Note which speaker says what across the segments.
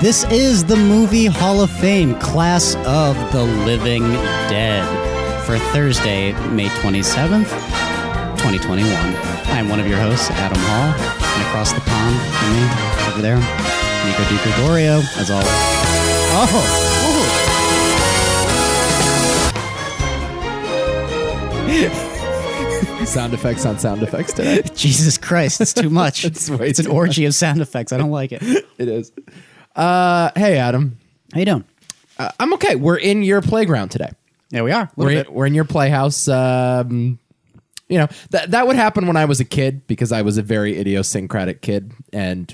Speaker 1: This is the Movie Hall of Fame Class of the Living Dead for Thursday, May 27th, 2021. I'm one of your hosts, Adam Hall, and across the pond from me, over there, Nico Di Gregorio, as always. Oh!
Speaker 2: sound effects on sound effects today.
Speaker 1: ooh. Jesus Christ, it's too much. it's
Speaker 2: way
Speaker 1: an
Speaker 2: too
Speaker 1: orgy of sound effects. I don't like it. How
Speaker 2: It is. Uh, hey, Adam.
Speaker 1: you doing?
Speaker 2: Uh, I'm okay. We're in your playground today.
Speaker 1: There we are.
Speaker 2: We're in, we're in your playhouse. Um, you know that that would happen when I was a kid because I was a very idiosyncratic kid, and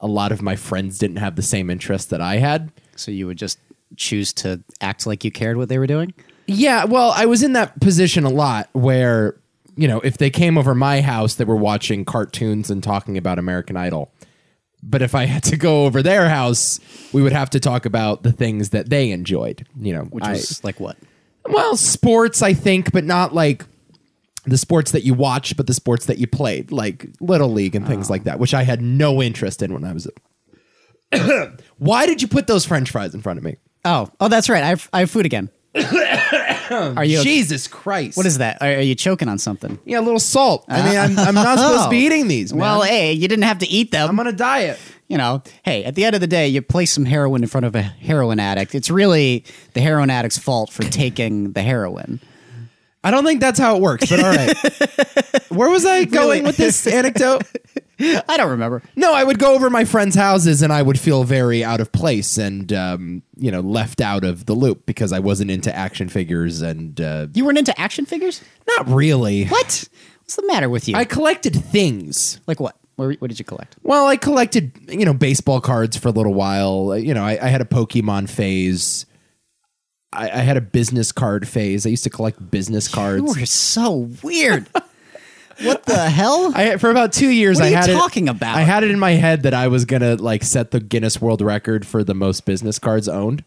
Speaker 2: a lot of my friends didn't have the same interests that I had.
Speaker 1: So you would just choose to act like you cared what they were doing?
Speaker 2: Yeah, well, I was in that position a lot where, you know, if they came over my house, they were watching cartoons and talking about American Idol. But if I had to go over their house, we would have to talk about the things that they enjoyed, you know.
Speaker 1: Which
Speaker 2: I-
Speaker 1: was like what?
Speaker 2: well, sports, I think, but not like the sports that you watched, but the sports that you played, like Little League and
Speaker 1: Ah.
Speaker 2: things like that, which I had no interest in when I was. Why did you put those french fries in front of me?
Speaker 1: Oh, oh, that's right. I have, I have food again. are you?
Speaker 2: Jesus Christ.
Speaker 1: What is that? Are, are you choking on something?
Speaker 2: Yeah, a little salt. I mean, I'm, I'm not supposed to be eating these. Man.
Speaker 1: Oh. Well, hey, you didn't have to eat them.
Speaker 2: I'm on a diet.
Speaker 1: you know, hey, at the end of the day, you place some heroin in front of a heroin addict. It's really the heroin addict's fault for taking the heroin.
Speaker 2: I don't think that's how it works, but all right. Where was I going with this anecdote?
Speaker 1: I don't remember.
Speaker 2: No, I would go over my friends' houses and I would feel very out of place and, um, you know, left out of the loop because I wasn't into action figures and uh,
Speaker 1: You weren't into action figures?
Speaker 2: not really.
Speaker 1: What? What's the matter with you?
Speaker 2: I collected things.
Speaker 1: like what? What what did you collect?
Speaker 2: Well, I collected, you know, baseball cards for a little while. You know, I, I had a Pokemon phase. I, I had a business card phase. I used to collect business
Speaker 1: You
Speaker 2: cards.
Speaker 1: are so weird. what the hell?
Speaker 2: I for about two years.
Speaker 1: What are
Speaker 2: I
Speaker 1: you
Speaker 2: had it-
Speaker 1: talking about?
Speaker 2: I had it in my head that I was gonna like set the Guinness World Record for the most business cards owned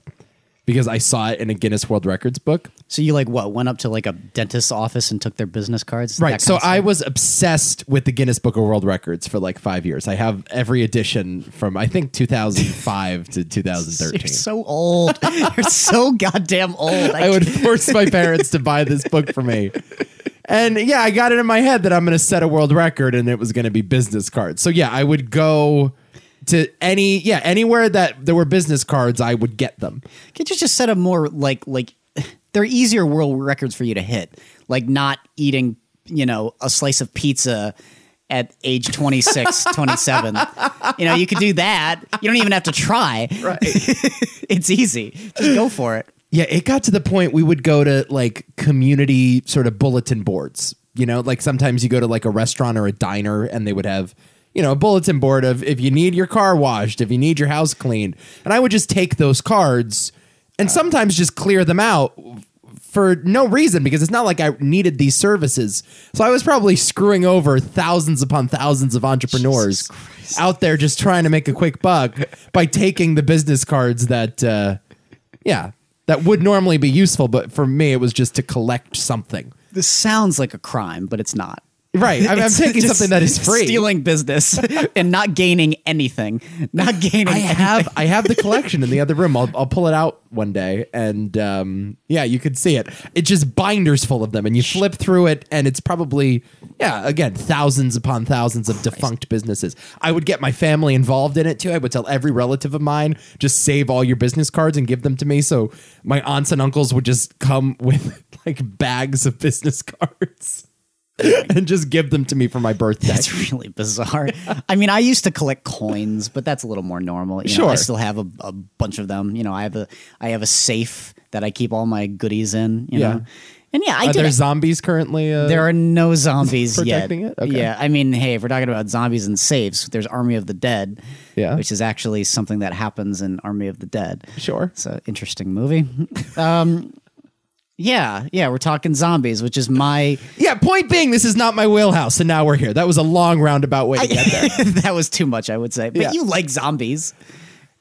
Speaker 2: because I saw it in a Guinness World Records book.
Speaker 1: So you like what? Went up to like a dentist's office and took their business cards. That
Speaker 2: Right.
Speaker 1: kind
Speaker 2: So
Speaker 1: of stuff?
Speaker 2: I was obsessed with the Guinness Book of World Records for like five years. I have every edition from I think 2005 to 2013.
Speaker 1: You're so old. You're so goddamn old.
Speaker 2: I would force my parents to buy this book for me. And yeah, I got it in my head that I'm going to set a world record and it was going to be business cards. So yeah, I would go to any yeah, anywhere that there were business cards, I would get them.
Speaker 1: Can't you just set a more like like they're easier world records for you to hit? Like not eating, you know, a slice of pizza at age 26, 27. You know, you could do that. You don't even have to try. Right. it's easy. Just go for it.
Speaker 2: Yeah, it got to the point we would go to like community sort of bulletin boards. You know, like sometimes you go to like a restaurant or a diner and they would have, you know, a bulletin board of if you need your car washed, if you need your house cleaned. And I would just take those cards and sometimes just clear them out for no reason because it's not like I needed these services. So I was probably screwing over thousands upon thousands of entrepreneurs out there just trying to make a quick buck by taking the business cards that uh yeah, that would normally be useful, but for me, it was just to collect something.
Speaker 1: This sounds like a crime, but it's not.
Speaker 2: Right, I'm, I'm
Speaker 1: It's
Speaker 2: taking
Speaker 1: just
Speaker 2: something that is free.
Speaker 1: Stealing business and not gaining anything. Not gaining
Speaker 2: I
Speaker 1: anything.
Speaker 2: have I have the collection in the other room. I'll, I'll pull it out one day, and um, yeah, you could see it. It's just binders full of them, and you flip through it, and it's probably yeah, again, thousands upon thousands of defunct businesses. I would get my family involved in it too. I would tell every relative of mine just save all your business cards and give them to me. So my aunts and uncles would just come with like bags of business cards. and just give them to me for my birthday.
Speaker 1: That's really bizarre. I mean, I used to collect coins, but that's a little more normal. You know, I
Speaker 2: Sure.
Speaker 1: still have a, a bunch of them. You know, I have a I have a safe that I keep all my goodies in. You
Speaker 2: Yeah.
Speaker 1: know, and yeah, I
Speaker 2: Are
Speaker 1: did.
Speaker 2: there zombies currently? Uh,
Speaker 1: there are no zombies yet.
Speaker 2: Protecting it? Okay.
Speaker 1: Yeah, I mean, hey, if we're talking about zombies and safes, there's Army of the Dead.
Speaker 2: Yeah.
Speaker 1: which is actually something that happens in Army of the Dead.
Speaker 2: Sure.
Speaker 1: It's an interesting movie. um, yeah, yeah, we're talking zombies, which is my.
Speaker 2: Yeah, point being, this is not my wheelhouse, and now we're here. That was a long roundabout way to get there.
Speaker 1: that was too much, I would say. But
Speaker 2: Yeah.
Speaker 1: you like zombies.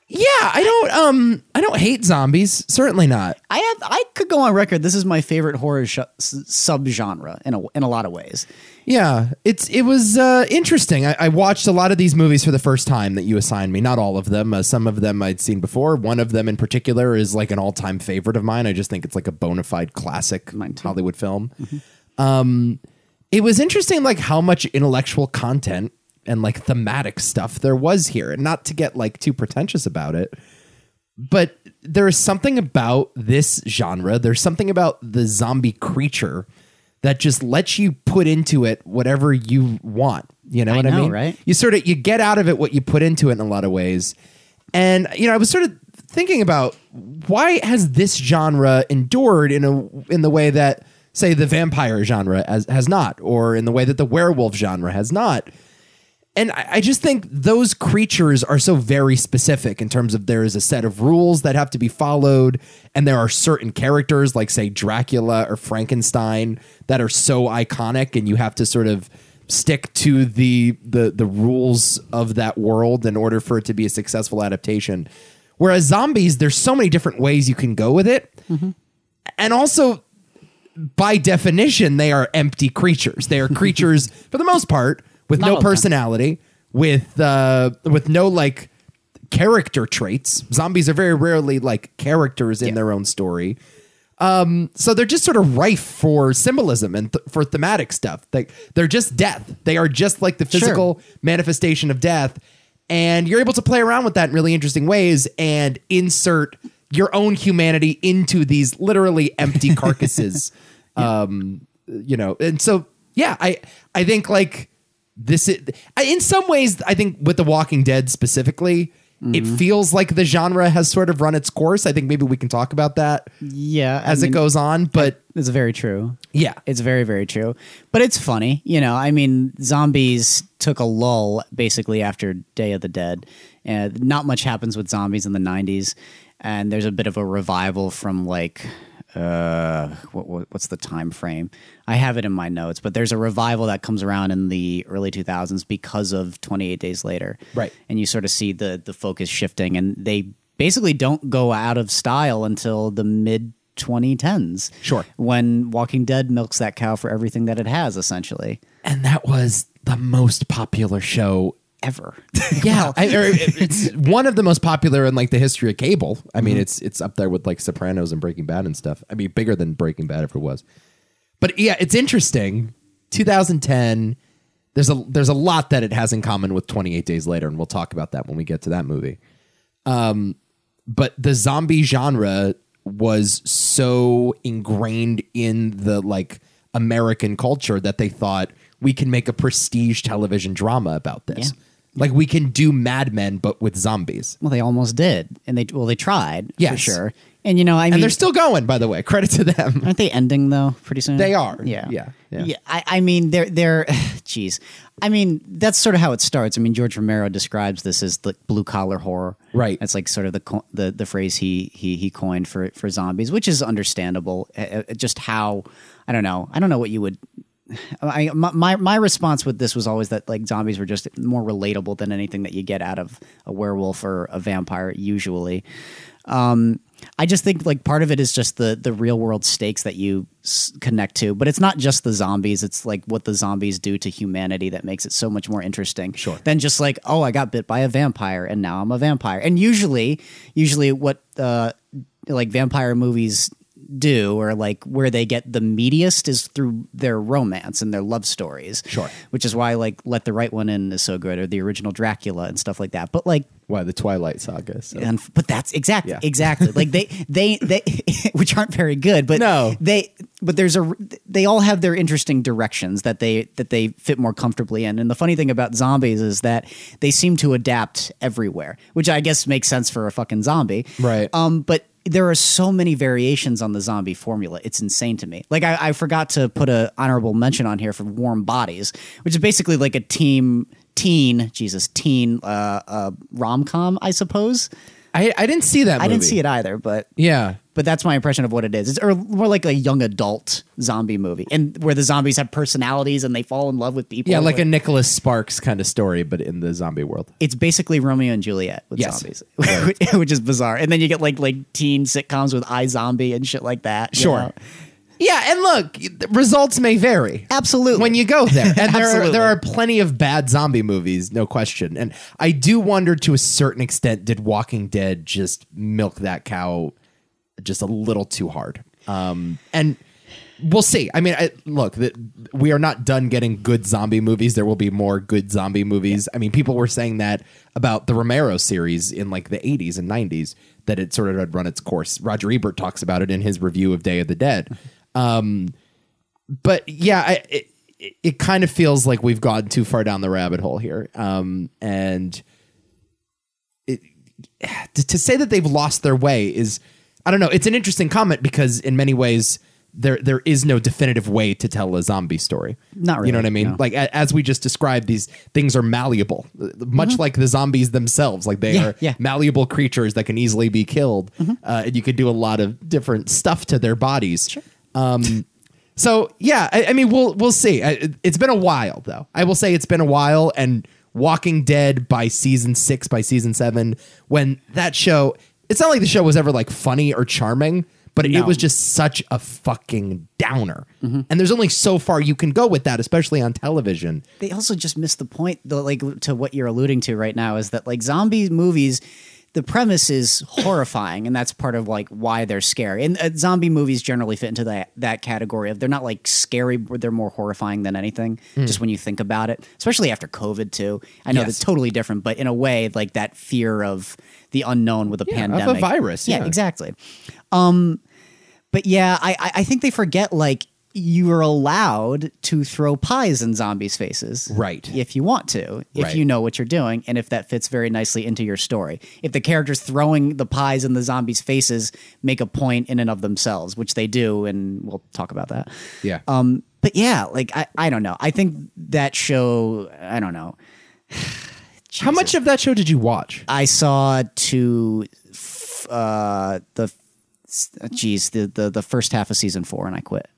Speaker 2: Yeah, I don't um I don't hate zombies, certainly not.
Speaker 1: I have I could go on record. This is my favorite horror sh- s- subgenre in a in a lot of ways.
Speaker 2: Yeah, it's it was uh, interesting. I, I watched a lot of these movies for the first time that you assigned me. Not all of them. Uh, some of them I'd seen before. One of them in particular is like an all time favorite of mine. I just think it's like a bona fide classic Hollywood film. Um, it was interesting, like how much intellectual content and like thematic stuff there was here, and not to get like too pretentious about it but there is something about this genre. There's something about the zombie creature that just lets you put into it whatever you want. You know
Speaker 1: I
Speaker 2: what I
Speaker 1: know,
Speaker 2: mean?
Speaker 1: right?
Speaker 2: You sort of you get out of it what you put into it in a lot of ways. And you know, I was sort of thinking about why has this genre endured in a in the way that say the vampire genre has, has not or in the way that the werewolf genre has not and I, I just think those creatures are so very specific in terms of there is a set of rules that have to be followed, and there are certain characters like say Dracula or Frankenstein that are so iconic, and you have to sort of stick to the the the rules of that world in order for it to be a successful adaptation. Whereas zombies, there's so many different ways you can go with it, and also by definition, they are empty creatures. They are creatures for the most part with
Speaker 1: Not all
Speaker 2: no
Speaker 1: the time.
Speaker 2: personality, with uh, with no like character traits. Zombies are very rarely like characters in their own story. Um, so they're just sort of rife for symbolism and th- for thematic stuff. Like they're just death. They are just like the physical manifestation of death. And you're able to play around with that in really interesting ways and insert your own humanity into these literally empty carcasses. Um, you know, and so yeah, I I think like this is I- in some ways I think with The Walking Dead specifically, it feels like the genre has sort of run its course. I think maybe we can talk about that
Speaker 1: Yeah,
Speaker 2: as it goes on, but
Speaker 1: it's very true.
Speaker 2: yeah.
Speaker 1: It's very, very true. But it's funny, you know. I mean, zombies took a lull basically after Day of the Dead. Uh, not much happens with zombies in the '90s, and there's a bit of a revival from like, uh, what, what, what's the time frame? I have it in my notes, but there's a revival that comes around in the early 2000s because of 28 Days Later,
Speaker 2: Right.
Speaker 1: And you sort of see the the focus shifting, and they basically don't go out of style until the mid 2010s
Speaker 2: Sure.
Speaker 1: when Walking Dead milks that cow for everything that it has, essentially.
Speaker 2: And that was the most popular show
Speaker 1: Ever.
Speaker 2: Yeah, I, or it's one of the most popular in like the history of cable. I mean, it's it's up there with like Sopranos and Breaking Bad and stuff. I mean, bigger than Breaking Bad if it was. But yeah, it's interesting. 2010. There's a there's a lot that it has in common with 28 Days Later, and we'll talk about that when we get to that movie. Um, but the zombie genre was so ingrained in the like American culture that they thought we can make a prestige television drama about this.
Speaker 1: Yeah.
Speaker 2: Like we can do Mad Men, but with zombies.
Speaker 1: well, they almost did. And they, well, they tried for
Speaker 2: Yes.
Speaker 1: sure. And, you know, I mean,
Speaker 2: And they're still going, by the way. Credit to them.
Speaker 1: aren't they ending though pretty soon?
Speaker 2: They are.
Speaker 1: Yeah.
Speaker 2: Yeah.
Speaker 1: Yeah.
Speaker 2: Yeah.
Speaker 1: I, I mean, they're, they're, geez. I mean, that's sort of how it starts. I mean, George Romero describes this as the blue collar horror.
Speaker 2: Right.
Speaker 1: That's like sort of the, co- the, the phrase he, he, he coined for, for zombies, which is understandable. Uh, uh, just how, I don't know. I don't know what you would, I, my, my my response with this was always that like zombies were just more relatable than anything that you get out of a werewolf or a vampire usually. Um, I just think like part of it is just the the real world stakes that you s- connect to, but it's not just the zombies. It's like what the zombies do to humanity that makes it so much more interesting. Sure. Than just like oh I got bit by a vampire and now I'm a vampire. And usually usually what uh like vampire movies do or like where they get the meatiest is through their romance and their love stories.
Speaker 2: Sure.
Speaker 1: Which is why like Let the Right One In is so good or the original Dracula and stuff like that. But like
Speaker 2: Why the Twilight Saga? So.
Speaker 1: and but that's exactly
Speaker 2: Yeah.
Speaker 1: exactly like they they they which aren't very good but
Speaker 2: No.
Speaker 1: they but there's a they all have their interesting directions that they that they fit more comfortably in and the funny thing about zombies is that they seem to adapt everywhere which i guess makes sense for a fucking zombie
Speaker 2: Right.
Speaker 1: um but there are so many variations on the zombie formula. It's insane to me. Like I, I forgot to put a honorable mention on here for Warm Bodies, which is basically like a team teen Jesus teen uh, uh, rom com, I suppose.
Speaker 2: I, I didn't see that movie.
Speaker 1: I didn't see it either, but
Speaker 2: Yeah.
Speaker 1: But that's my impression of what it is. It's or more like a young adult zombie movie, and where the zombies have personalities and they fall in love with people.
Speaker 2: Yeah, like a Nicholas Sparks kind of story, but in the zombie world.
Speaker 1: it's basically Romeo and Juliet with
Speaker 2: Yes.
Speaker 1: zombies, which is bizarre. And then you get like like teen sitcoms with I Zombie and shit like that. you know?
Speaker 2: Yeah, and look, the results may vary.
Speaker 1: absolutely.
Speaker 2: When you go there, and there are,
Speaker 1: Absolutely.
Speaker 2: there are plenty of bad zombie movies, no question. And I do wonder to a certain extent, did Walking Dead just milk that cow just a little too hard? Um, and we'll see. I mean, I, look, the, we are not done getting good zombie movies. There will be more good zombie movies. I mean, people were saying that about the Romero series in like the 80s and 90s that it sort of had run its course. Roger Ebert talks about it in his review of Day of the Dead but yeah, I, it, it- it kind of feels like we've gone too far down the rabbit hole here. Um, and it, to, to say that they've lost their way is, I don't know. It's an interesting comment because in many ways there there is no definitive way to tell a zombie story.
Speaker 1: Not
Speaker 2: You
Speaker 1: really,
Speaker 2: know what I mean?
Speaker 1: no.
Speaker 2: Like a, as we just described, these things are malleable, uh, much like the zombies themselves. Like they
Speaker 1: Mm-hmm. Yeah,
Speaker 2: are
Speaker 1: yeah. Mm-hmm.
Speaker 2: malleable creatures that can easily be killed, uh, and you could do a lot of different stuff to their bodies. Um, so yeah, I, I mean, we'll we'll see. I, it- it's been a while though. I will say it's been a while, and Walking Dead by season six, by season seven, when that show, it's not like the show was ever like funny or charming, but it
Speaker 1: No.
Speaker 2: was just such a fucking downer. And there's only so far you can go with that, especially on television.
Speaker 1: they also just missed the point though like to what you're alluding to right now is that like zombie movies the premise is horrifying and that's part of like why they're scary and uh, zombie movies generally fit into that that category of they're not like scary but they're more horrifying than anything just when you think about it especially after covid too i know
Speaker 2: Hmm. Yes.
Speaker 1: that's totally different but in a way like that fear of the unknown with a
Speaker 2: of a
Speaker 1: pandemic
Speaker 2: virus, yeah.
Speaker 1: yeah exactly but yeah, I, I I think they forget like you are allowed to throw pies in zombies' faces,
Speaker 2: Right.
Speaker 1: If you want to, if
Speaker 2: Right.
Speaker 1: you know what you're doing, and if that fits very nicely into your story. If the characters throwing the pies in the zombies' faces make a point in and of themselves, which they do, and we'll talk about that.
Speaker 2: Yeah.
Speaker 1: Um. But yeah, like I I don't know. I think that show. I don't know.
Speaker 2: How much of that show did you watch?
Speaker 1: I saw two. f- Uh, the. Geez, the, the the first half of season four, and I quit.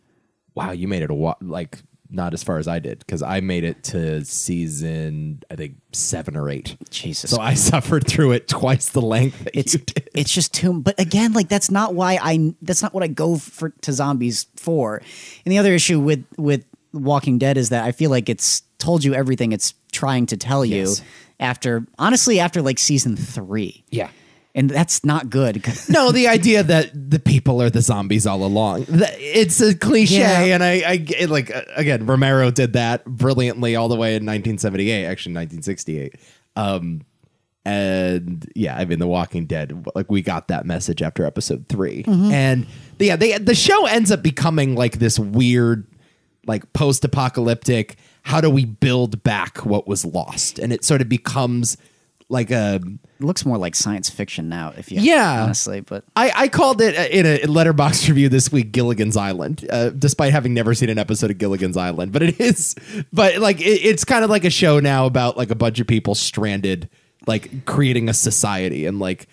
Speaker 2: Wow, you made it a wa- like not as far as I did because I made it to season I think seven or eight.
Speaker 1: Jesus
Speaker 2: So I suffered through it twice the length that
Speaker 1: it's
Speaker 2: you did.
Speaker 1: it's just too but again like that's not why i that's not what i go for to zombies for and the other issue with with walking dead is that i feel like it's told you everything it's trying to tell you
Speaker 2: Yes.
Speaker 1: after honestly after like season three
Speaker 2: Yeah.
Speaker 1: and that's not good
Speaker 2: No, the idea that the people are the zombies all along. Th- It's a cliche,
Speaker 1: Yeah.
Speaker 2: and I, I it, like uh, again, Romero did that brilliantly all the way in 1978, actually 1968. Um, and yeah, I mean, The Walking Dead, like we got that message after episode 3 and yeah, they the show ends up becoming like this weird, like post apocalyptic. How do we build back what was lost? And it sort of becomes like um, a
Speaker 1: it looks more like science fiction now if you
Speaker 2: Yeah.
Speaker 1: honestly but
Speaker 2: I, I called it uh, in a letterbox review this week Gilligan's Island, uh, despite having never seen an episode of Gilligan's Island. But it is, but like it, it's kind of like a show now about like a bunch of people stranded, like creating a society and like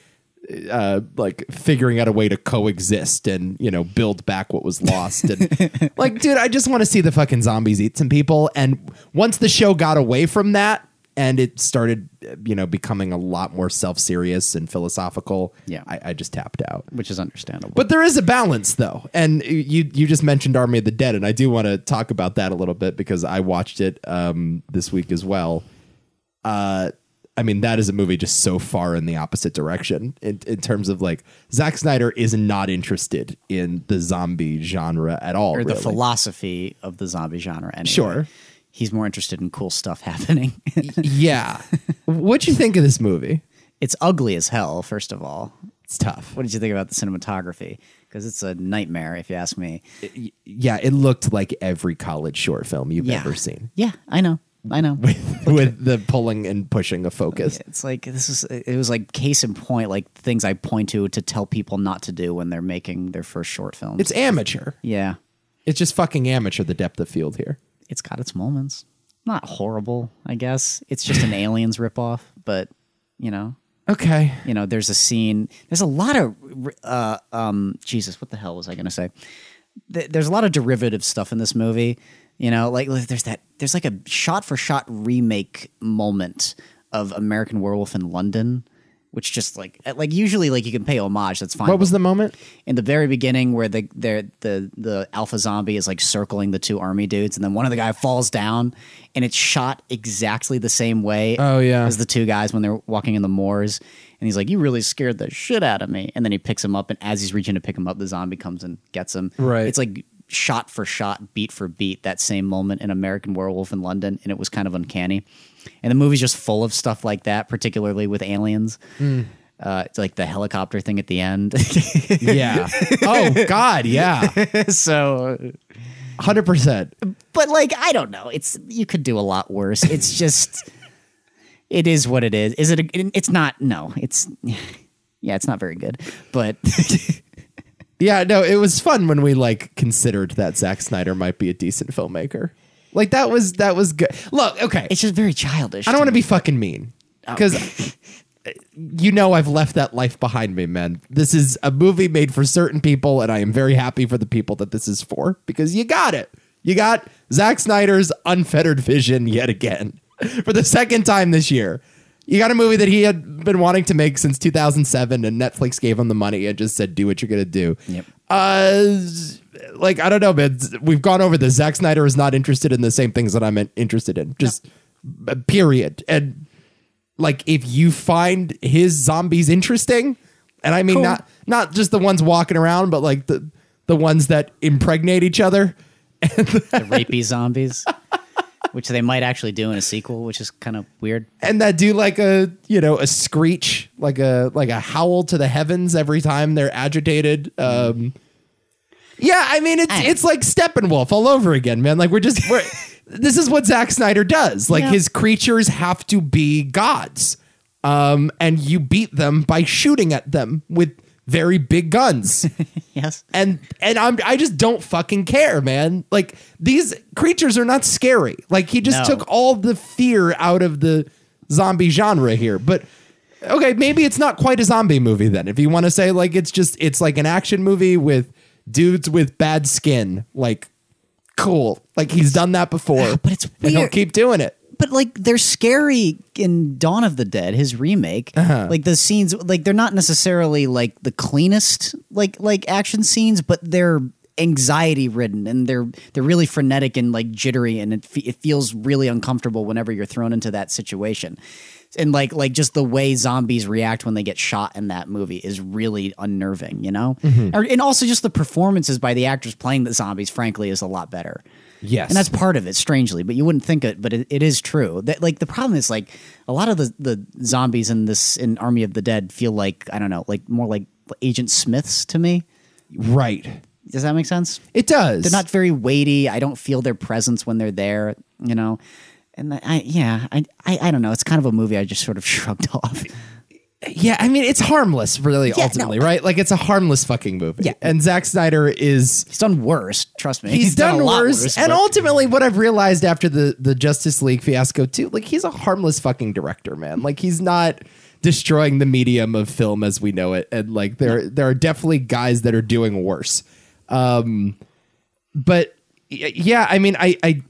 Speaker 2: uh, like figuring out a way to coexist and you know build back what was lost and like dude i just want to see the fucking zombies eat some people and once the show got away from that and it started uh, you know becoming a lot more self-serious and philosophical
Speaker 1: Yeah.
Speaker 2: i, I just tapped out
Speaker 1: which is understandable
Speaker 2: but there is a balance though and you you just mentioned army of the dead and i do want to talk about that a little bit because i watched it um this week as well uh I mean that is a movie just so far in the opposite direction in, in terms of like Zack Snyder is not interested in the zombie genre at all.
Speaker 1: or the
Speaker 2: really.
Speaker 1: philosophy of the zombie genre anyway.
Speaker 2: Sure.
Speaker 1: he's more interested in cool stuff happening
Speaker 2: yeah. What'd you think of this movie?
Speaker 1: it's ugly as hell first of all
Speaker 2: It's tough.
Speaker 1: What did you think about the cinematography? Because it's a nightmare, if you ask me.
Speaker 2: Yeah, it looked like every college short film you've
Speaker 1: Yeah.
Speaker 2: ever seen.
Speaker 1: Yeah, I know. I know.
Speaker 2: With the pulling and pushing of focus.
Speaker 1: It's like this is it was like case in point, like things I point to to tell people not to do when they're making their first short films.
Speaker 2: It's amateur.
Speaker 1: yeah,
Speaker 2: It's just fucking amateur the depth of field here.
Speaker 1: it's got its moments. Not horrible, I guess. It's just an aliens ripoff, but you know,
Speaker 2: Okay.
Speaker 1: you know there's a scene there's a lot of uh, um, jesus what the hell was i going to say Th- there's a lot of derivative stuff in this movie you know like like, there's that there's like a shot for shot remake moment of american werewolf in london which just like like usually like you can pay homage that's fine
Speaker 2: What was the moment?
Speaker 1: in the very beginning where the the the the alpha zombie is like circling the two army dudes and then one of the guy falls down and it's shot exactly the same way
Speaker 2: Oh, yeah.
Speaker 1: as the two guys when they're walking in the moors and he's like you really scared the shit out of me and then he picks him up and as he's reaching to pick him up the zombie comes and gets him
Speaker 2: Right.
Speaker 1: it's like shot for shot beat for beat that same moment in american werewolf in london and it was kind of uncanny and the movie's just full of stuff like that particularly with aliens
Speaker 2: Hmm.
Speaker 1: uh, it's like the helicopter thing at the end
Speaker 2: Yeah. oh God. Yeah.
Speaker 1: so
Speaker 2: Hundred percent.
Speaker 1: but like i don't know it's you could do a lot worse it's just it is what it is is it a, it's not no it's yeah it's not very good but
Speaker 2: Yeah. No, it was fun when we like considered that Zack Snyder might be a decent filmmaker. Like that was that was good. Look. Okay.
Speaker 1: it's just very childish
Speaker 2: I don't want to be fucking mean because you know I've left that life behind me, man. This is a movie made for certain people, and I am very happy for the people that this is for because you got it. You got Zack Snyder's unfettered vision yet again for the second time this year. You got a movie that he had been wanting to make since 2007, and Netflix gave him the money and just said, "Do what you're gonna do."
Speaker 1: Yep.
Speaker 2: Uh, like I don't know, man. We've gone over this. Zack Snyder is not interested in the same things that I'm in- interested in. Just b- period. And like, if you find his zombies interesting, and I mean
Speaker 1: Cool.
Speaker 2: not not just the ones walking around, but like the the ones that impregnate each other.
Speaker 1: the rapey zombies which they might actually do in a sequel which is kind of weird
Speaker 2: and that do like a you know a screech like a like a howl to the heavens every time they're agitated um yeah i mean it's
Speaker 1: I-
Speaker 2: it's like steppenwolf all over again man like we're just we're this is what Zack snyder does like
Speaker 1: Yeah.
Speaker 2: his creatures have to be gods um and you beat them by shooting at them with very big guns
Speaker 1: yes
Speaker 2: and and I'm I just don't fucking care, man. Like these creatures are not scary. Like he just
Speaker 1: No.
Speaker 2: took all the fear out of the zombie genre here. But okay, maybe it's not quite a zombie movie then. If you want to say like it's just it's like an action movie with dudes with bad skin, like cool. Like he's done that before.
Speaker 1: But it's
Speaker 2: And he'll
Speaker 1: weird.
Speaker 2: keep doing it.
Speaker 1: but like they're scary in Dawn of the Dead, his remake. Like the scenes, like they're not necessarily like the cleanest, like like action scenes, but they're anxiety ridden and they're they're really frenetic and like jittery, and it, fe- it feels really uncomfortable whenever you're thrown into that situation. And like like just the way zombies react when they get shot in that movie is really unnerving, you know. Or- And also just the performances by the actors playing the zombies, frankly, is a lot better.
Speaker 2: Yes.
Speaker 1: And that's part of it, strangely, but you wouldn't think it, but it, it is true. That like the problem is like a lot of the, the zombies in this in Army of the Dead feel like I don't know, like more like Agent Smiths to me.
Speaker 2: right.
Speaker 1: Does that make sense?
Speaker 2: It does.
Speaker 1: They're not very weighty. I don't feel their presence when they're there, you know. And I- I yeah, I, I I don't know. It's kind of a movie I just sort of shrugged off.
Speaker 2: Yeah, I mean it's harmless, really,
Speaker 1: no.
Speaker 2: ultimately, right? Like it's a harmless fucking movie.
Speaker 1: Yeah.
Speaker 2: And Zack Snyder is
Speaker 1: He's done worse, trust me.
Speaker 2: he's, done,
Speaker 1: a lot
Speaker 2: worse. and
Speaker 1: but-
Speaker 2: ultimately, what I've realized after the the Justice League fiasco too, like he's a harmless fucking director, man. Like he's not destroying the medium of film as we know it, and like there there are definitely guys that are doing worse. Um, but y- yeah, I mean, I I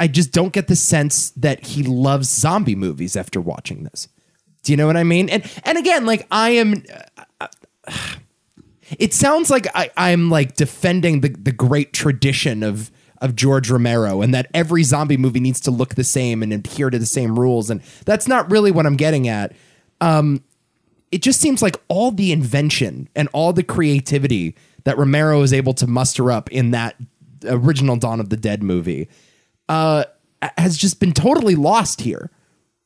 Speaker 2: I just don't get the sense that he loves zombie movies after watching this. Do you know what I mean? And and again, like I am it sounds like I, I'm like defending the, the great tradition of of George Romero and that every zombie movie needs to look the same and adhere to the same rules. And that's not really what I'm getting at. Um, it just seems like all the invention and all the creativity that Romero is able to muster up in that original Dawn of the Dead movie uh, has just been totally lost here.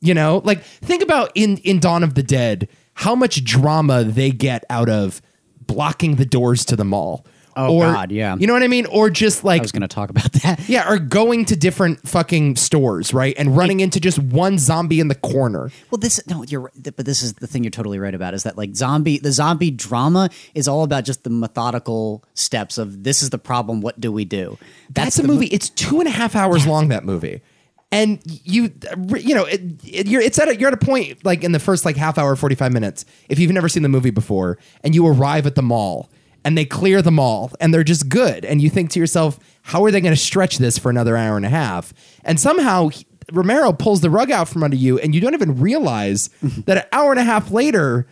Speaker 2: You know, like think about in in Dawn of the Dead, how much drama they get out of blocking the doors to the mall.
Speaker 1: Oh, God, yeah.
Speaker 2: You know what I mean? Or just like
Speaker 1: I was going to talk about that.
Speaker 2: yeah, or going to different fucking stores, right? And running into just one zombie in the corner.
Speaker 1: Well, this no, you're right, th- but this is the thing you're totally right about is that like zombie the zombie drama is all about just the methodical steps of this is the problem, what do we do?
Speaker 2: That's a movie. It's two and a half hours long. That movie, and you you know it, it- you're it's at a, you're at a point like in the first like half hour 45 minutes if you've never seen the movie before and you arrive at the mall and they clear the mall and they're just good and you think to yourself how are they going to stretch this for another hour and a half and somehow he- Romero pulls the rug out from under you and you don't even realize that an hour and a half later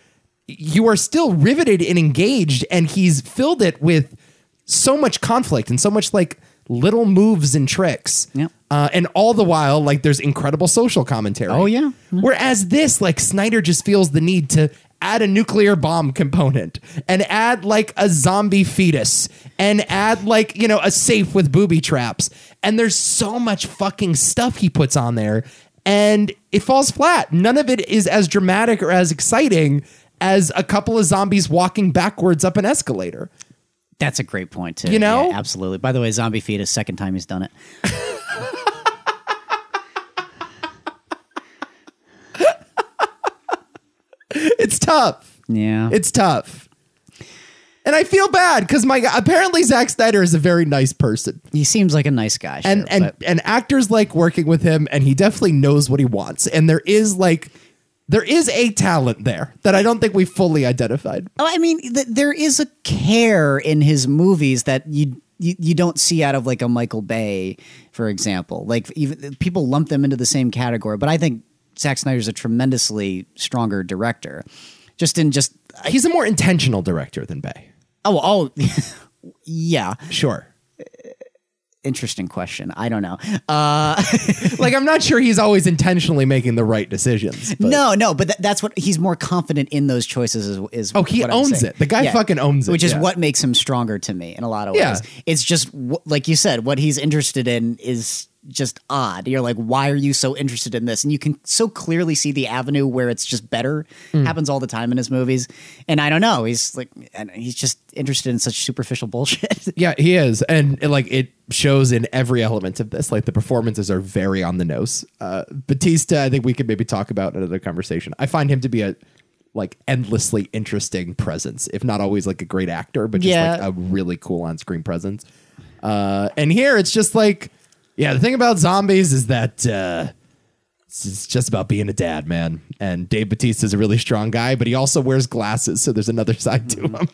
Speaker 2: you are still riveted and engaged and he's filled it with so much conflict and so much like little moves and tricks
Speaker 1: Yep.
Speaker 2: uh, and all the while like there's incredible social commentary
Speaker 1: Oh, yeah.
Speaker 2: whereas this like snyder just feels the need to add a nuclear bomb component and add like a zombie fetus and add like you know a safe with booby traps and there's so much fucking stuff he puts on there and it falls flat none of it is as dramatic or as exciting as a couple of zombies walking backwards up an escalator
Speaker 1: That's a great point too.
Speaker 2: You know?
Speaker 1: Yeah, absolutely. By the way, Zombie Fetus, second time he's done it.
Speaker 2: it's tough
Speaker 1: Yeah,
Speaker 2: It's tough. And I feel bad because my apparently Zack Snyder is a very nice person,
Speaker 1: he seems like a nice guy.
Speaker 2: and
Speaker 1: sure,
Speaker 2: and
Speaker 1: but-
Speaker 2: and actors like working with him, and he definitely knows what he wants. And there is like, there is a talent there that I don't think we fully identified.
Speaker 1: Oh, I mean, th- there is a care in his movies that you, you you don't see out of like a Michael Bay, for example. Like even people lump them into the same category, but I think Zack Snyder's a tremendously stronger director. Just in just
Speaker 2: He's a more intentional director than Bay.
Speaker 1: oh oh yeah,
Speaker 2: Sure.
Speaker 1: interesting question. I don't know. Uh,
Speaker 2: like I'm not sure he's always intentionally making the right decisions. But.
Speaker 1: No, no, but tha- that's what he's more confident in those choices. Is, is
Speaker 2: Oh, he
Speaker 1: what I'm
Speaker 2: owns
Speaker 1: saying.
Speaker 2: it. The guy fucking owns it,
Speaker 1: which is
Speaker 2: yeah.
Speaker 1: what makes him stronger to me in a lot of
Speaker 2: Yeah.
Speaker 1: ways. It's just wh- like you said, what he's interested in is just odd. You're like, why are you so interested in this? And you can so clearly see the avenue where it's just better.
Speaker 2: Hmm.
Speaker 1: Happens all the time in his movies, and I don't know. He's like, and he's just interested in such superficial bullshit.
Speaker 2: Yeah, he is, and it, like it shows in every element of this. Like the performances are very on the nose. Uh, Batista, I think we could maybe talk about in another conversation. I find him to be a like endlessly interesting presence, if not always like a great actor, but just
Speaker 1: Yeah.
Speaker 2: like a really cool on screen presence. Uh, and here it's just like, yeah, the thing about zombies is that uh, it's- it's just about being a dad, man. And Dave Batista is a really strong guy, but he also wears glasses, so there's another side to him.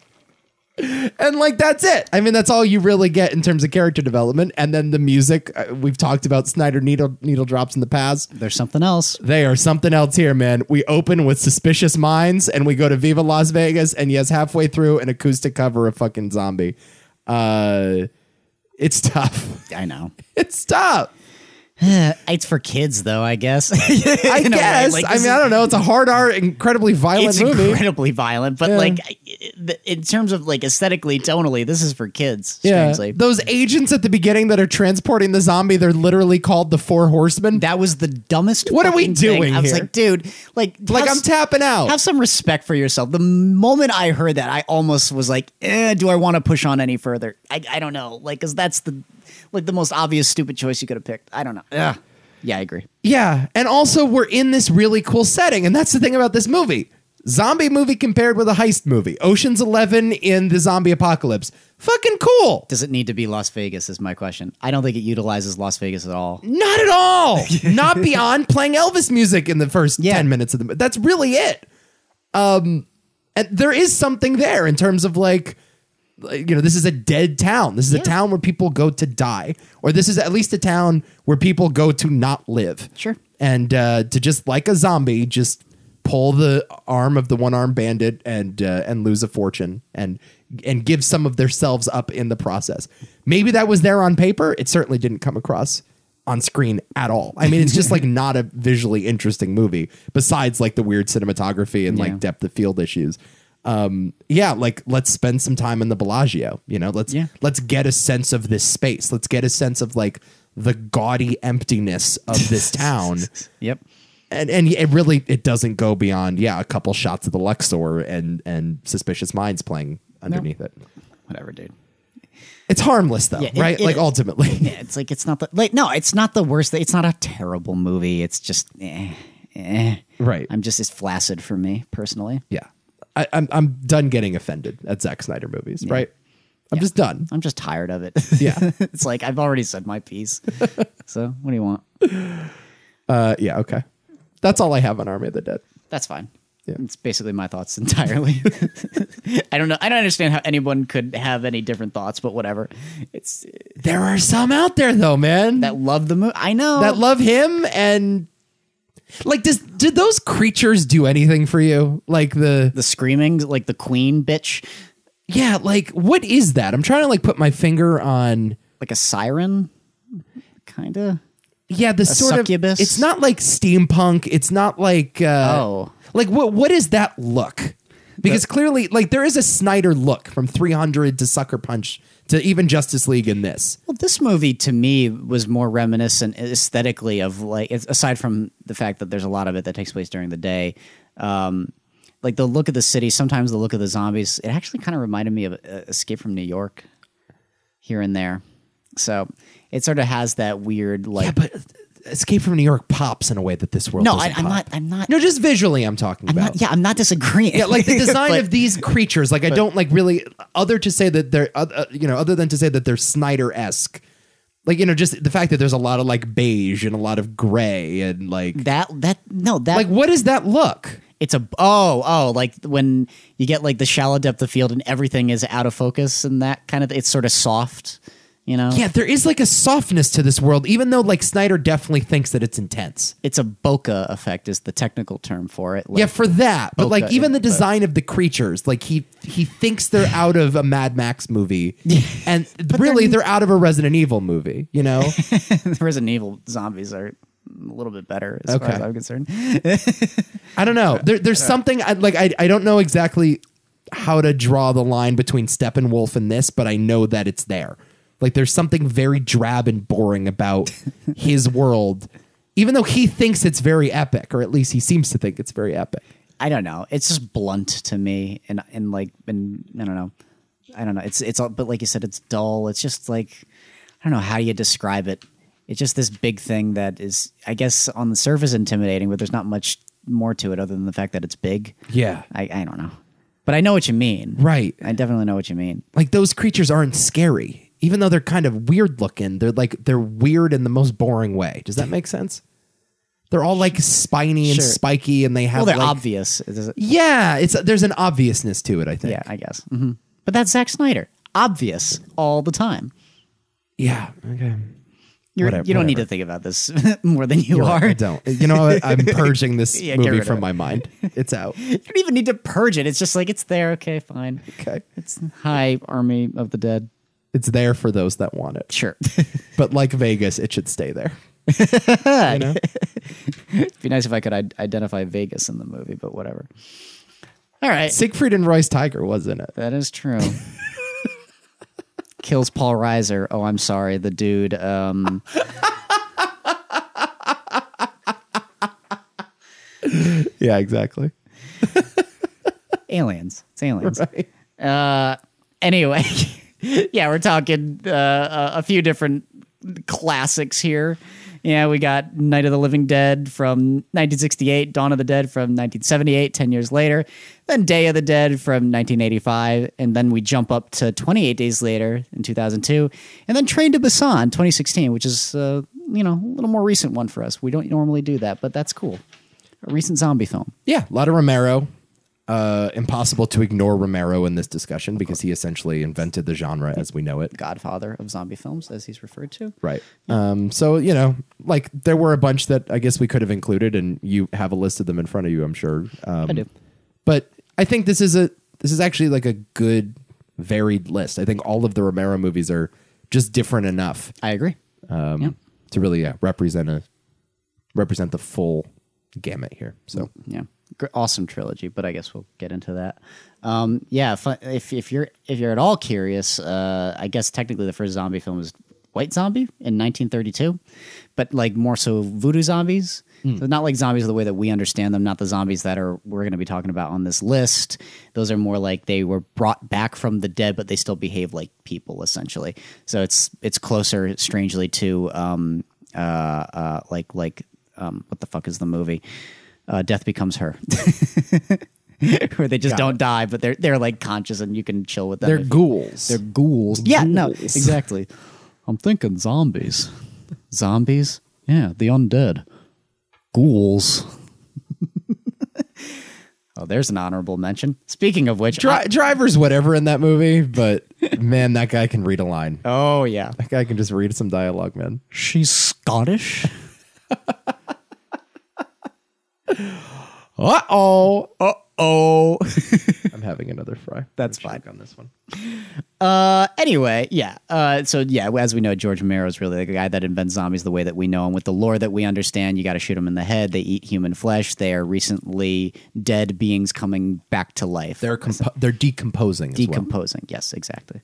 Speaker 2: And like that's it. I mean, that's all you really get in terms of character development. And then the music uh, we've talked about Snyder needle needle drops in the past.
Speaker 1: There's something else.
Speaker 2: They are something else here, man. We open with Suspicious Minds and we go to Viva Las Vegas, and yes, halfway through an acoustic cover of fucking Zombie. Uh, it's tough.
Speaker 1: I know.
Speaker 2: It's tough.
Speaker 1: It's for kids, though. I guess.
Speaker 2: I
Speaker 1: In a way,
Speaker 2: guess.
Speaker 1: like,
Speaker 2: I
Speaker 1: this
Speaker 2: mean,
Speaker 1: is-
Speaker 2: I don't know. It's a hard art, incredibly violent
Speaker 1: it's
Speaker 2: movie.
Speaker 1: incredibly violent, but like I- th- in terms of like aesthetically, tonally, this is for kids. Strangely,
Speaker 2: Those agents at the beginning that are transporting the zombie, they're literally called the Four Horsemen.
Speaker 1: that was the dumbest.
Speaker 2: What are we
Speaker 1: fucking thing.
Speaker 2: doing
Speaker 1: I was
Speaker 2: here?
Speaker 1: like, dude, like,
Speaker 2: like
Speaker 1: have,
Speaker 2: I'm tapping out.
Speaker 1: have some respect for yourself. The moment I heard that, I almost was like, eh, do I want to push on any further? I, I don't know, like, because that's the like the most obvious stupid choice you could have picked. I don't know. Ugh. Yeah, I agree.
Speaker 2: Yeah, and also we're in this really cool setting, and that's the thing about this movie. Zombie movie compared with a heist movie. Ocean's 11 in the zombie apocalypse. Fucking cool.
Speaker 1: Does it need to be Las Vegas? Is my question. I don't think it utilizes Las Vegas at all.
Speaker 2: Not at all. Not beyond playing Elvis music in the first
Speaker 1: Yeah.
Speaker 2: 10 minutes of the movie. That's really it. Um and there is something there in terms of like like, you know, this is a dead town. This is a town where people go to die, or this is at least a town where people go to not live.
Speaker 1: Sure.
Speaker 2: And uh, to just like a zombie, just pull the arm of the one armed bandit and uh, and lose a fortune and and give some of themselves up in the process. Maybe that was there on paper. It certainly didn't come across on screen at all. I mean, it's just like not a visually interesting movie. Besides, like the weird cinematography and
Speaker 1: Yeah.
Speaker 2: like depth of field issues um yeah like let's spend some time in the bellagio you know let's
Speaker 1: Yeah.
Speaker 2: let's get a sense of this space let's get a sense of like the gaudy emptiness of this town
Speaker 1: Yep.
Speaker 2: and and it really it doesn't go beyond yeah a couple shots of the luxor and and suspicious minds playing underneath it
Speaker 1: Whatever, dude.
Speaker 2: it's harmless though
Speaker 1: Yeah, it-
Speaker 2: right
Speaker 1: it-
Speaker 2: like ultimately
Speaker 1: Yeah, it's like it's not the like no, it's not the worst. It's not a terrible movie. It's just eh, eh.
Speaker 2: Right.
Speaker 1: I'm just it's flaccid for me personally.
Speaker 2: yeah I, I'm I'm done getting offended at Zack Snyder movies, right? I'm just done.
Speaker 1: I'm just tired of it.
Speaker 2: Yeah.
Speaker 1: it's like I've already said my piece. so what do you want?
Speaker 2: Uh, yeah. Okay. That's all I have on Army of the Dead.
Speaker 1: That's fine.
Speaker 2: Yeah.
Speaker 1: It's basically my thoughts entirely. I don't know. I don't understand how anyone could have any different thoughts, but whatever. It's
Speaker 2: There are some out there though, man.
Speaker 1: that love the movie. I know
Speaker 2: that love him and like does did those creatures do anything for you like the
Speaker 1: the screaming like the queen bitch,
Speaker 2: yeah like what is that i'm trying to like put my finger on
Speaker 1: like a siren, kind of.
Speaker 2: yeah the sort
Speaker 1: succubus?
Speaker 2: of it's not like steampunk it's not like uh
Speaker 1: Oh.
Speaker 2: like what what is that look because clearly like there is a snyder look from 300 to sucker punch to even justice league in this
Speaker 1: Well, this movie to me was more reminiscent aesthetically of like, as- aside from the fact that there's a lot of it that takes place during the day, um, like the look of the city, sometimes the look of the zombies, it actually kind of reminded me of uh, Escape from New York here and there. So it sort of has that weird, like,
Speaker 2: yeah but uh, escape from new york pops in a way that this world
Speaker 1: no,
Speaker 2: doesn't
Speaker 1: I, I'm
Speaker 2: pop.
Speaker 1: not, I'm not,
Speaker 2: no just visually i'm talking
Speaker 1: I'm
Speaker 2: about
Speaker 1: not- yeah, I'm not disagreeing.
Speaker 2: Yeah, like the design
Speaker 1: But-
Speaker 2: of these creatures. Like I don't like really other to say that they're uh, uh, you know other than to say that they're Snyder esque. Like you know, just the fact that there's a lot of like beige and a lot of gray and like
Speaker 1: that, that, no, that,
Speaker 2: like what is that look?
Speaker 1: it's a oh oh like when you get like the shallow depth of field and everything is out of focus and that kind of it's sort of soft you know
Speaker 2: Yeah, there is like a softness to this world, even though like Snyder definitely thinks that it's intense.
Speaker 1: it's a bokeh effect is the technical term for it like,
Speaker 2: Yeah, for that. But like
Speaker 1: Okay,
Speaker 2: even the
Speaker 1: but-
Speaker 2: design of the creatures, like he he thinks they're out of a Mad Max movie, and really they're out of a Resident Evil movie. You know.
Speaker 1: Resident Evil zombies are a little bit better as
Speaker 2: Okay.
Speaker 1: far as I'm concerned
Speaker 2: I don't know. There, there's something I, like I, I don't know exactly how to draw the line between Steppenwolf and this, but I know that it's there. Like there's something very drab and boring about his world, even though he thinks it's very epic, or at least he seems to think it's very epic.
Speaker 1: I don't know it's just blunt to me and and like and I don't know I don't know it's it's all but like you said it's dull it's just like I don't know how you describe it it's just this big thing that is I guess on the surface intimidating but there's not much more to it other than the fact that it's big
Speaker 2: Yeah.
Speaker 1: I, I don't know. But I know what you mean.
Speaker 2: Right.
Speaker 1: I definitely know what you mean.
Speaker 2: Like those creatures aren't scary, even though they're kind of weird looking. They're like they're weird in the most boring way. Does that make sense? They're all like spiny and
Speaker 1: Sure.
Speaker 2: spiky, and they have
Speaker 1: Well, they're
Speaker 2: like,
Speaker 1: obvious. It is-
Speaker 2: yeah. It's there's an obviousness to it. I think.
Speaker 1: Yeah, I guess. hmm But that's Zack Snyder. Obvious all the time.
Speaker 2: Yeah. Okay.
Speaker 1: You're,
Speaker 2: Whatever-
Speaker 1: you don't need to
Speaker 2: whatever.
Speaker 1: think about this more than you are.
Speaker 2: I don't. You know, what? I'm purging this
Speaker 1: Yeah, get
Speaker 2: movie
Speaker 1: rid of
Speaker 2: from
Speaker 1: it.
Speaker 2: my mind. It's out.
Speaker 1: You don't even need to purge it. It's just like it's there. Okay, fine.
Speaker 2: Okay.
Speaker 1: It's hi, Army of the Dead.
Speaker 2: It's there for those that want it.
Speaker 1: Sure.
Speaker 2: But like Vegas, it should stay there. you know?
Speaker 1: It'd be nice if I could I- identify Vegas in the movie, but whatever. All right.
Speaker 2: Siegfried and Royce Tiger was in it.
Speaker 1: That is true. Kills Paul Reiser. Oh, I'm sorry, the dude. Um,
Speaker 2: Yeah, exactly.
Speaker 1: aliens. It's aliens. Uh, anyway, yeah, we're talking uh, a- a few different classics here. Yeah, we got Night of the Living Dead from 1968, Dawn of the Dead from 1978, 10 years later, then Day of the Dead from 1985, and then we jump up to 28 days later in 2002, and then Train to Busan 2016, which is, uh, you know, a little more recent one for us. We don't normally do that, but that's cool. A recent zombie film.
Speaker 2: Yeah, a lot of Romero. Uh, impossible to ignore Romero in this discussion because he essentially invented the genre as we know it.
Speaker 1: godfather of zombie films, as he's referred to.
Speaker 2: Right. Um, so, you know, like there were a bunch that I guess we could have included, and you have a list of them in front of you, I'm sure. Um,
Speaker 1: I do.
Speaker 2: but I think this is a this is actually like a good varied list. I think all of the Romero movies are just different enough
Speaker 1: I agree.
Speaker 2: um, to really yeah, represent a represent the full gamut here. So
Speaker 1: Yeah, Gr- awesome trilogy. But I guess we'll get into that. Um, yeah, if, if if you're if you're at all curious, uh, I guess technically the first zombie film is White Zombie in 1932, but like more so voodoo zombies. So not like zombies the way that we understand them. Not the zombies that are we're going to be talking about on this list. Those are more like they were brought back from the dead, but they still behave like people essentially. So it's it's closer, strangely, to um, uh, uh, like like um, what the fuck is the movie? Uh, Death becomes her. where they just
Speaker 2: Got
Speaker 1: don't die, but they're they're like conscious and you can chill with them.
Speaker 2: They're
Speaker 1: if-
Speaker 2: ghouls.
Speaker 1: Mm. they're ghouls. Yeah, no,
Speaker 2: Ghouls.
Speaker 1: exactly. I'm thinking zombies. Zombies? Yeah, the undead. Ghouls. oh, there's an honorable mention. Speaking of which,
Speaker 2: Dri- driver's whatever in that movie, but man, that guy can read a line.
Speaker 1: I- oh yeah,
Speaker 2: That guy can just read some dialogue, man.
Speaker 1: she's Scottish.
Speaker 2: Uh oh.
Speaker 1: Uh oh.
Speaker 2: I'm having another fry.
Speaker 1: That's
Speaker 2: Let me
Speaker 1: fine.
Speaker 2: check on this one.
Speaker 1: Uh, anyway, yeah. Uh, so yeah, as we know, George Romero is really the guy that invents zombies the way that we know him, with the lore that we understand. You got to shoot them in the head. They eat human flesh. They are recently dead beings coming back to life.
Speaker 2: They're compo- they're decomposing. as well.
Speaker 1: decomposing. Yes, exactly.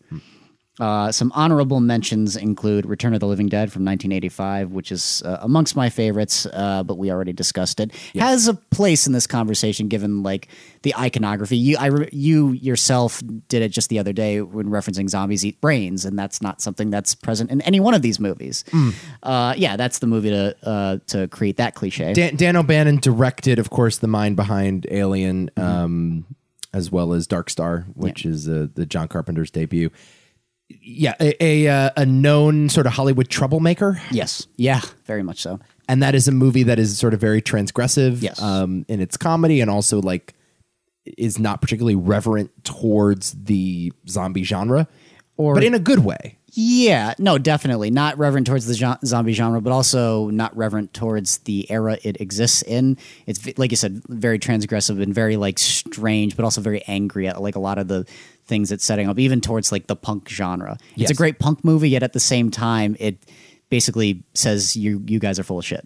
Speaker 1: Uh, some honorable mentions include Return of the Living Dead from 1985, which is uh, amongst my favorites, uh, but we already discussed it. Has a place in this conversation given like the iconography. You, I, re- you yourself did it just the other day when referencing zombies eat brains, and that's not something that's present in any one of these movies.
Speaker 2: Hmm.
Speaker 1: Uh, yeah, that's the movie to uh, to create that cliche.
Speaker 2: Dan, Dan O'Bannon directed, of course, the mind behind Alien, um, as well as Dark Star, which is uh, the John Carpenter's debut. Yeah, a a, uh, a known sort of Hollywood troublemaker,
Speaker 1: yes, yeah, very much so.
Speaker 2: and that is a movie that is sort of very transgressive,
Speaker 1: Yes.
Speaker 2: um, in its comedy, and also like is not particularly reverent towards the zombie genre,
Speaker 1: Or-
Speaker 2: but in a good way.
Speaker 1: Yeah, no, definitely not reverent towards the gen- zombie genre, but also not reverent towards the era it exists in. It's v- like you said, very transgressive and very like strange, but also very angry at like a lot of the things it's setting up, even towards like the punk genre. It's
Speaker 2: Yes.
Speaker 1: a great punk movie, yet at the same time, it basically says you you guys are full of shit.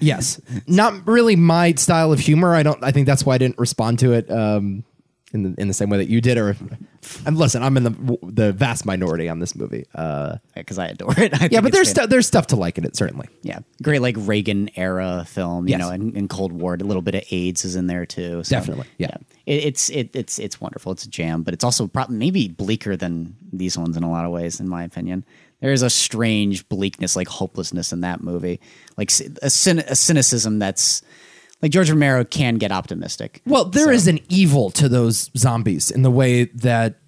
Speaker 2: yes not really my style of humor i don't i think that's why i didn't respond to it um in the, in the same way that you did or and listen i'm in the the vast minority on this movie uh
Speaker 1: Because I adore it. I
Speaker 2: yeah
Speaker 1: think
Speaker 2: but
Speaker 1: it's
Speaker 2: there's
Speaker 1: fan-
Speaker 2: stuff there's stuff to like in it certainly
Speaker 1: yeah, great like Reagan era film, you
Speaker 2: Yes.
Speaker 1: know, and, and Cold War. A little bit of AIDS is in there too. so,
Speaker 2: Definitely, yeah.
Speaker 1: It, it's it, it's it's wonderful. It's a jam, but it's also probably maybe bleaker than these ones in a lot of ways, in my opinion. There is a strange bleakness, like hopelessness, in that movie, like c- a, cyn- a cynicism that's like George Romero can get optimistic.
Speaker 2: well there is an evil to those zombies in the way that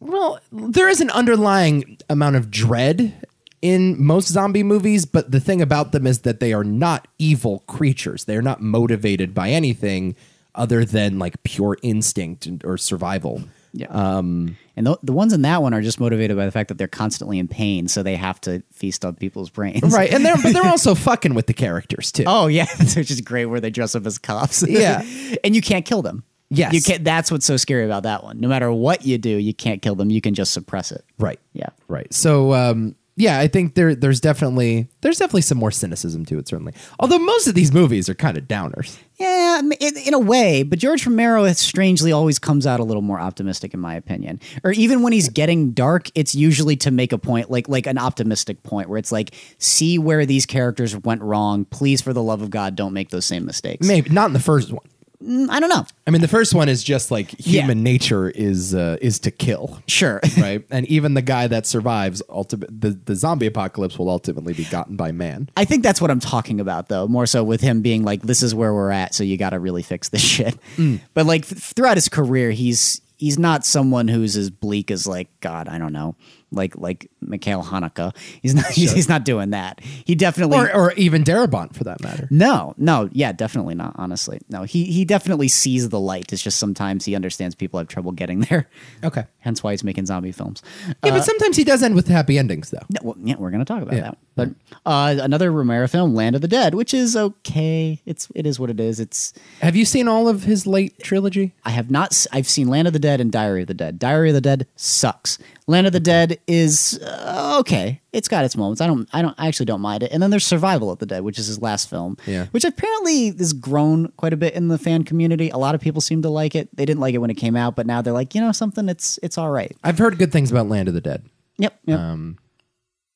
Speaker 2: well there is an underlying amount of dread in most zombie movies but the thing about them is that they are not evil creatures they're not motivated by anything other than like pure instinct and- or survival
Speaker 1: Yeah. Um, and the, the ones in that one are just motivated by the fact that they're constantly in pain, so they have to feast on people's brains.
Speaker 2: right and they're but they're also fucking with the characters too
Speaker 1: Oh yeah, which is great where they dress up as cops.
Speaker 2: Yeah.
Speaker 1: and you can't kill them.
Speaker 2: Yes.
Speaker 1: you can't. That's what's so scary about that one. No matter what you do, you can't kill them. You can just suppress it.
Speaker 2: right
Speaker 1: Yeah.
Speaker 2: right so um yeah i think there there's definitely there's definitely some more cynicism to it certainly although most of these movies are kind of downers
Speaker 1: Yeah, I mean, in, in a way, but George Romero strangely always comes out a little more optimistic, in my opinion. Or even when he's getting dark, it's usually to make a point, like like an optimistic point, where it's like, see where these characters went wrong. Please, for the love of God, don't make those same mistakes.
Speaker 2: maybe not in the first one
Speaker 1: Mm, I don't know.
Speaker 2: i mean the first one is just like human nature is uh, is to kill
Speaker 1: Sure.
Speaker 2: right and even the guy that survives ultimate the, the zombie apocalypse will ultimately be gotten by man
Speaker 1: I think that's what I'm talking about, though, more so with him being like, "This is where we're at, so you got to really fix this shit."
Speaker 2: Mm.
Speaker 1: But like th- throughout his career, he's he's not someone who's as bleak as like God, I don't know, like like Mikhail Hanukkah. He's not he's, he's not doing that. He definitely
Speaker 2: or, or even Darabont for that matter
Speaker 1: no no yeah definitely not honestly no he he definitely sees the light. It's just sometimes he understands people have trouble getting there.
Speaker 2: okay Uh,
Speaker 1: Hence why he's making zombie films.
Speaker 2: yeah but sometimes he does end with happy endings though
Speaker 1: No, well, yeah, we're going to talk about that. But uh, another Romero film, Land of the Dead, which is okay. It's it is what it is. It's
Speaker 2: have you seen all of his late trilogy
Speaker 1: I have not. s- I've seen Land of the Dead and Diary of the Dead. Diary of the Dead sucks. Land of the Dead is uh, okay. It's got its moments. I don't. I don't. I actually don't mind it. And then there's Survival of the Dead, which is his last film.
Speaker 2: Yeah.
Speaker 1: Which apparently has grown quite a bit in the fan community. A lot of people seem to like it. They didn't like it when it came out, but now they're like, you know, something. It's it's all right.
Speaker 2: I've heard good things about Land of the Dead.
Speaker 1: Yep. Yep.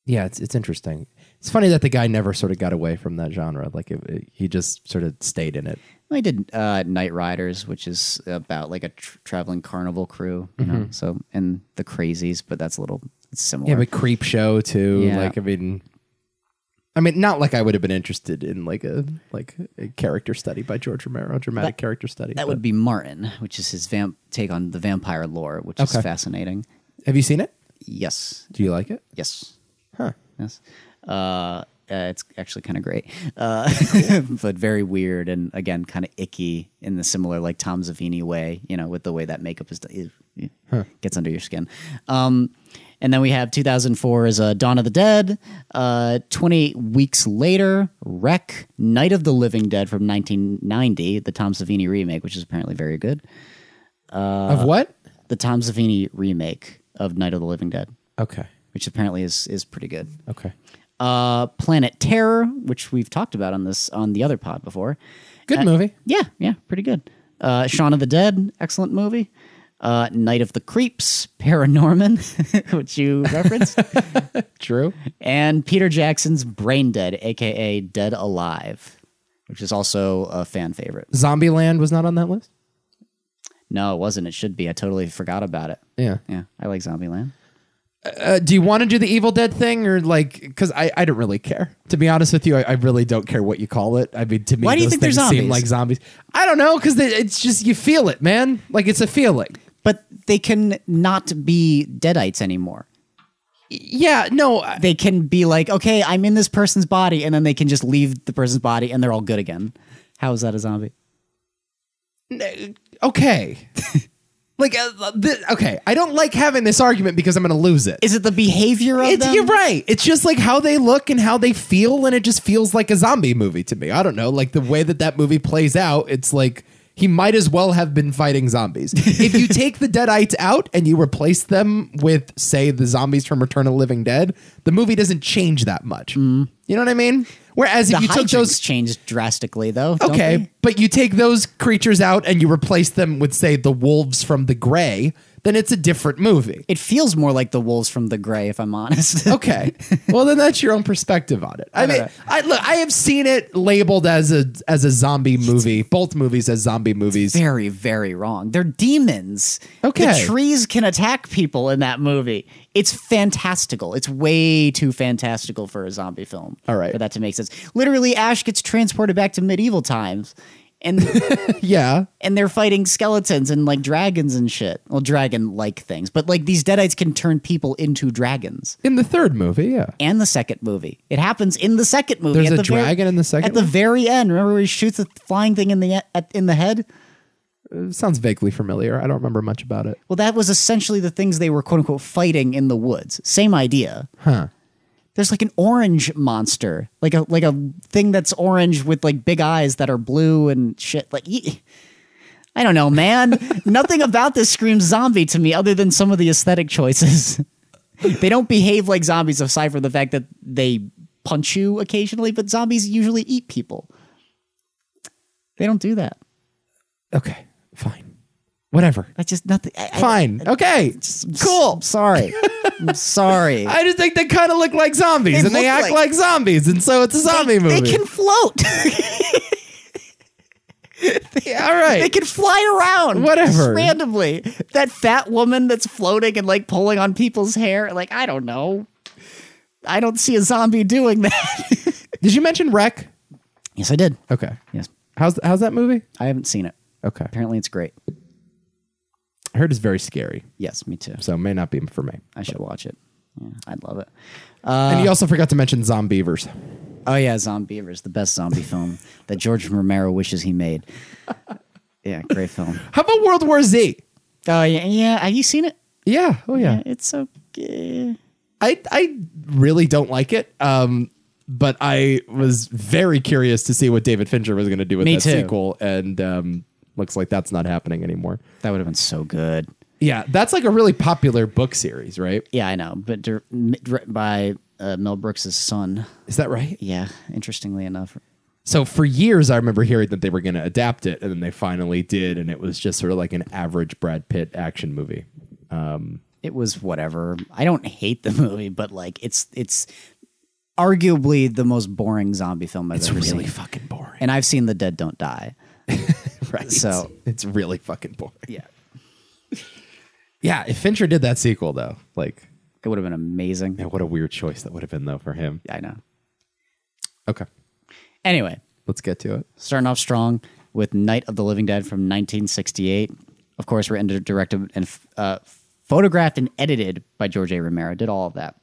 Speaker 2: Yeah, it's it's interesting. It's funny that the guy never sort of got away from that genre. Like it, it- he just sort of stayed in it.
Speaker 1: I did uh, Night Riders, which is about like a tr- traveling carnival crew, you know. So and the Crazies, but that's a little it's similar.
Speaker 2: Yeah, but Creep Show too.
Speaker 1: Yeah.
Speaker 2: Like I mean, I mean, not like I would have been interested in like a like a character study by George Romero, a dramatic character study.
Speaker 1: That
Speaker 2: but-
Speaker 1: would be Martin, which is his vamp take on the vampire lore, which
Speaker 2: Okay.
Speaker 1: is fascinating.
Speaker 2: have you seen it?
Speaker 1: Yes,
Speaker 2: Do you like it?
Speaker 1: yes,
Speaker 2: Huh.
Speaker 1: yes. Uh, uh, it's actually kind of great, uh, but very weird and again kind of icky in the similar like Tom Savini way, you know, with the way that makeup is done, Ew. Ew. gets under your skin. Um, and then we have 2004 is uh, Dawn of the Dead. Uh, 28 weeks later, Wreck, Night of the Living Dead from 1990, the Tom Savini remake, which is apparently very good. Uh,
Speaker 2: of what?
Speaker 1: the Tom Savini remake of Night of the Living Dead,
Speaker 2: Okay.
Speaker 1: which apparently is is pretty good.
Speaker 2: Okay.
Speaker 1: Uh, Planet Terror, which we've talked about on this on the other pod before.
Speaker 2: Good movie.
Speaker 1: Yeah, yeah, pretty good. Uh, Shaun of the Dead, excellent movie. Uh, Night of the Creeps, Paranorman, which you referenced,
Speaker 2: True.
Speaker 1: and Peter Jackson's Brain Dead, aka Dead Alive, which is also a fan favorite.
Speaker 2: Zombieland was not on that list.
Speaker 1: No, it wasn't. It should be. I totally forgot about it.
Speaker 2: Yeah.
Speaker 1: Yeah, I like Zombieland.
Speaker 2: Uh, do you want to do the Evil Dead thing or like? Because I, I don't really care. To be honest with you, I, I really don't care what you call it. I mean, to me,
Speaker 1: Why do you
Speaker 2: those
Speaker 1: think they're
Speaker 2: things seem
Speaker 1: zombies?
Speaker 2: like zombies. I don't know because it's just you feel it, man. Like it's a feeling.
Speaker 1: But they can not be deadites anymore.
Speaker 2: Yeah. No. I-
Speaker 1: They can be like, okay, I'm in this person's body, and then they can just leave the person's body, and they're all good again. How is that a zombie?
Speaker 2: okay. like, uh, th- okay, I don't like having this argument because I'm going to lose it.
Speaker 1: Is it the behavior of
Speaker 2: It's,
Speaker 1: them?
Speaker 2: you're right. It's just like how they look and how they feel, and it just feels like a zombie movie to me. I don't know. Like the way that that movie plays out, it's like he might as well have been fighting zombies. if you take the Deadites out and you replace them with, say, the zombies from Return of the Living Dead, the movie doesn't change that much. You know what I mean? Whereas
Speaker 1: Mm. The
Speaker 2: if you took
Speaker 1: hijinks
Speaker 2: those
Speaker 1: changed drastically, though. don't
Speaker 2: Okay,
Speaker 1: they?
Speaker 2: but you take those creatures out and you replace them with, say, the wolves from The Gray, then it's a different movie.
Speaker 1: It feels more like the wolves from the gray, if I'm honest.
Speaker 2: Okay, well then that's your own perspective on it. I mean,
Speaker 1: Alright.
Speaker 2: I look, I have seen it labeled as a as a zombie movie, both movies as zombie movies.
Speaker 1: very, very wrong. They're demons.
Speaker 2: Okay.
Speaker 1: The trees can attack people in that movie. It's fantastical. It's way too fantastical for a zombie film.
Speaker 2: All right.
Speaker 1: For that to make sense. Literally, Ash gets transported back to medieval times. And
Speaker 2: Yeah,
Speaker 1: and they're fighting skeletons and like dragons and shit. Well, dragon like things. But like these deadites can turn people into dragons.
Speaker 2: in the third movie, yeah,
Speaker 1: And the second movie. It happens in the second movie.
Speaker 2: There's
Speaker 1: at
Speaker 2: a
Speaker 1: the very-
Speaker 2: dragon in the second
Speaker 1: At the
Speaker 2: one?
Speaker 1: very end. Remember where he shoots a flying thing in the e- at, in the head?
Speaker 2: It sounds vaguely familiar. I don't remember much about it.
Speaker 1: Well, that was essentially the things they were quote unquote fighting in the woods. Same idea.
Speaker 2: Huh?
Speaker 1: There's like an orange monster, like a like a thing that's orange with like big eyes that are blue and shit. Like, ye- I don't know, man. Nothing about this screams zombie to me, other than some of the aesthetic choices. they don't behave like zombies, aside from the fact that they punch you occasionally. But zombies usually eat people. They don't do that.
Speaker 2: Okay, fine, whatever.
Speaker 1: That's just nothing. I, I-
Speaker 2: Fine. Okay.
Speaker 1: cool. I'm sorry. I'm sorry.
Speaker 2: I just think they kind of look like zombies,
Speaker 1: They
Speaker 2: and they
Speaker 1: look
Speaker 2: act
Speaker 1: like-
Speaker 2: like, zombies, and so it's a zombie movie.
Speaker 1: They can float.
Speaker 2: Yeah, all right.
Speaker 1: they can fly around.
Speaker 2: Whatever.
Speaker 1: just randomly. That fat woman that's floating and like pulling on people's hair. Like, I don't know. I don't see a zombie doing that.
Speaker 2: Did you mention Wreck?
Speaker 1: Yes, I did.
Speaker 2: Okay.
Speaker 1: Yes.
Speaker 2: How's how's that movie?
Speaker 1: I haven't seen it.
Speaker 2: Okay.
Speaker 1: Apparently it's great.
Speaker 2: I heard it's very scary,
Speaker 1: Yes, me too.
Speaker 2: so it may not be for me. Uh,
Speaker 1: I should watch it. Yeah, I'd love it.
Speaker 2: and you also forgot to mention Zombievers.
Speaker 1: Oh yeah, Zombievers, the best zombie film that George Romero wishes he made. Yeah, great film.
Speaker 2: How about World War Z?
Speaker 1: Oh yeah, yeah. Have you seen it?
Speaker 2: Yeah. Oh yeah.
Speaker 1: It's okay.
Speaker 2: I I really don't like it. Um, but I was very curious to see what David Fincher was going to do with
Speaker 1: Me
Speaker 2: that
Speaker 1: too.
Speaker 2: sequel, and um, looks like that's not happening anymore.
Speaker 1: That would have been so good.
Speaker 2: Yeah, that's like a really popular book series, right?
Speaker 1: Yeah, I know, but dir- m- dir- by uh, Mel Brooks' son.
Speaker 2: Is that right?
Speaker 1: Yeah, interestingly enough.
Speaker 2: So for years, I remember hearing that they were going to adapt it, and then they finally did, and it was just sort of like an average Brad Pitt action movie.
Speaker 1: It was whatever. I don't hate the movie, but like it's it's arguably the most boring zombie film I've ever seen.
Speaker 2: fucking boring,
Speaker 1: and I've seen The Dead Don't Die.
Speaker 2: right?
Speaker 1: so-
Speaker 2: it's really fucking boring.
Speaker 1: Yeah.
Speaker 2: Yeah, if Fincher did that sequel though, like,
Speaker 1: It would have been amazing.
Speaker 2: man, what a weird choice that would have been though for him.
Speaker 1: I know.
Speaker 2: Okay.
Speaker 1: Anyway,
Speaker 2: Let's get to it.
Speaker 1: starting off strong with Night of the Living Dead from 1968. Of course, written, directed, and uh, photographed and edited by George A. Romero. Did all of that.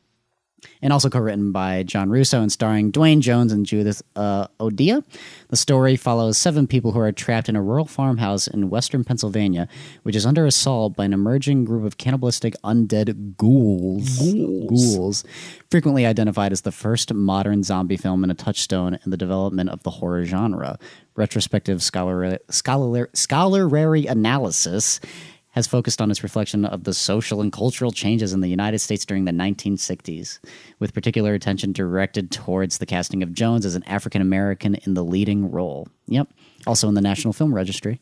Speaker 1: And also co-written by John Russo and starring Dwayne Jones and Judith uh, Odia. The story follows seven people who are trapped in a rural farmhouse in western Pennsylvania, which is under assault by an emerging group of cannibalistic undead ghouls. Ghouls, frequently identified as the first modern zombie film and a touchstone in the development of the horror genre. Retrospective scholar- scholar- scholarary analysis has focused on its reflection of the social and cultural changes in the United States during the 1960s, with particular attention directed towards the casting of Jones as an African American in the leading role. Yep. Also in the National Film Registry.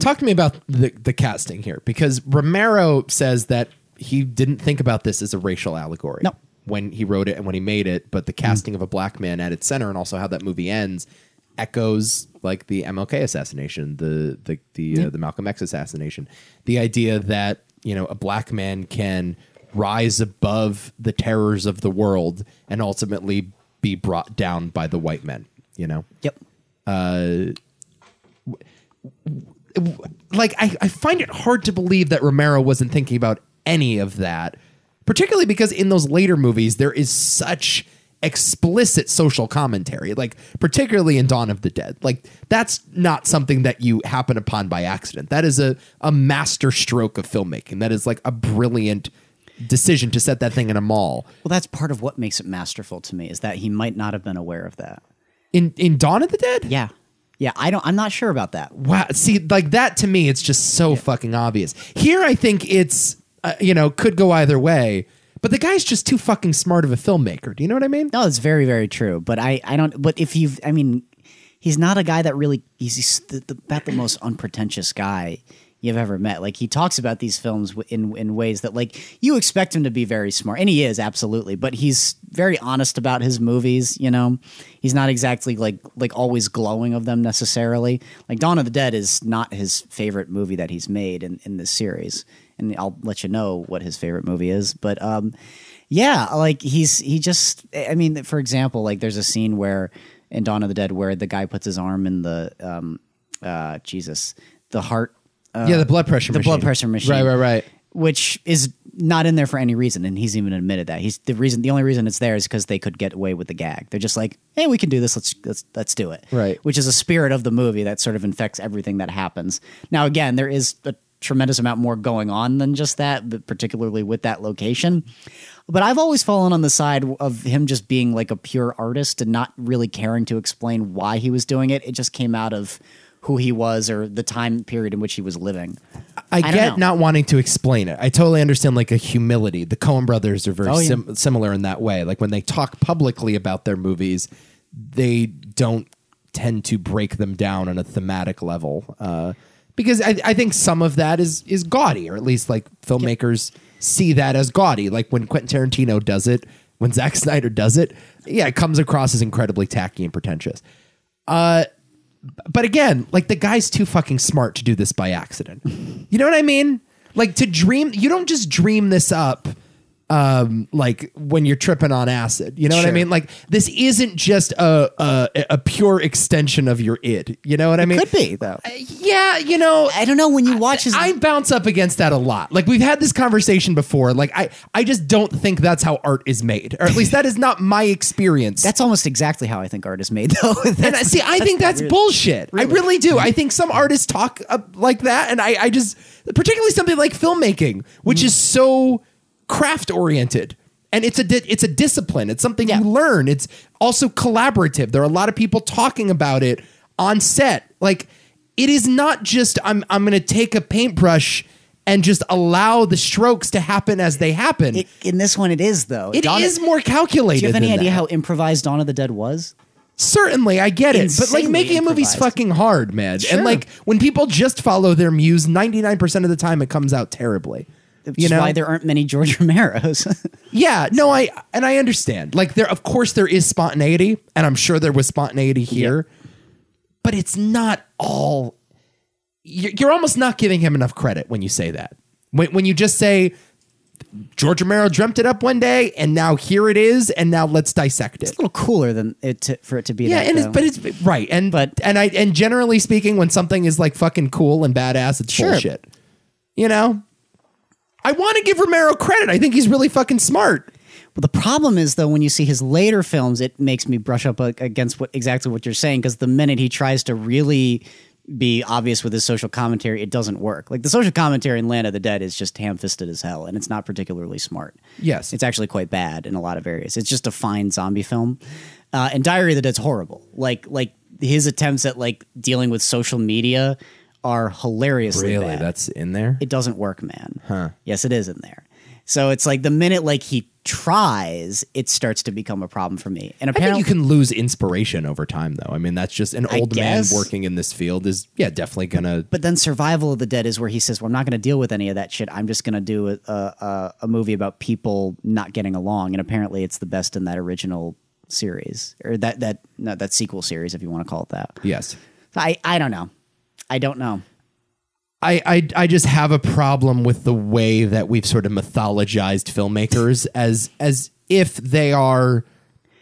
Speaker 2: Talk to me about the, the casting here because Romero says that he didn't think about this as a racial allegory
Speaker 1: No.
Speaker 2: when he wrote it and when he made it, but the casting of a black man at its center and also how that movie ends echoes like the MLK assassination, the the the, uh, the Malcolm X assassination. The idea that, you know, a black man can rise above the terrors of the world and ultimately be brought down by the white men, you know?
Speaker 1: Yep.
Speaker 2: like I, I find it hard to believe that Romero wasn't thinking about any of that, particularly because in those later movies there is such explicit social commentary, like particularly in Dawn of the Dead. Like that's not something that you happen upon by accident. That is a a master stroke of filmmaking. That is like a brilliant decision to set that thing in a mall.
Speaker 1: Well, that's part of what makes it masterful to me is that he might not have been aware of that.
Speaker 2: In in Dawn of the Dead?
Speaker 1: Yeah. Yeah, I don't I'm not sure about that.
Speaker 2: Wow. See, like that to me, it's just so fucking obvious. Here, I think it's, uh, you know, could go either way, but the guy's just too fucking smart of a filmmaker. Do you know what I mean?
Speaker 1: No, it's very, very true. But I, I don't. But if you've, I mean, he's not a guy that really. He's, he's the, the, about the most unpretentious guy you've ever met. Like he talks about these films w- in in ways that like you expect him to be very smart, and he is absolutely. But he's very honest about his movies. You know, he's not exactly like like always glowing of them necessarily. Like Dawn of the Dead is not his favorite movie that he's made in in this series. And I'll let you know what his favorite movie is, but um, yeah, like he's he just I mean, for example, like there's a scene where in Dawn of the Dead where the guy puts his arm in the um uh Jesus, the heart uh,
Speaker 2: yeah, the blood pressure
Speaker 1: the
Speaker 2: machine.
Speaker 1: blood pressure machine.
Speaker 2: Right, right, right.
Speaker 1: Which is not in there for any reason and he's even admitted that. He's the reason the only reason it's there is cuz they could get away with the gag. They're just like, "Hey, we can do this. Let's let's let's do it."
Speaker 2: Right.
Speaker 1: Which is a spirit of the movie that sort of infects everything that happens. Now again, there is a tremendous amount more going on than just that, but particularly with that location. But I've always fallen on the side of him just being like a pure artist and not really caring to explain why he was doing it. It just came out of who he was or the time period in which he was living.
Speaker 2: I,
Speaker 1: don't
Speaker 2: get
Speaker 1: know.
Speaker 2: not wanting to explain it. I totally understand like a humility. The Coen brothers are very
Speaker 1: Oh, yeah.
Speaker 2: sim- similar in that way. Like when they talk publicly about their movies, they don't tend to break them down on a thematic level. Uh, because I, I think some of that is is gaudy, or at least like filmmakers see that as gaudy. Like when Quentin Tarantino does it, when Zack Snyder does it, yeah, it comes across as incredibly tacky and pretentious but again, like the guy's too fucking smart to do this by accident. You know what I mean? Like to dream, you don't just dream this up um like when you're tripping on acid. You know what I
Speaker 1: Sure.
Speaker 2: mean? Like this isn't just a a, a pure extension of your id. You know what I mean?
Speaker 1: Could be though.
Speaker 2: Yeah, you know,
Speaker 1: I don't know when you watch his
Speaker 2: I bounce up against that a lot. Like we've had this conversation before. Like I I just don't think that's how art is made. Or at least that is not my experience.
Speaker 1: That's almost exactly how I think art is made, though. That's-
Speaker 2: and I see, I think that's bullshit. I really do. I think some artists talk uh, like that, and I, I just, particularly something like filmmaking,
Speaker 1: Mm.
Speaker 2: which is so craft oriented, and it's a di- it's a discipline. It's something
Speaker 1: Yeah.
Speaker 2: you learn. It's also collaborative. There are a lot of people talking about it on set. Like, it is not just I'm I'm going to take a paintbrush and just allow the strokes to happen as they happen. It
Speaker 1: it, in this one, it is though. It
Speaker 2: is
Speaker 1: is.
Speaker 2: more calculated.
Speaker 1: Do you have any
Speaker 2: than
Speaker 1: idea
Speaker 2: that.
Speaker 1: how improvised Dawn of the Dead was?
Speaker 2: Certainly, I get it, but like
Speaker 1: Insanely
Speaker 2: making a movie's
Speaker 1: improvised.
Speaker 2: fucking hard, man.
Speaker 1: Sure.
Speaker 2: And like when people just follow their muse, ninety nine percent of the time it comes out terribly.
Speaker 1: Which
Speaker 2: you
Speaker 1: is
Speaker 2: know,
Speaker 1: why there aren't many George Romero's.
Speaker 2: yeah, no, I and I understand. Like there, of course, there is spontaneity, and I'm sure there was spontaneity here, but it's not all. You're, you're almost not giving him enough credit when you say that. When when you just say George Romero dreamt it up one day, and now here it is, and now let's dissect it.
Speaker 1: a little cooler than it to, for it to be.
Speaker 2: Yeah,
Speaker 1: that,
Speaker 2: and it's,
Speaker 1: though.
Speaker 2: but um, it's right, and
Speaker 1: But-
Speaker 2: and I and generally speaking, when something is like fucking cool and badass, it's
Speaker 1: Sure.
Speaker 2: bullshit. You know, I want to give Romero credit. I think he's really fucking smart.
Speaker 1: Well, the problem is though when you see his later films, it makes me brush up uh, against what exactly what you're saying because the minute he tries to really be obvious with his social commentary, it doesn't work. Like the social commentary in Land of the Dead is just ham-fisted as hell, and it's not particularly smart.
Speaker 2: Yes.
Speaker 1: it's actually quite bad in a lot of areas. It's just a fine zombie film, uh, and Diary of the Dead's horrible. Like like his attempts at like dealing with social media are hilariously bad
Speaker 2: that's in there.
Speaker 1: it doesn't work, man. Yes, it is in there. So it's like the minute like he tries, it starts to become a problem for me. And
Speaker 2: I think
Speaker 1: apparently,
Speaker 2: you can lose inspiration over time, though. I mean, that's just an old man
Speaker 1: guess.
Speaker 2: working in this field is yeah, definitely gonna.
Speaker 1: but then Survival of the Dead is where he says, "Well, I'm not going to deal with any of that shit. I'm just going to do a, a a movie about people not getting along." And apparently, it's the best in that original series or that that no, that sequel series, if you want to call it that.
Speaker 2: Yes,
Speaker 1: So I I don't know. I don't know.
Speaker 2: I, I I just have a problem with the way that we've sort of mythologized filmmakers as as if they are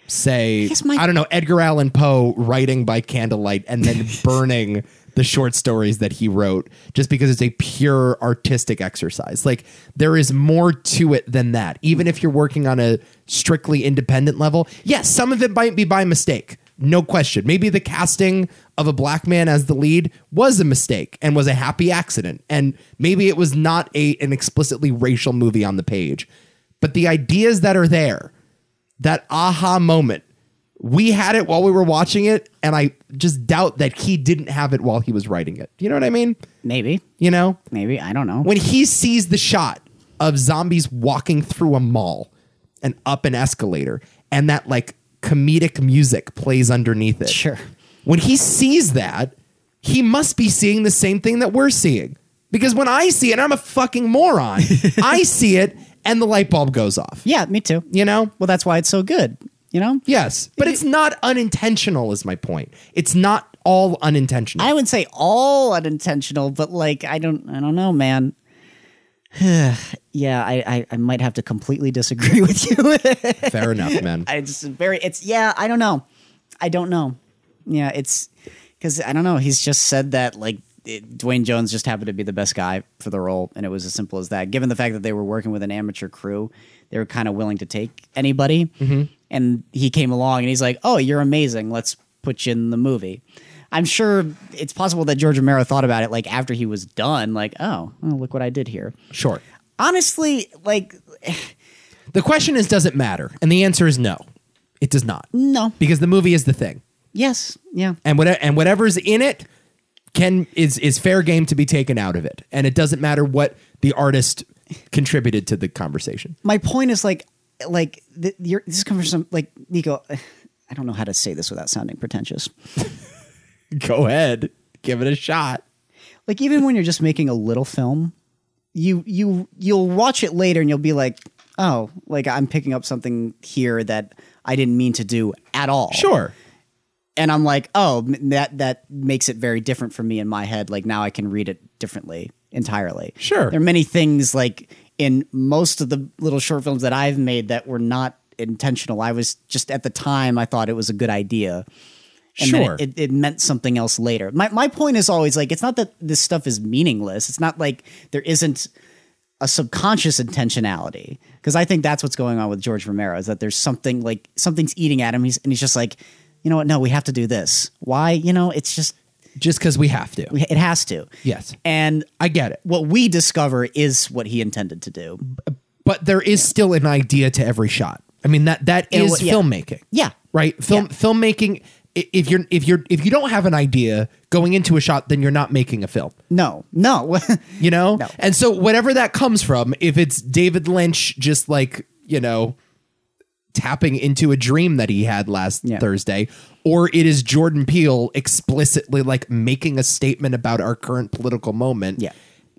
Speaker 2: say
Speaker 1: guess my-
Speaker 2: I don't know Edgar Allan Poe writing by candlelight and then burning the short stories that he wrote just because it's a pure artistic exercise. Like there is more to it than that. Even if you're working on a strictly independent level, yes, some of it might be by mistake. No question. Maybe the casting of a black man as the lead was a mistake and was a happy accident. And maybe it was not a an explicitly racial movie on the page. But the ideas that are there, that aha moment, we had it while we were watching it, and I just doubt that he didn't have it while he was writing it. You know what I mean?
Speaker 1: Maybe
Speaker 2: You know?
Speaker 1: maybe I don't know.
Speaker 2: When he sees the shot of zombies walking through a mall and up an escalator, and that like comedic music plays underneath it.
Speaker 1: Sure.
Speaker 2: When he sees that, he must be seeing the same thing that we're seeing. Because when I see it, I'm a fucking moron. I see it and the light bulb goes off.
Speaker 1: yeah, me too.
Speaker 2: You know?
Speaker 1: Well, that's why it's so good. You know.
Speaker 2: Yes, but it's not unintentional. Is my point? It's not all unintentional.
Speaker 1: I would say all unintentional, but like I don't I don't know, man. yeah, I, I I might have to completely disagree with you.
Speaker 2: Fair enough, man.
Speaker 1: it's very it's yeah, I don't know. I don't know. Yeah, it's cuz I don't know, he's just said that like it, Dwayne Jones just happened to be the best guy for the role and it was as simple as that. Given the fact that they were working with an amateur crew, they were kind of willing to take anybody. And he came along and he's like, "Oh, you're amazing. Let's put you in the movie." I'm sure it's possible that George Romero thought about it like after he was done, like, "Oh, well, look what I did here."
Speaker 2: Sure.
Speaker 1: Honestly, like
Speaker 2: The question is, does it matter? And the answer is no. It does not,
Speaker 1: no.
Speaker 2: because the movie is the thing,
Speaker 1: Yes. Yeah.
Speaker 2: and what and whatever's in it can is is fair game to be taken out of it, and it doesn't matter what the artist contributed to the conversation.
Speaker 1: my point is like like th- you're, this comes from some like Nico. I don't know how to say this without sounding pretentious.
Speaker 2: Go ahead, give it a shot.
Speaker 1: Like even when you're just making a little film, you you you'll watch it later and you'll be like, oh, like I'm picking up something here that I didn't mean to do at all.
Speaker 2: Sure.
Speaker 1: and I'm like, oh, m- that that makes it very different for me in my head. Like now I can read it differently entirely.
Speaker 2: Sure.
Speaker 1: there are many things like in most of the little short films that I've made that were not intentional. I was just at the time I thought it was a good idea. And then
Speaker 2: Sure.
Speaker 1: it, it, it meant something else later. My my point is always like it's not that this stuff is meaningless. It's not like there isn't a subconscious intentionality because I think that's what's going on with George Romero is that there's something like something's eating at him. He's and he's just like, you know what? No, we have to do this. Why? You know, it's just
Speaker 2: Just because we have to.
Speaker 1: it has to.
Speaker 2: Yes.
Speaker 1: And
Speaker 2: I get it.
Speaker 1: what we discover is what he intended to do.
Speaker 2: but there is still an idea to every shot. I mean that that
Speaker 1: It
Speaker 2: is
Speaker 1: wa- yeah.
Speaker 2: filmmaking.
Speaker 1: Yeah.
Speaker 2: Right? Film filmmaking i- if you're if you're if you don't have an idea going into a shot then you're not making a film.
Speaker 1: No, no.
Speaker 2: You know?
Speaker 1: No.
Speaker 2: And so whatever that comes from, if it's David Lynch just like, you know, tapping into a dream that he had last
Speaker 1: Yeah.
Speaker 2: Thursday, or it is Jordan Peele explicitly like making a statement about our current political moment.
Speaker 1: Yeah.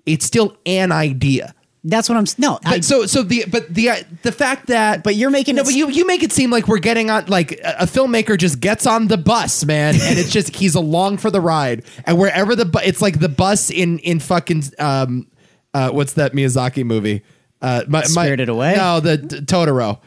Speaker 2: It's still an idea.
Speaker 1: that's what I'm. s- No, I,
Speaker 2: But so so the but the uh, the fact that
Speaker 1: But you're making
Speaker 2: no,
Speaker 1: it
Speaker 2: but
Speaker 1: s-
Speaker 2: you you make it seem like we're getting on like a, a filmmaker just gets on the bus, man, and it's just he's along for the ride, and wherever the bu- it's like the bus in in fucking um uh what's that Miyazaki movie Uh, my,
Speaker 1: Spirited
Speaker 2: my,
Speaker 1: Away? Oh,
Speaker 2: No, the t- Totoro.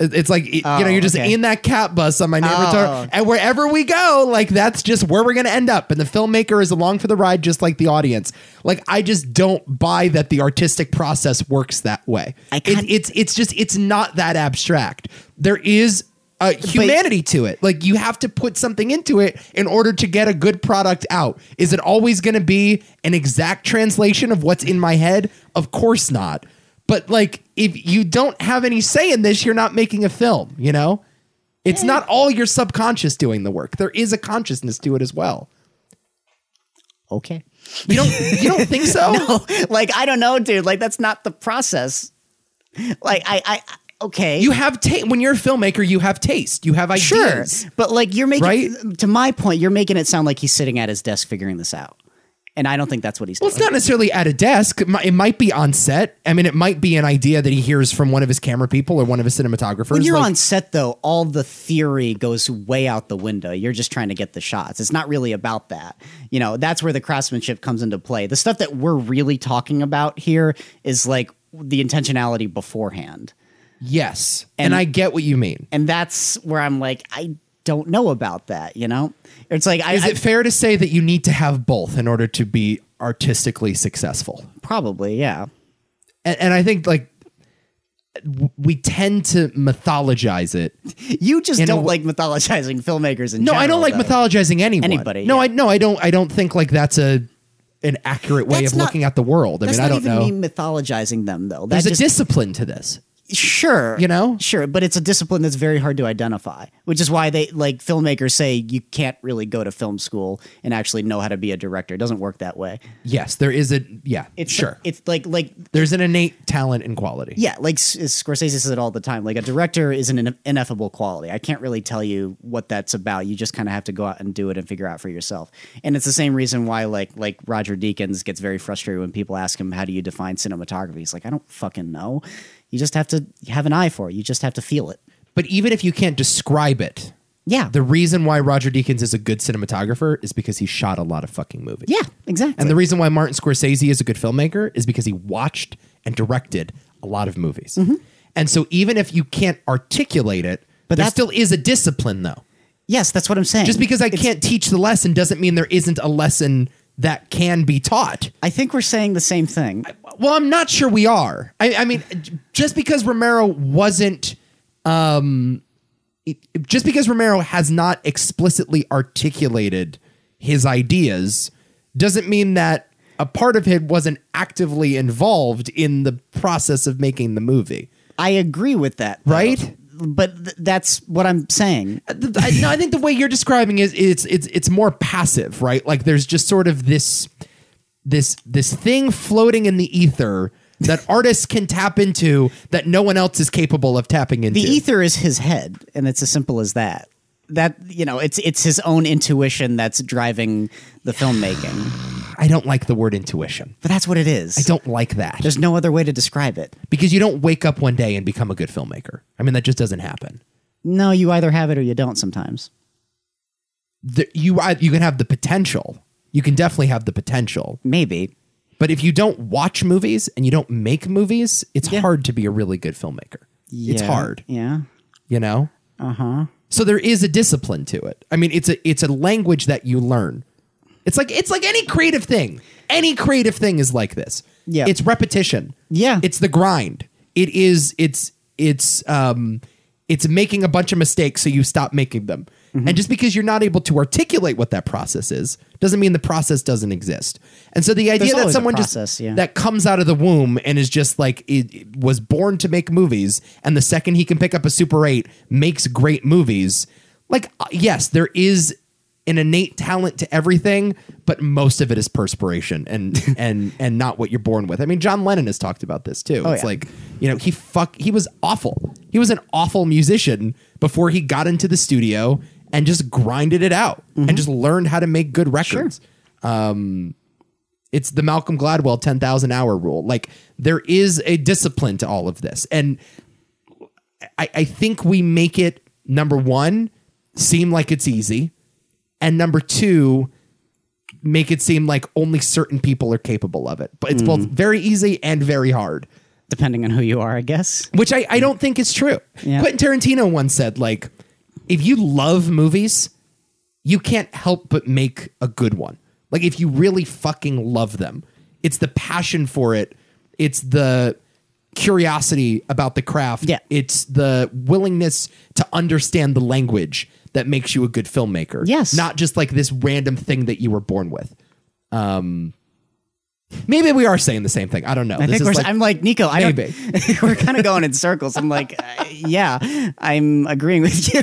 Speaker 2: It- It's like it- you know, you're just
Speaker 1: okay.
Speaker 2: in that cat bus on my neighbor
Speaker 1: Oh.
Speaker 2: Totoro, and wherever we go, like that's just where we're gonna end up. And the filmmaker is along for the ride, just like the audience. Like I just don't buy that the artistic process works that way.
Speaker 1: I
Speaker 2: It-
Speaker 1: can't-
Speaker 2: it's it's just it's not that abstract. There is a humanity to it. Like you have to put something into it in order to get a good product out. Is it always going to be an exact translation of what's in my head? Of course not. But like if you don't have any say in this, you're not making a film, you know? It's not all your subconscious doing the work. There is a consciousness to it as well.
Speaker 1: Okay.
Speaker 2: You don't you don't think so?
Speaker 1: like I don't know, dude. Like that's not the process. Like I, I okay.
Speaker 2: You have ta- when you're a filmmaker, you have taste. You have ideas.
Speaker 1: sure, but like you're making
Speaker 2: Right?
Speaker 1: to my point. You're making it sound like he's sitting at his desk figuring this out, and I don't think that's what he's
Speaker 2: Well,
Speaker 1: doing.
Speaker 2: it's not necessarily at a desk. It mi- It might be on set. I mean, it might be an idea that he hears from one of his camera people or one of his cinematographers.
Speaker 1: When you're
Speaker 2: Like,
Speaker 1: on set, though, all the theory goes way out the window. You're just trying to get the shots. It's not really about that. You know, that's where the craftsmanship comes into play. The stuff that we're really talking about here is like the intentionality beforehand.
Speaker 2: yes, and, I get what you mean.
Speaker 1: And that's where I'm like, I don't know about that, you know? It's like, I,
Speaker 2: Is
Speaker 1: I-
Speaker 2: it fair to say that you need to have both in order to be artistically successful?
Speaker 1: probably, yeah.
Speaker 2: And, and I think like w- we tend to mythologize it.
Speaker 1: You just
Speaker 2: a
Speaker 1: don't
Speaker 2: w-
Speaker 1: like mythologizing filmmakers in
Speaker 2: No,
Speaker 1: general.
Speaker 2: I don't like
Speaker 1: though.
Speaker 2: mythologizing anyone.
Speaker 1: Anybody,
Speaker 2: No,
Speaker 1: yeah.
Speaker 2: I no, I don't. I don't think like that's a an accurate way
Speaker 1: That's
Speaker 2: of
Speaker 1: not-
Speaker 2: looking at the world. I
Speaker 1: That's
Speaker 2: mean, I
Speaker 1: not
Speaker 2: don't
Speaker 1: even
Speaker 2: know.
Speaker 1: me mythologizing them, though. That
Speaker 2: There's
Speaker 1: just
Speaker 2: a discipline to this.
Speaker 1: sure
Speaker 2: You know?
Speaker 1: sure but it's a discipline that's very hard to identify which is why they like filmmakers say you can't really go to film school and actually know how to be a director it doesn't work that way
Speaker 2: Yes, there is a yeah.
Speaker 1: it's
Speaker 2: sure.
Speaker 1: it's like like
Speaker 2: There's an innate talent and quality.
Speaker 1: yeah like S- scorsese says it all the time like a director is an ine- ineffable quality i can't really tell you what that's about you just kind of have to go out and do it and figure out for yourself and it's the same reason why like like roger deakins gets very frustrated when people ask him how do you define cinematography he's like i don't fucking know you just have to have an eye for it you just have to feel it
Speaker 2: But even if you can't describe it,
Speaker 1: yeah
Speaker 2: the reason why Roger Deakins is a good cinematographer is because he shot a lot of fucking movies.
Speaker 1: Yeah, exactly.
Speaker 2: And the reason why Martin Scorsese is a good filmmaker is because he watched and directed a lot of movies.
Speaker 1: Mm-hmm.
Speaker 2: And so even if you can't articulate it, but there
Speaker 1: that's-
Speaker 2: still is a discipline though.
Speaker 1: yes, that's what I'm saying.
Speaker 2: Just because I can't teach the lesson doesn't mean there isn't a lesson that can be taught.
Speaker 1: I think we're saying the same thing.
Speaker 2: Well, I'm not sure we are. I, I mean, j- just because Romero wasn't, um, it- it- just because Romero has not explicitly articulated his ideas, doesn't mean that a part of him wasn't actively involved in the process of making the movie,
Speaker 1: I agree with that, though.
Speaker 2: right?
Speaker 1: But th- that's what I'm saying.
Speaker 2: Th- I, no, I think the way you're describing is it's it's it's more passive, right? Like there's just sort of this this this thing floating in the ether that artists can tap into that no one else is capable of tapping into.
Speaker 1: The ether is his head, and it's as simple as that. That you know, it's it's his own intuition that's driving the filmmaking.
Speaker 2: I don't like the word intuition.
Speaker 1: But that's what it is.
Speaker 2: I don't like that
Speaker 1: There's no other way to describe it.
Speaker 2: because you don't wake up one day and become a good filmmaker. I mean, that just doesn't happen.
Speaker 1: No, you either have it or you don't. Sometimes.
Speaker 2: The, you I- you can have the potential. You can definitely have the potential.
Speaker 1: Maybe.
Speaker 2: But if you don't watch movies and you don't make movies, it's
Speaker 1: Yeah.
Speaker 2: hard to be a really good filmmaker. It's
Speaker 1: Yeah.
Speaker 2: hard,
Speaker 1: Yeah.
Speaker 2: you know?
Speaker 1: Uh-huh.
Speaker 2: So there is a discipline to it. I mean, it's a it's a language that you learn. It's like it's like any creative thing. Any creative thing is like this.
Speaker 1: Yeah.
Speaker 2: It's repetition.
Speaker 1: Yeah.
Speaker 2: It's the grind. It is it's it's um it's making a bunch of mistakes so you stop making them.
Speaker 1: Mm-hmm.
Speaker 2: And just because you're not able to articulate what that process is doesn't mean the process doesn't exist. And so the idea
Speaker 1: There's
Speaker 2: that
Speaker 1: always a
Speaker 2: someone
Speaker 1: process,
Speaker 2: just
Speaker 1: yeah.
Speaker 2: that comes out of the womb and is just like it, it was born to make movies and the second he can pick up a super 8 makes great movies like uh, yes there is an innate talent to everything but most of it is perspiration and and and not what you're born with i mean john lennon has talked about this too it's
Speaker 1: yeah.
Speaker 2: like you know he fuck he was awful he was an awful musician before he got into the studio and just grinded it out and just learned how to make good records it's the Malcolm Gladwell 10,000 hour rule. Like there is a discipline to all of this. And I, I think we make it number one, seem like it's easy. And number two, make it seem like only certain people are capable of it. But it's both very easy and very hard.
Speaker 1: depending on who you are, I guess.
Speaker 2: which I, I don't think is true.
Speaker 1: Yeah.
Speaker 2: Quentin Tarantino once said, like, if you love movies, you can't help but make a good one. Like, if you really fucking love them, it's the passion for it, it's the curiosity about the craft,
Speaker 1: Yeah.
Speaker 2: it's the willingness to understand the language that makes you a good filmmaker.
Speaker 1: Yes.
Speaker 2: Not just like this random thing that you were born with. Um, maybe we are saying the same thing. I don't know.
Speaker 1: I
Speaker 2: This
Speaker 1: think
Speaker 2: is
Speaker 1: we're,
Speaker 2: like-
Speaker 1: I'm like Nico. I don't-
Speaker 2: Maybe.
Speaker 1: we're kind of going in circles. I'm like, uh, yeah, I'm agreeing with you.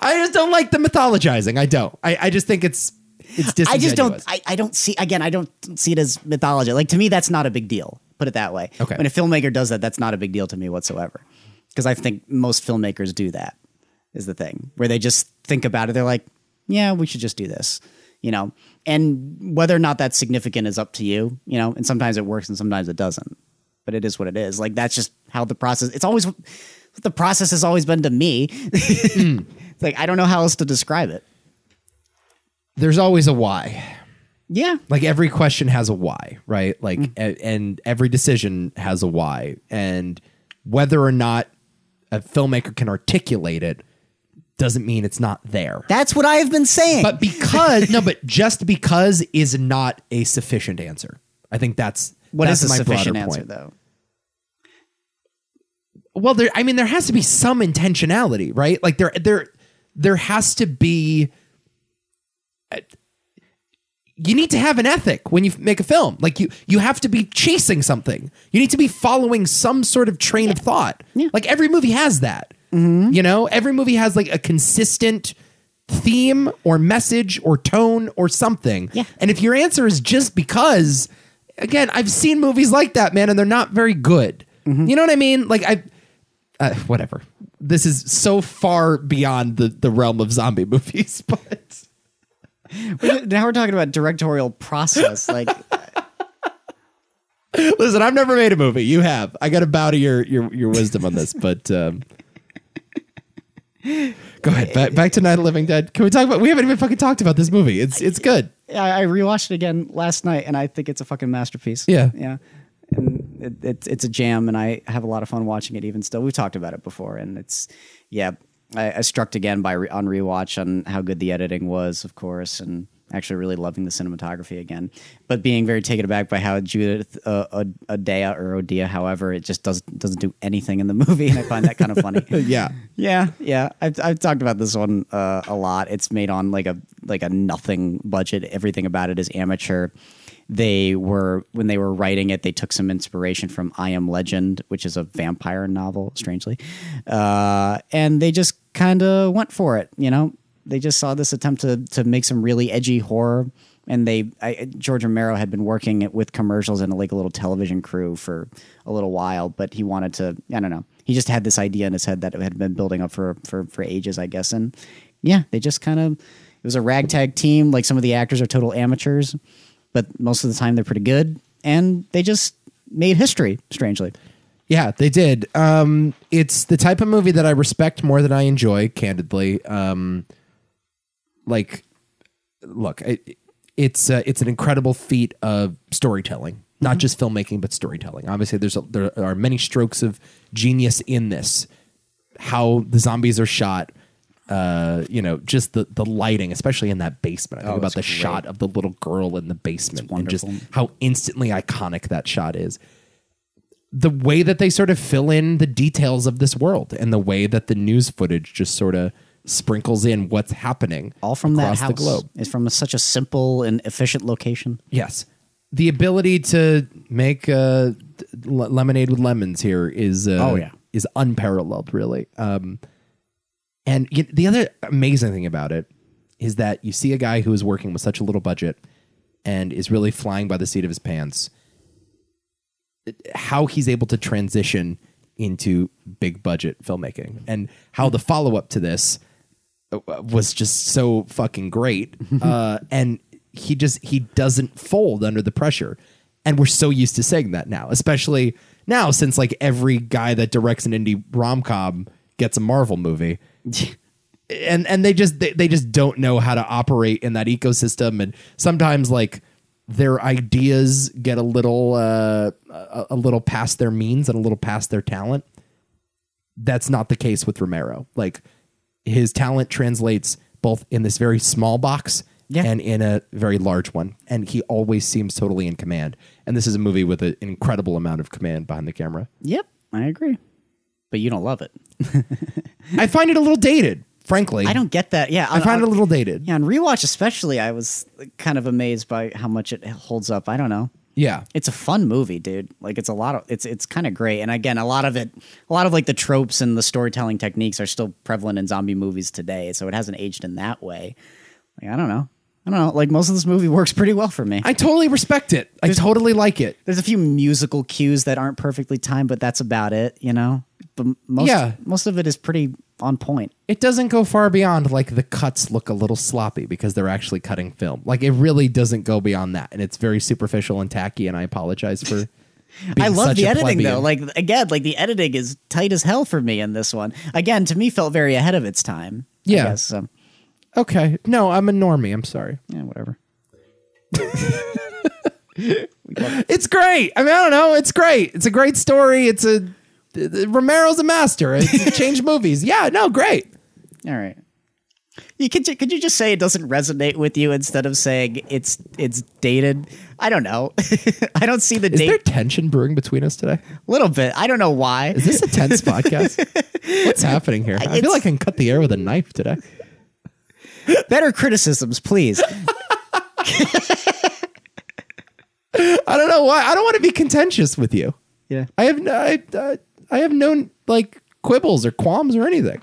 Speaker 2: I just don't like the mythologizing. I don't. I, I just think it's it's disingenuous.
Speaker 1: I just don't. I, I don't see. Again, I don't see it as mythology. Like to me, that's not a big deal. Put it that way.
Speaker 2: Okay.
Speaker 1: When a filmmaker does that, that's not a big deal to me whatsoever. Because I think most filmmakers do that. Is the thing where they just think about it. They're like, yeah, we should just do this. You know, and whether or not that's significant is up to you. You know, and sometimes it works and sometimes it doesn't. But it is what it is. Like that's just how the process. It's always the process has always been to me.
Speaker 2: Hmm.
Speaker 1: It's like I don't know how else to describe it.
Speaker 2: There's always a why.
Speaker 1: Yeah.
Speaker 2: Like every question has a why, right? Like
Speaker 1: Mm.
Speaker 2: a- and every decision has a why, and whether or not a filmmaker can articulate it doesn't mean it's not there.
Speaker 1: That's what I have been saying.
Speaker 2: but because no, but just because is not a sufficient answer. I think that's
Speaker 1: What
Speaker 2: that's
Speaker 1: is a
Speaker 2: my
Speaker 1: sufficient
Speaker 2: broader
Speaker 1: answer,
Speaker 2: point.
Speaker 1: though?
Speaker 2: well there i mean there has to be some intentionality right like there there there has to be uh, you need to have an ethic when you make a film like you you have to be chasing something you need to be following some sort of train of thought
Speaker 1: Yeah. Mm-hmm.
Speaker 2: like every movie has that you know every movie has like a consistent theme or message or tone or something
Speaker 1: Yeah.
Speaker 2: and if your answer is just because, again, I've seen movies like that, man, and they're not very good.
Speaker 1: Mm-hmm.
Speaker 2: You know what I mean? Like I, uh, whatever. This is so far beyond the the realm of zombie movies, but
Speaker 1: Now we're talking about directorial process. Like,
Speaker 2: listen, I've never made a movie. You have. I got to bow to your your your wisdom on this, but. um Go ahead. Back, back to Night of the Living Dead. Can we talk about? We haven't even fucking talked about this movie. It's it's good.
Speaker 1: I, I rewatched it again last night, and I think it's a fucking masterpiece.
Speaker 2: Yeah.
Speaker 1: yeah. And it, it, it's a jam, and I have a lot of fun watching it. Even still, we've talked about it before, and it's yeah. I, I struck again by re- on rewatch on how good the editing was, of course, and actually really loving the cinematography again, but being very taken aback by how Judith uh, Od- Odea or Odea, however, it just doesn't doesn't do anything in the movie, and I find that kind of funny.
Speaker 2: Yeah.
Speaker 1: Yeah, yeah. I've, I've talked about this one uh, a lot. It's made on like a like a nothing budget. Everything about it is amateur. They were when they were writing it, they took some inspiration from I Am Legend, which is a vampire novel, strangely, uh, and they just kind of went for it. You know, they just saw this attempt to to make some really edgy horror. And they, I, George Romero had been working it with commercials and like a little television crew for a little while, but he wanted to, I don't know, he just had this idea in his head that it had been building up for for for ages, I guess. And yeah, they just kind of it was a ragtag team. Like some of the actors are total amateurs, but most of the time they're pretty good, and they just made history. Strangely,
Speaker 2: Yeah, they did. Um, it's the type of movie that I respect more than I enjoy, candidly. Um, like, look, it, it's uh, it's an incredible feat of storytelling,
Speaker 1: Mm-hmm.
Speaker 2: not just filmmaking, but storytelling. Obviously, there's a, there are many strokes of genius in this. How the zombies are shot, uh, you know, just the the lighting, especially in that basement. I think about the shot of the little girl in the basement, and just
Speaker 1: Oh, wonderful.
Speaker 2: how instantly iconic that shot is the way that they sort of fill in the details of this world and the way that the news footage just sort of sprinkles in what's happening
Speaker 1: all from
Speaker 2: across
Speaker 1: that house
Speaker 2: the globe.
Speaker 1: is from such a simple and efficient location.
Speaker 2: Yes. The ability to make uh, l- lemonade with lemons here is uh,
Speaker 1: Oh, yeah.
Speaker 2: is unparalleled, really. Um, and y- the other amazing thing about it is that you see a guy who is working with such a little budget and is really flying by the seat of his pants. How he's able to transition into big budget filmmaking, and how the follow up to this was just so fucking great. Uh, and he just he doesn't fold under the pressure. And we're so used to saying that now, especially now since like every guy that directs an indie rom com gets a Marvel movie. and and they just they, they just don't know how to operate in that ecosystem. And sometimes like their ideas get a little uh, a, a little past their means and a little past their talent. That's not the case with Romero. Like his talent translates both in this very small box
Speaker 1: Yeah.
Speaker 2: and in a very large one, and he always seems totally in command. And this is a movie with an incredible amount of command behind the camera.
Speaker 1: Yep, I agree. But you don't love it.
Speaker 2: I find it a little dated, frankly.
Speaker 1: I don't get that. Yeah,
Speaker 2: I find it a little dated.
Speaker 1: Yeah, on rewatch especially, I was kind of amazed by how much it holds up. I don't know.
Speaker 2: Yeah.
Speaker 1: It's a fun movie, dude. Like it's a lot of it's it's kind of great. And again, a lot of it, a lot of like the tropes and the storytelling techniques are still prevalent in zombie movies today. So it hasn't aged in that way. Like I don't know. I don't know. Like most of this movie works pretty well for me.
Speaker 2: I totally respect it. I totally like it.
Speaker 1: There's a few musical cues that aren't perfectly timed, but that's about it, you know. But m- most
Speaker 2: Yeah.
Speaker 1: most of it is pretty on point.
Speaker 2: It doesn't go far beyond like the cuts look a little sloppy because they're actually cutting film. Like it really doesn't go beyond that, and it's very superficial and tacky. And I apologize for. Being
Speaker 1: I love
Speaker 2: such
Speaker 1: the
Speaker 2: a
Speaker 1: editing though.
Speaker 2: plebeian.
Speaker 1: Like again, like the editing is tight as hell for me in this one. Again, to me felt very ahead of its time. I
Speaker 2: Yeah.
Speaker 1: guess, so,
Speaker 2: okay, no, I'm a normie. I'm sorry.
Speaker 1: yeah, whatever.
Speaker 2: It's great. I mean, I don't know. It's great. It's a great story. It's a Romero's a master. It's changed movies. Yeah, no, great.
Speaker 1: All right. You could ju- could you just say it doesn't resonate with you instead of saying it's it's dated? I don't know. I don't see the
Speaker 2: Is
Speaker 1: date
Speaker 2: there tension brewing between us today?
Speaker 1: little bit. I don't know why.
Speaker 2: Is this a tense podcast? What's happening here? I feel
Speaker 1: It's-
Speaker 2: like I can cut the air with a knife today.
Speaker 1: Better criticisms, please.
Speaker 2: I don't know why. I don't want to be contentious with you.
Speaker 1: yeah,
Speaker 2: I have no, I, I, I have no like quibbles or qualms or anything.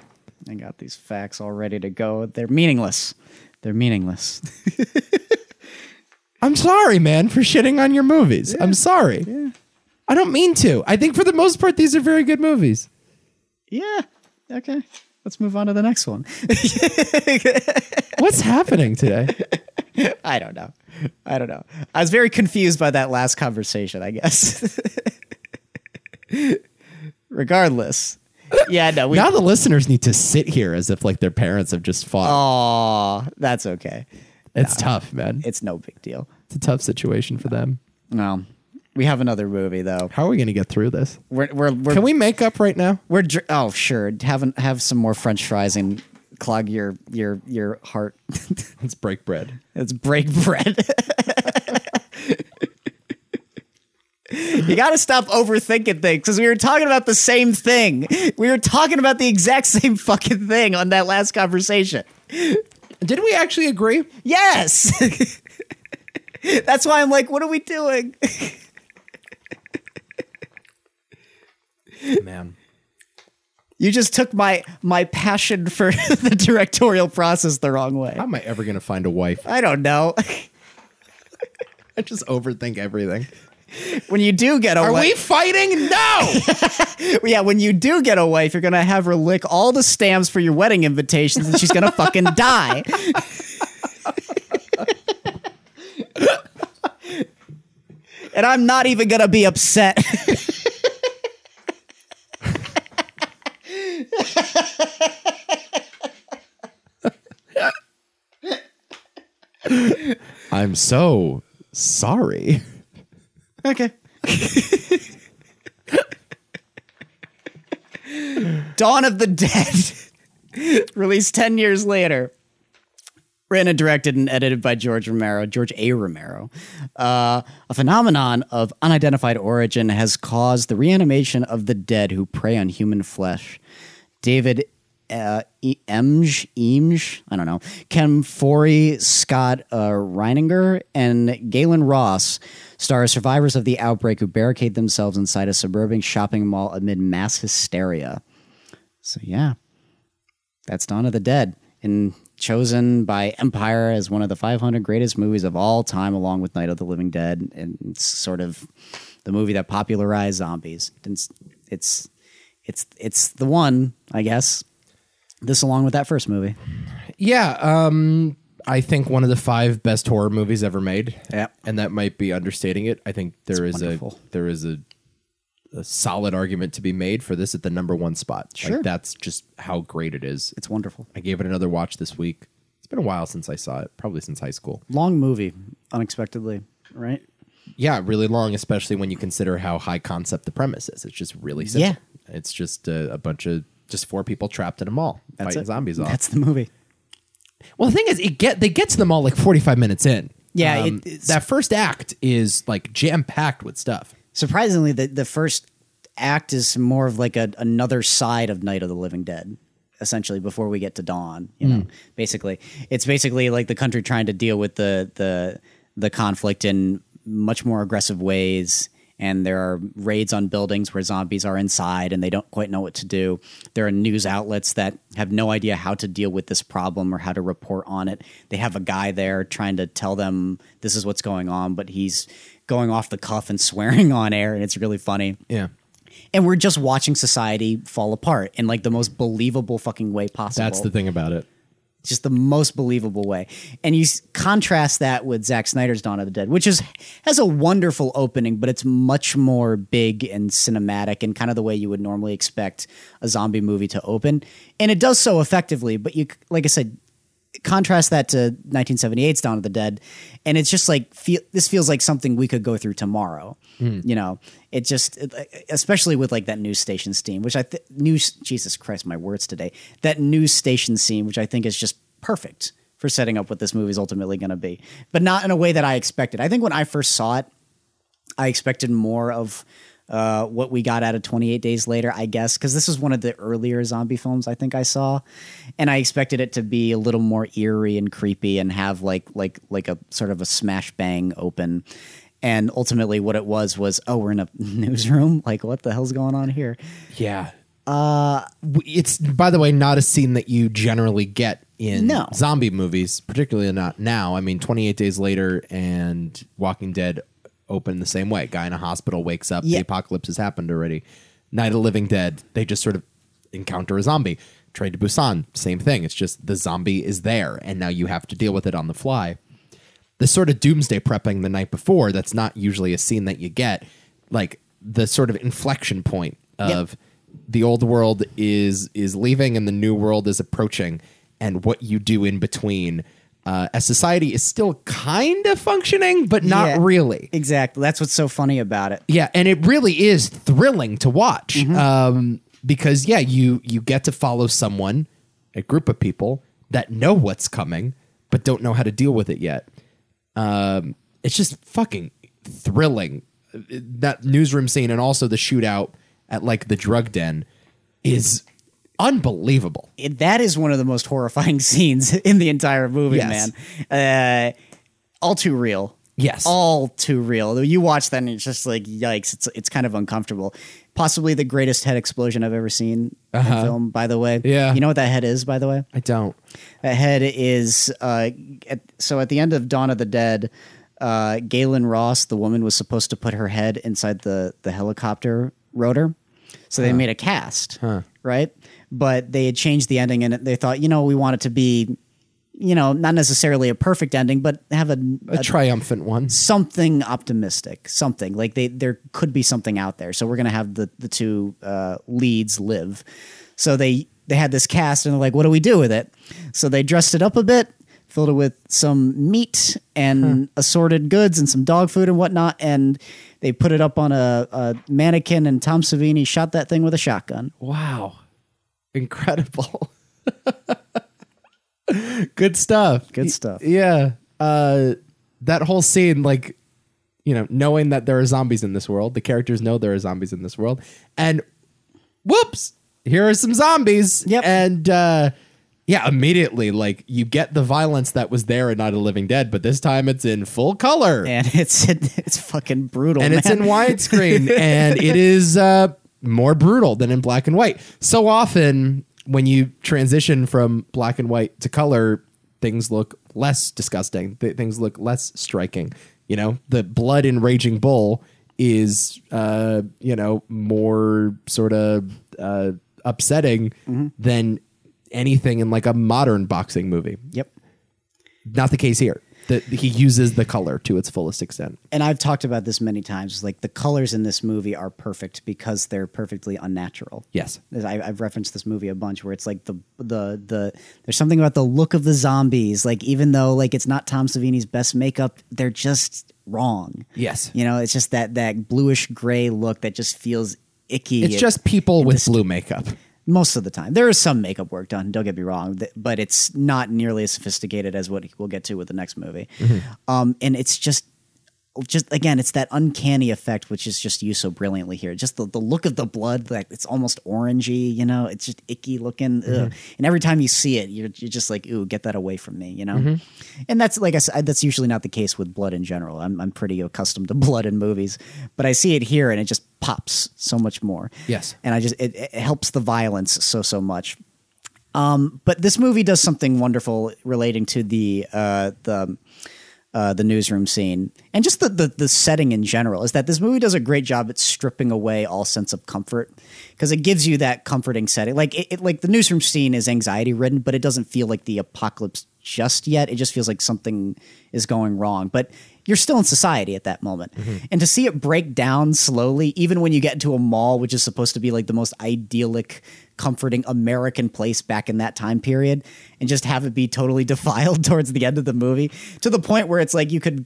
Speaker 1: I got these facts all ready to go. They're meaningless. They're meaningless.
Speaker 2: I'm sorry, man, for shitting on your movies. I'm sorry. I don't mean to. I think for the most part, these are very good movies.
Speaker 1: yeah. Okay. Let's move on to the next one.
Speaker 2: What's happening today?
Speaker 1: I don't know. I don't know. I was very confused by that last conversation, I guess. Regardless. Yeah, no, we
Speaker 2: Now the listeners need to sit here as if like their parents have just fought.
Speaker 1: Aw, that's okay.
Speaker 2: it's tough, man.
Speaker 1: It's no big deal.
Speaker 2: It's a tough situation for them.
Speaker 1: No. We have another movie though.
Speaker 2: How are we going to get through this?
Speaker 1: We're we're we're
Speaker 2: Can we make up right now?
Speaker 1: we're dr- oh sure. Have have some more french fries and clog your your your heart.
Speaker 2: Let's break bread.
Speaker 1: It's break bread. you got to stop overthinking things because we were talking about the same thing. We were talking about the exact same fucking thing on that last conversation.
Speaker 2: Did we actually agree?
Speaker 1: Yes. That's why I'm like, what are we doing?
Speaker 2: Man.
Speaker 1: You just took my my passion for the directorial process the wrong way.
Speaker 2: How am I ever going to find a wife?
Speaker 1: I don't know.
Speaker 2: I just overthink everything.
Speaker 1: When you do get a
Speaker 2: Are
Speaker 1: wife,
Speaker 2: we fighting? No!
Speaker 1: yeah, when you do get a wife, you're gonna have her lick all the stamps for your wedding invitations, and she's gonna fucking die. and I'm not even gonna be upset.
Speaker 2: I'm so sorry.
Speaker 1: okay. Dawn of the Dead, released ten years later. Written and directed and edited by George Romero, George A. Romero. Uh, a phenomenon of unidentified origin has caused the reanimation of the dead who prey on human flesh. David uh, E- Emge, Emge, I don't know, Ken Forey, Scott uh, Reininger, and Galen Ross star as survivors of the outbreak who barricade themselves inside a suburban shopping mall amid mass hysteria. So, yeah. That's Dawn of the Dead, and chosen by Empire as one of the 500 greatest movies of all time, along with Night of the Living Dead, and it's sort of the movie that popularized zombies. And It's it's it's it's the one, I guess. This along with that first movie.
Speaker 2: Yeah, um I think one of the five best horror movies ever made.
Speaker 1: Yeah.
Speaker 2: And that might be understating it. I think there is
Speaker 1: wonderful.
Speaker 2: a there is a a solid argument to be made for this at the number one spot.
Speaker 1: Sure.
Speaker 2: Like that's just how great it is.
Speaker 1: It's wonderful.
Speaker 2: I gave it another watch this week. It's been a while since I saw it, probably since high school.
Speaker 1: Long movie, unexpectedly. right?
Speaker 2: Yeah, really long, especially when you consider how high concept the premise is. It's just really simple. Yeah. It's just a, a bunch of just four people trapped in a mall
Speaker 1: That's
Speaker 2: fighting
Speaker 1: it.
Speaker 2: zombies off.
Speaker 1: That's the movie.
Speaker 2: well, the thing is, it get they get to the mall like forty five minutes in. Um,
Speaker 1: Yeah, it- it's-
Speaker 2: that first act is like jam packed with stuff.
Speaker 1: Surprisingly, the the first act is more of like a, another side of Night of the Living Dead. Essentially, before we get to dawn, you know, basically, it's basically like the country trying to deal with the the the conflict in much more aggressive ways. And there are raids on buildings where zombies are inside and they don't quite know what to do. There are news outlets that have no idea how to deal with this problem or how to report on it. They have a guy there trying to tell them this is what's going on, but he's going off the cuff and swearing on air, and it's really funny.
Speaker 2: Yeah,
Speaker 1: And we're just watching society fall apart in like the most believable fucking way possible.
Speaker 2: that's the thing about it.
Speaker 1: just the most believable way. And you s- contrast that with Zack Snyder's Dawn of the Dead, which is has a wonderful opening, but it's much more big and cinematic and kind of the way you would normally expect a zombie movie to open. And it does so effectively, but you c- like I said contrast that to 1978's Dawn of the Dead, and it's just like feel, this feels like something we could go through tomorrow. You know, it just it- especially with like that news station scene, which I th- news Jesus Christ, my words today. That news station scene, which I think is just perfect for setting up what this movie is ultimately going to be, but not in a way that I expected. I think when I first saw it, I expected more of uh, what we got out of 28 Days Later, I guess, because this was one of the earlier zombie films I think I saw, and I expected it to be a little more eerie and creepy and have like like like a sort of a smash bang open. And ultimately, what it was was, oh, we're in a newsroom. Like, what the hell's going on here?
Speaker 2: Yeah. Uh, it's by the way not a scene that you generally get in
Speaker 1: No.
Speaker 2: zombie movies, particularly not now. I mean, 28 Days Later and Walking Dead open the same way. Guy in a hospital wakes up. The
Speaker 1: Yeah.
Speaker 2: apocalypse has happened already. Night of the Living Dead. They just sort of encounter a zombie. Train to Busan, same thing. It's just the zombie is there, and now you have to deal with it on the fly the sort of doomsday prepping the night before that's not usually a scene that you get like the sort of inflection point of the old world is is leaving and the new world is approaching and what you do in between uh, as society is still kind of functioning but not
Speaker 1: Yeah.
Speaker 2: really
Speaker 1: Exactly. That's what's so funny about it.
Speaker 2: yeah, and it really is thrilling to watch um, because yeah, you you get to follow someone, a group of people that know what's coming but don't know how to deal with it yet. Um, it's just fucking thrilling. That newsroom scene and also the shootout at like the drug den is unbelievable.
Speaker 1: it- that is one of the most horrifying scenes in the entire movie,
Speaker 2: Yes.
Speaker 1: man. Uh, all too real.
Speaker 2: Yes.
Speaker 1: All too real. You watch that and it's just like, yikes, it's, it's kind of uncomfortable. Possibly the greatest head explosion I've ever seen in film, by the way.
Speaker 2: Uh-huh. Yeah.
Speaker 1: You know what that head is, by the way?
Speaker 2: I don't.
Speaker 1: That head is, uh, at, so at the end of Dawn of the Dead, uh, Galen Ross, the woman, was supposed to put her head inside the, the helicopter rotor. So they made a cast, right? But they had changed the ending, and they thought, you know, we want it to be, you know, not necessarily a perfect ending, but have a,
Speaker 2: A triumphant one.
Speaker 1: something optimistic, something like they there could be something out there. So we're gonna have the the two uh, leads live. So they they had this cast, and they're like, what do we do with it? So they dressed it up a bit. Filled it with some meat and assorted goods and some dog food and whatnot, and they put it up on a, a mannequin. And Tom Savini shot that thing with a shotgun.
Speaker 2: Wow. Incredible. Good stuff.
Speaker 1: Good stuff.
Speaker 2: Yeah. Uh that whole scene like you know, knowing that there are zombies in this world, the characters know there are zombies in this world and whoops, here are some zombies.
Speaker 1: Yep.
Speaker 2: And uh yeah, immediately like you get the violence that was there in Night of the Living Dead, but this time it's in full color
Speaker 1: and it's it's fucking brutal.
Speaker 2: and it's
Speaker 1: man.
Speaker 2: in widescreen and it is uh, more brutal than in black and white so often when you transition from black and white to color things look less disgusting Th- things look less striking you know the blood in raging bull is uh you know more sort of uh upsetting than anything in like a modern boxing movie
Speaker 1: yep.
Speaker 2: not the case here that he uses the color to its fullest extent.
Speaker 1: and I've talked about this many times. is Like the colors in this movie are perfect because they're perfectly unnatural.
Speaker 2: Yes.
Speaker 1: As I, I've referenced this movie a bunch, where it's like the the the there's something about the look of the zombies. Like even though like it's not Tom Savini's best makeup, they're just wrong.
Speaker 2: Yes.
Speaker 1: you know it's just that that bluish gray look that just feels icky.
Speaker 2: It's
Speaker 1: It-
Speaker 2: just people with blue makeup.
Speaker 1: most of the time there is some makeup work done. Don't get me wrong, th- but it's not nearly as sophisticated as what we'll get to with the next movie.
Speaker 2: Mm-hmm.
Speaker 1: Um, and it's just just again, it's that uncanny effect which is just used so brilliantly here. Just the, the look of the blood, like it's almost orangey, you know, it's just icky looking. Ugh. And every time you see it, you're, you're just like, ooh, get that away from me, you know? And that's like I said, that's usually not the case with blood in general. I'm, I'm pretty accustomed to blood in movies, but I see it here and it just pops so much more.
Speaker 2: Yes.
Speaker 1: And I just, it, it helps the violence so, so much. Um, but this movie does something wonderful relating to the uh, the uh, the newsroom scene and just the, the the setting in general. Is that this movie does a great job at stripping away all sense of comfort because it gives you that comforting setting. Like it, it like the newsroom scene is anxiety ridden, but it doesn't feel like the apocalypse just yet. It just feels like something is going wrong, but. You're still in society at that moment. And to see it break down slowly, even when you get into a mall, which is supposed to be like the most idyllic comforting American place back in that time period and just have it be totally defiled towards the end of the movie to the point where it's like you could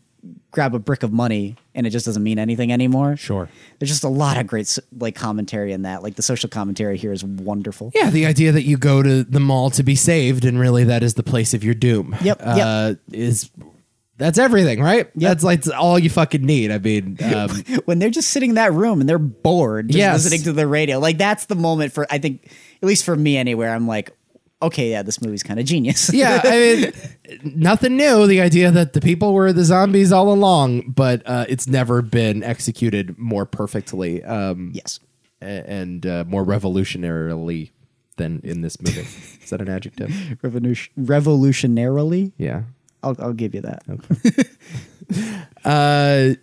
Speaker 1: grab a brick of money and it just doesn't mean anything anymore.
Speaker 2: Sure.
Speaker 1: There's just a lot of great like commentary in that. Like the social commentary here is wonderful.
Speaker 2: Yeah, the idea that you go to the mall to be saved and really that is the place of your doom.
Speaker 1: Yep,
Speaker 2: Uh,
Speaker 1: yep.
Speaker 2: Is that's everything, right? That's like all you fucking need. I mean, um,
Speaker 1: When they're just sitting in that room and they're bored just
Speaker 2: Yes.
Speaker 1: listening to the radio. Like that's the moment for I think at least for me anywhere I'm like okay yeah this movie's kind of genius.
Speaker 2: yeah, I mean, nothing new. The idea that the people were the zombies all along, but uh, it's never been executed more perfectly um,
Speaker 1: yes.
Speaker 2: a- and uh, more revolutionarily than in this movie. is that an adjective?
Speaker 1: Revolution- revolutionarily
Speaker 2: Yeah.
Speaker 1: I'll, I'll give you that.
Speaker 2: Uh,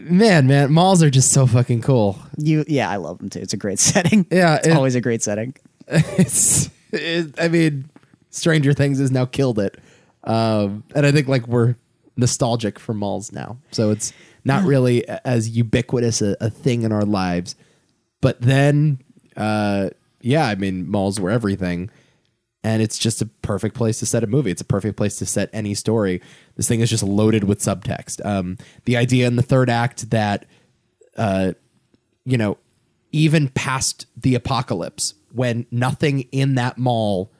Speaker 2: man, man, malls are just so fucking cool.
Speaker 1: You, yeah, I love them too. It's a great setting.
Speaker 2: Yeah,
Speaker 1: it's
Speaker 2: it-
Speaker 1: always a great setting.
Speaker 2: it's it, I mean, Stranger Things has now killed it, um, and I think like we're nostalgic for malls now, so it's not really a- as ubiquitous a, a thing in our lives. But then, uh, yeah, I mean, malls were everything, and it's just a perfect place to set a movie. It's a perfect place to set any story. This thing is just loaded with subtext. Um, the idea in the third act that you know, even past the apocalypse, when nothing in that mall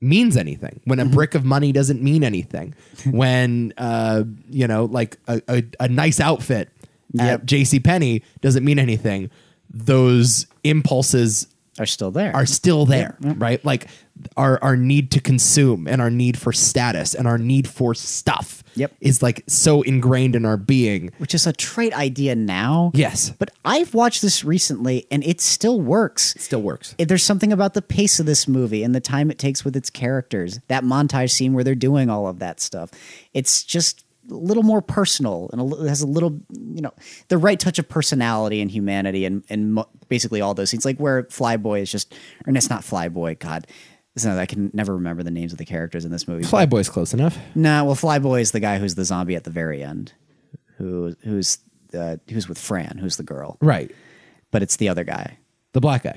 Speaker 2: means anything, when
Speaker 1: Mm-hmm.
Speaker 2: a brick of money doesn't mean anything, when uh, you know, like a, a, a nice outfit
Speaker 1: Yep.
Speaker 2: at JC Penney doesn't mean anything, those impulses
Speaker 1: Are still there?
Speaker 2: are still there, right? Like our our need to consume and our need for status and our need for stuff
Speaker 1: Yep.
Speaker 2: is like so ingrained in our being.
Speaker 1: which is a trite idea now.
Speaker 2: Yes.
Speaker 1: but I've watched this recently, and it still works.
Speaker 2: Still works.
Speaker 1: It- There's something about the pace of this movie and the time it takes with its characters. That montage scene where they're doing all of that stuff. It's just a little more personal and a, li- it has a little, you know, the right touch of personality and humanity and and mo- basically all those scenes. Like where Flyboy is just, and it's not Flyboy. God, It's not- I can never remember the names of the characters in this movie.
Speaker 2: Flyboy's close enough.
Speaker 1: Nah, well, Flyboy is the guy who's the zombie at the very end, who who's uh, who's with Fran, who's the girl,
Speaker 2: Right.
Speaker 1: but it's the other guy.
Speaker 2: The black guy.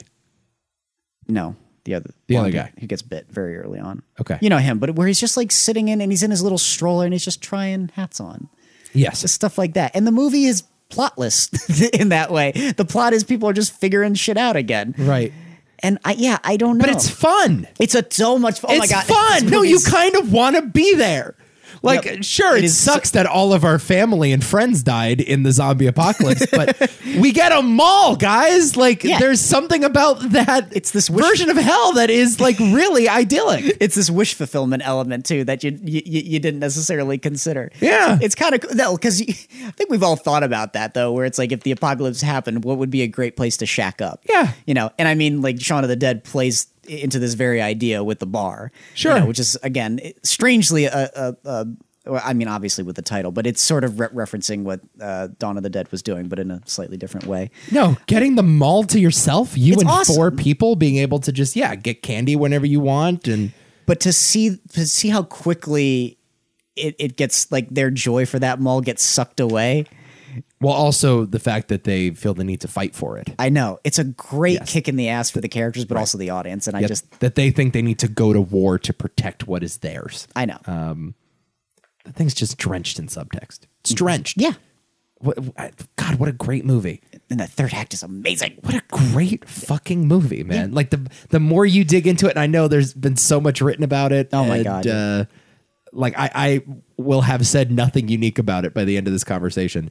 Speaker 1: No, the other
Speaker 2: The other
Speaker 1: blonde
Speaker 2: guy.
Speaker 1: who gets bit very early on.
Speaker 2: Okay.
Speaker 1: you know him, but where he's just like sitting in and he's in his little stroller and he's just trying hats on,
Speaker 2: Yes.
Speaker 1: just stuff like that. And the movie is plotless in that way. The plot is people are just figuring shit out again,
Speaker 2: right.
Speaker 1: and I yeah, I don't know,
Speaker 2: But it's fun.
Speaker 1: it's a so much. Oh
Speaker 2: it's
Speaker 1: my god,
Speaker 2: fun.
Speaker 1: This
Speaker 2: No, you
Speaker 1: movie's-
Speaker 2: kind of want to be there. Like,
Speaker 1: Yep.
Speaker 2: sure,
Speaker 1: It
Speaker 2: it,
Speaker 1: is
Speaker 2: sucks that all of our family and friends died in the zombie apocalypse, but we get a mall, guys. Like,
Speaker 1: Yeah.
Speaker 2: there's something about that.
Speaker 1: It's this wish-
Speaker 2: version of hell that is like really idyllic.
Speaker 1: it's this wish fulfillment element too that you you, you you didn't necessarily consider.
Speaker 2: Yeah.
Speaker 1: it's kind of no because I think we've all thought about that though, where it's like if the apocalypse happened, what would be a great place to shack up?
Speaker 2: Yeah.
Speaker 1: you know, and I mean like Shaun of the Dead plays i- into this very idea with the bar, you
Speaker 2: Sure.
Speaker 1: know, which is again it- strangely a. a, a well, I mean, obviously with the title, but it's sort of re- referencing what uh, Dawn of the Dead was doing, but in a slightly different way.
Speaker 2: No, getting the mall to yourself, you
Speaker 1: It's
Speaker 2: and
Speaker 1: awesome.
Speaker 2: four people being able to just yeah get candy whenever you want and
Speaker 1: but to see to see how quickly it, it gets like their joy for that mall gets sucked away.
Speaker 2: Well, also the fact that they feel the need to fight for it.
Speaker 1: I know it's a great kick in the ass for the characters, but also the audience. And I
Speaker 2: That-
Speaker 1: just
Speaker 2: that they think they need to go to war to protect what is theirs.
Speaker 1: I know.
Speaker 2: The thing's just drenched in subtext. It's drenched.
Speaker 1: yeah,
Speaker 2: What, I- God, what a great movie.
Speaker 1: and the third act is amazing.
Speaker 2: What a great fucking movie, man. Like the the more you dig into it, and I know there's been so much written about it.
Speaker 1: Oh my
Speaker 2: and,
Speaker 1: God.
Speaker 2: Uh, like I, I will have said nothing unique about it by the end of this conversation.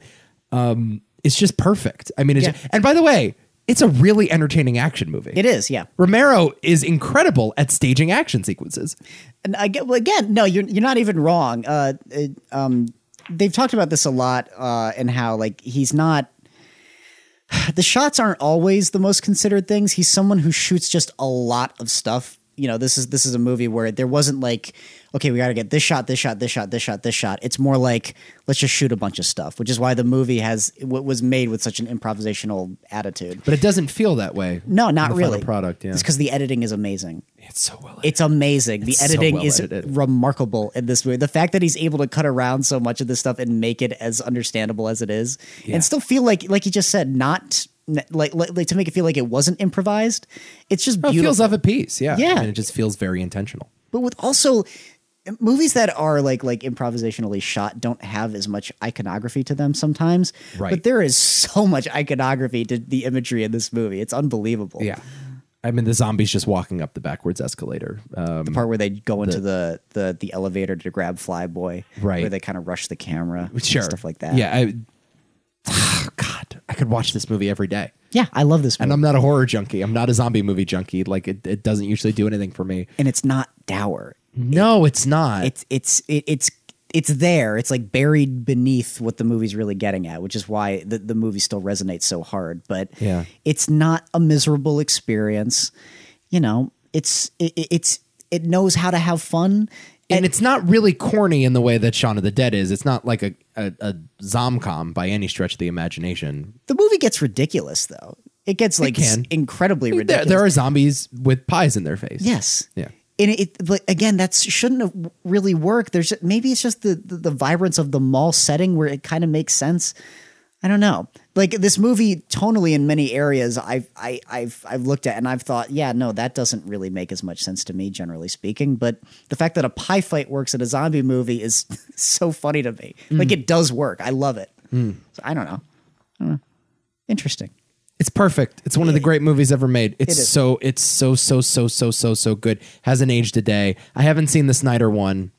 Speaker 2: Um, it's just perfect. I mean, it's
Speaker 1: Yeah.
Speaker 2: and by the way, it's a really entertaining action movie.
Speaker 1: It is, yeah.
Speaker 2: Romero is incredible at staging action sequences.
Speaker 1: And I get well, again, no, you're you're not even wrong. Uh, it, um, they've talked about this a lot, uh, and how like he's not. The shots aren't always the most considered things. He's someone who shoots just a lot of stuff. You know, this is this is a movie where there wasn't like, okay, we got to get this shot, this shot, this shot, this shot, this shot. It's more like let's just shoot a bunch of stuff, which is why the movie has what was made with such an improvisational attitude.
Speaker 2: But it doesn't feel that way.
Speaker 1: No, not
Speaker 2: the final
Speaker 1: really.
Speaker 2: product, yeah.
Speaker 1: It's because the editing is amazing.
Speaker 2: It's so well.
Speaker 1: It's amazing. The
Speaker 2: It's so
Speaker 1: editing
Speaker 2: well
Speaker 1: is
Speaker 2: edited.
Speaker 1: remarkable in this movie. The fact that he's able to cut around so much of this stuff and make it as understandable as it is,
Speaker 2: Yeah.
Speaker 1: and still feel like, like you just said, not like, like, like to make it feel like it wasn't improvised. It's just
Speaker 2: it
Speaker 1: beautiful
Speaker 2: feels of a piece, yeah.
Speaker 1: Yeah.
Speaker 2: and it just feels very intentional.
Speaker 1: but with also movies that are like like improvisationally shot don't have as much iconography to them sometimes
Speaker 2: Right.
Speaker 1: but there is so much iconography to the imagery in this movie it's unbelievable
Speaker 2: Yeah. I mean, the zombie's just walking up the backwards escalator. Um,
Speaker 1: the part where they go into the the, the elevator to grab flyboy
Speaker 2: Right.
Speaker 1: where they kind of rush the camera
Speaker 2: sure.
Speaker 1: stuff like that
Speaker 2: Yeah. I, God, I could watch this movie every day.
Speaker 1: yeah i love this movie
Speaker 2: And I'm not a horror junkie. I'm not a zombie movie junkie. Like, it, it doesn't usually do anything for me.
Speaker 1: and it's not dour
Speaker 2: Mm-hmm. No, it's not.
Speaker 1: it's it's it, it's it's there. It's like buried beneath what the movie's really getting at, which is why the, the movie still resonates so hard. But
Speaker 2: Yeah.
Speaker 1: it's not a miserable experience. You know, it's it, it- it's it knows how to have fun.
Speaker 2: and it's not really corny in the way that Shaun of the Dead is. It's not like a, a, a zomcom by any stretch of the imagination.
Speaker 1: The movie gets ridiculous though. It gets like
Speaker 2: can.
Speaker 1: s- incredibly
Speaker 2: There,
Speaker 1: ridiculous.
Speaker 2: there are zombies with pies in their face.
Speaker 1: yes.
Speaker 2: Yeah.
Speaker 1: And it, it but again, that shouldn't have really worked. There's maybe it's just the, the the vibrance of the mall setting where it kind of makes sense. I don't know. Like this movie, tonally in many areas, I've I, I've I've looked at and I've thought, yeah, no, that doesn't really make as much sense to me, generally speaking. But the fact that a pie fight works in a zombie movie is so funny to me. Like it does work. I love it. So I don't know. I don't know. Interesting.
Speaker 2: It's perfect. It's one of the great movies ever made. It's
Speaker 1: It is.
Speaker 2: so it's so so so so so so good. Hasn't aged a day. I haven't seen the Snyder one.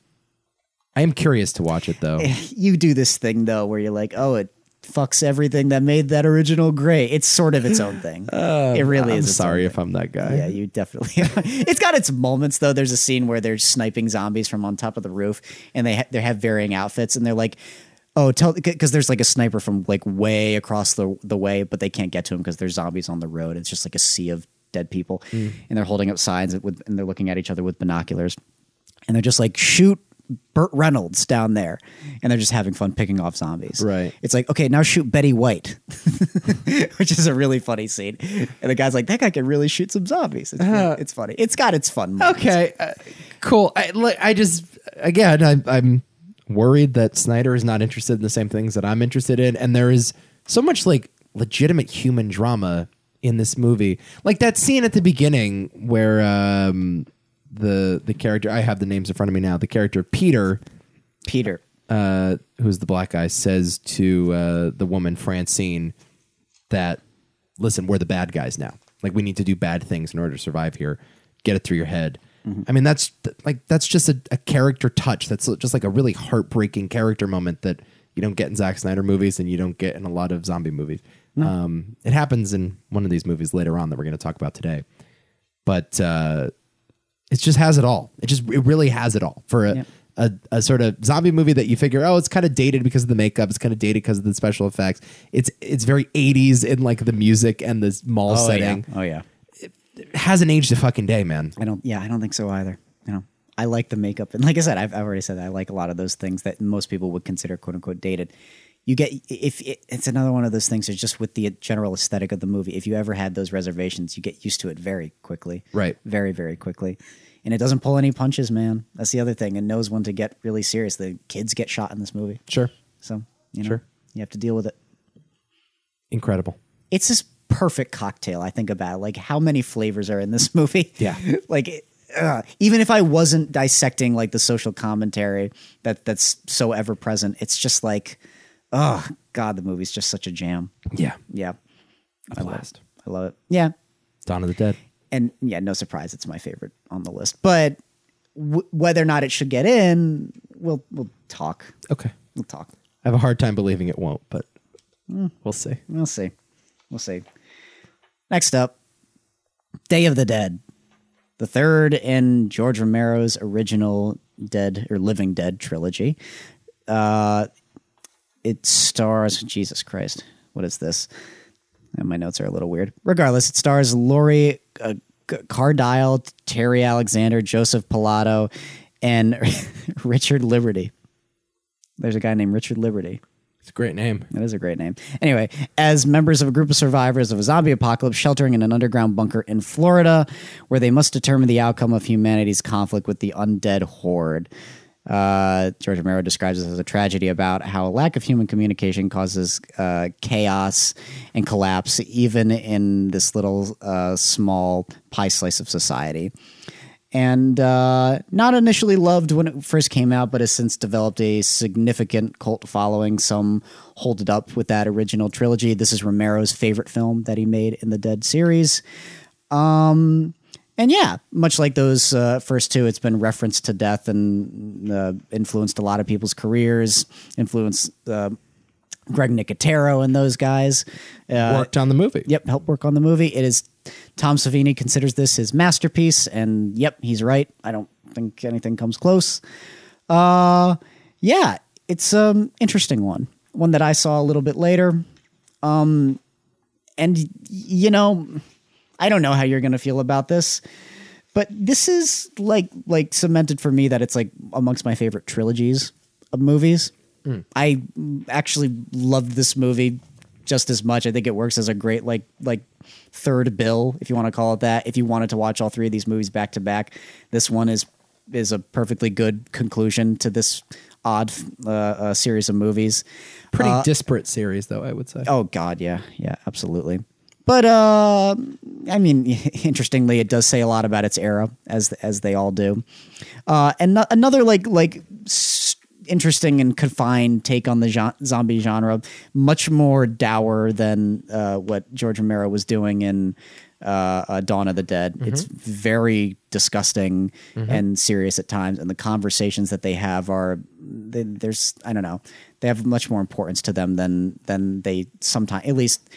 Speaker 2: I am curious to watch it though.
Speaker 1: you do this thing though where you're like, oh, it fucks everything that made that original great. It's sort of its own thing. it really
Speaker 2: Uh, I'm
Speaker 1: is. its
Speaker 2: sorry if I'm that guy.
Speaker 1: own- Yeah, you definitely. it's got its moments though. There's a scene where they're sniping zombies from on top of the roof, and they ha- they have varying outfits, and they're like. Oh, tell because there's like a sniper from like way across the the way, but they can't get to him because there's zombies on the road. It's just like a sea of dead people,
Speaker 2: Mm.
Speaker 1: and they're holding up signs with, and they're looking at each other with binoculars and they're just like shoot Burt Reynolds down there, and they're just having fun picking off zombies.
Speaker 2: Right.
Speaker 1: It's like okay, now shoot Betty White, which is a really funny scene. And the guy's like, that guy can really shoot some zombies. It's, it's funny. It's got its fun. moments.
Speaker 2: Okay, uh, cool. I like, I just again I, I'm worried that Snyder is not interested in the same things that I'm interested in, and there is so much like legitimate human drama in this movie, like that scene at the beginning where um, the the character I have the names in front of me now. The character Peter,
Speaker 1: Peter.
Speaker 2: uh, who's the black guy, says to uh, the woman Francine that, listen, we're the bad guys now. Like we need to do bad things in order to survive here. Get it through your head. I mean, that's th- like that's just a, a character touch. That's just like a really heartbreaking character moment that you don't get in Zack Snyder movies and you don't get in a lot of zombie movies. Um, it happens in one of these movies later on that we're going to talk about today, but uh, it just has it all. It just it really has it all for a, a, a sort of zombie movie that you figure, oh, it's kind of dated because of the makeup, it's kind of dated because of the special effects. It's it's very eighties in like the music and this mall setting.
Speaker 1: Oh yeah.
Speaker 2: It hasn't aged a fucking day, man.
Speaker 1: I don't. Yeah, I don't think so either. You know, I like the makeup, and like I said, I've, I've already said that I like a lot of those things that most people would consider quote unquote dated. You get if it, it's another one of those things. It's just with the general aesthetic of the movie. If you ever had those reservations, you get used to it very quickly.
Speaker 2: Right.
Speaker 1: Very very quickly. and it doesn't pull any punches, man. That's the other thing, and knows when to get really serious. The kids get shot in this movie,
Speaker 2: Sure.
Speaker 1: so you know
Speaker 2: Sure.
Speaker 1: you have to deal with it.
Speaker 2: Incredible.
Speaker 1: It's this perfect cocktail. I think about like how many flavors are in this movie.
Speaker 2: Yeah.
Speaker 1: like. it- ugh. even if I wasn't dissecting like the social commentary that that's so ever present, it's just like, oh god, the movie's just such a jam.
Speaker 2: Yeah.
Speaker 1: Yeah,
Speaker 2: A blast.
Speaker 1: I love it. Yeah,
Speaker 2: Dawn of the Dead.
Speaker 1: and yeah, no surprise, it's my favorite on the list. But w- whether or not it should get in, we'll we'll talk.
Speaker 2: Okay.
Speaker 1: We'll talk.
Speaker 2: I have a hard time believing it won't, but we'll see.
Speaker 1: We'll see. We'll see. Next up, Day of the Dead, the third in George Romero's original Dead or Living Dead trilogy. Uh, it stars Jesus Christ. What is this? And my notes are a little weird. Regardless, it stars Lori uh, C- Cardile, Terry Alexander, Joseph Pilato, and Richard Liberty. There's a guy named Richard Liberty.
Speaker 2: It's a great name.
Speaker 1: That is a great name. Anyway, as members of a group of survivors of a zombie apocalypse sheltering in an underground bunker in Florida, where they must determine the outcome of humanity's conflict with the undead horde. Uh, George Romero describes this as a tragedy about how a lack of human communication causes uh, chaos and collapse, even in this little uh, small pie slice of society and uh, not initially loved when it first came out, but has since developed a significant cult following. Some hold it up with that original trilogy. This is Romero's favorite film that he made in the Dead series. Um, and yeah, much like those uh, first two, it's been referenced to death and uh, influenced a lot of people's careers, influenced uh, Greg Nicotero and those guys. Uh,
Speaker 2: Worked on the movie.
Speaker 1: Yep, help work on the movie. It is Tom Savini considers this his masterpiece, and yep, he's right. I don't think anything comes close. Uh yeah, it's um interesting one. One that I saw a little bit later. Um and y- you know, I don't know how you're gonna feel about this, but this is like like cemented for me that it's like amongst my favorite trilogies of movies. I actually loved this movie just as much. I think it works as a great like like third bill, if you want to call it that. If you wanted to watch all three of these movies back to back, this one is is a perfectly good conclusion to this odd uh, uh, series of movies.
Speaker 2: Pretty disparate series, though, I would say.
Speaker 1: Oh God, yeah, yeah, absolutely. But uh, I mean, interestingly, it does say a lot about its era, as as they all do. Uh, and no- another like like s- interesting and confined take on the gen- zombie genre, much more dour than uh, what George Romero was doing in uh, uh, Dawn of the Dead. It's very disgusting and serious at times, and the conversations that they have are they, there's I don't know they have much more importance to them than than they sometimes at least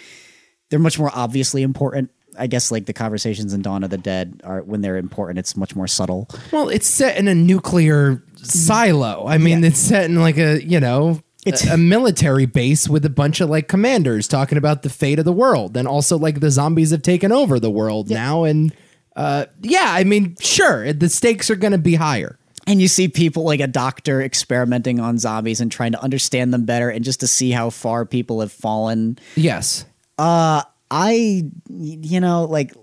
Speaker 1: they're much more obviously important. I guess like the conversations in Dawn of the Dead are when they're important, it's much more subtle.
Speaker 2: Well, it's set in a nuclear silo. I mean, it's set in like a, you know,
Speaker 1: It's-
Speaker 2: it's a military base with a bunch of like commanders talking about the fate of the world and also like the zombies have taken over the world now and uh yeah, I mean, sure, the stakes are going to be higher.
Speaker 1: And you see people like a doctor experimenting on zombies and trying to understand them better and just to see how far people have fallen.
Speaker 2: Yes.
Speaker 1: Uh, I, you know, like,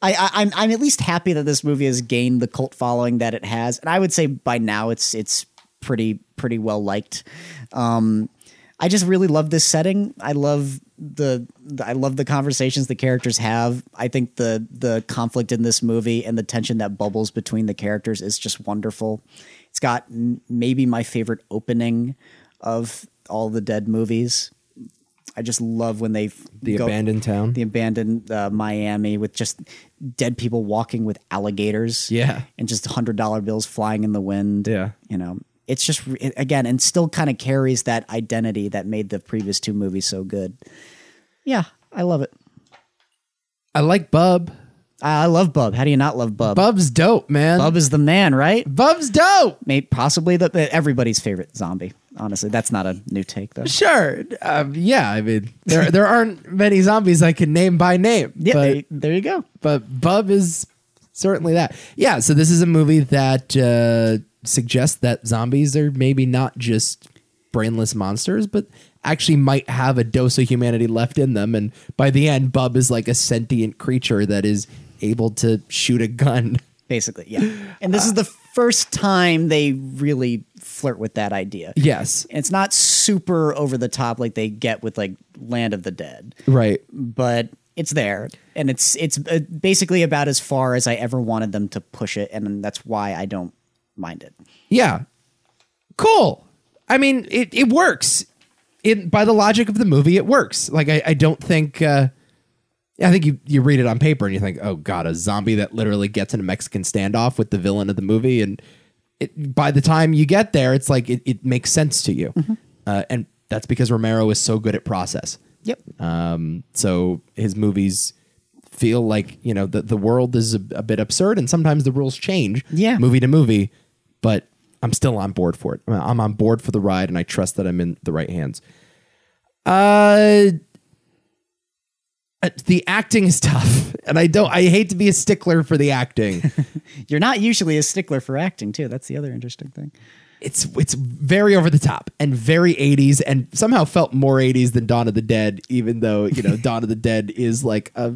Speaker 1: I, I, I'm, I'm at least happy that this movie has gained the cult following that it has, and I would say by now it's it's pretty pretty well liked. Um, I just really love this setting. I love the, the I love the conversations the characters have. I think the the conflict in this movie and the tension that bubbles between the characters is just wonderful. It's got m- maybe my favorite opening of all the dead movies. I just love when they f-
Speaker 2: The
Speaker 1: go-
Speaker 2: abandoned town.
Speaker 1: the abandoned uh, Miami with just dead people walking with alligators.
Speaker 2: Yeah.
Speaker 1: And just $100 bills flying in the wind.
Speaker 2: Yeah.
Speaker 1: You know, it's just, re- it- again, and still kind of carries that identity that made the previous two movies so good. Yeah, I love it.
Speaker 2: I like Bub.
Speaker 1: I, I love Bub. How do you not love Bub?
Speaker 2: Bub's dope, man.
Speaker 1: Bub is the man, right?
Speaker 2: Bub's dope.
Speaker 1: Maybe possibly the, the- everybody's favorite zombie. Honestly, that's not a new take though.
Speaker 2: Sure. Um, yeah, I mean, there there aren't many zombies I can name by name.
Speaker 1: Yeah,
Speaker 2: but-
Speaker 1: there, there you go.
Speaker 2: but Bub is certainly that. Yeah, so this is a movie that uh, suggests that zombies are maybe not just brainless monsters, but actually might have a dose of humanity left in them. And by the end, Bub is like a sentient creature that is able to shoot a gun.
Speaker 1: basically. Yeah. And this is the first time they really flirt with that idea.
Speaker 2: Yes.
Speaker 1: And it's not super over the top like they get with like Land of the Dead,
Speaker 2: Right.
Speaker 1: but it's there and it's it's uh, basically about as far as I ever wanted them to push it and that's why I don't mind it.
Speaker 2: Yeah. Cool. I mean, it, it works. It by the logic of the movie, it works. Like I, I don't think uh I think you, you read it on paper and you think, oh god, a zombie that literally gets in a Mexican standoff with the villain of the movie, and it, by the time you get there, it's like it, it makes sense to you, uh, and that's because Romero is so good at process.
Speaker 1: Yep.
Speaker 2: Um, so his movies feel like you know the the world is a, a bit absurd, and sometimes the rules change,
Speaker 1: Yeah.
Speaker 2: movie to movie. But I'm still on board for it. I'm on board for the ride, and I trust that I'm in the right hands. Uh, uh, the acting is tough, and I don't. I hate to be a stickler for the acting.
Speaker 1: You're not usually a stickler for acting too. That's the other interesting thing.
Speaker 2: it's it's very over the top and very 80s and somehow felt more 80s than Dawn of the Dead even though you know Dawn of the Dead is like a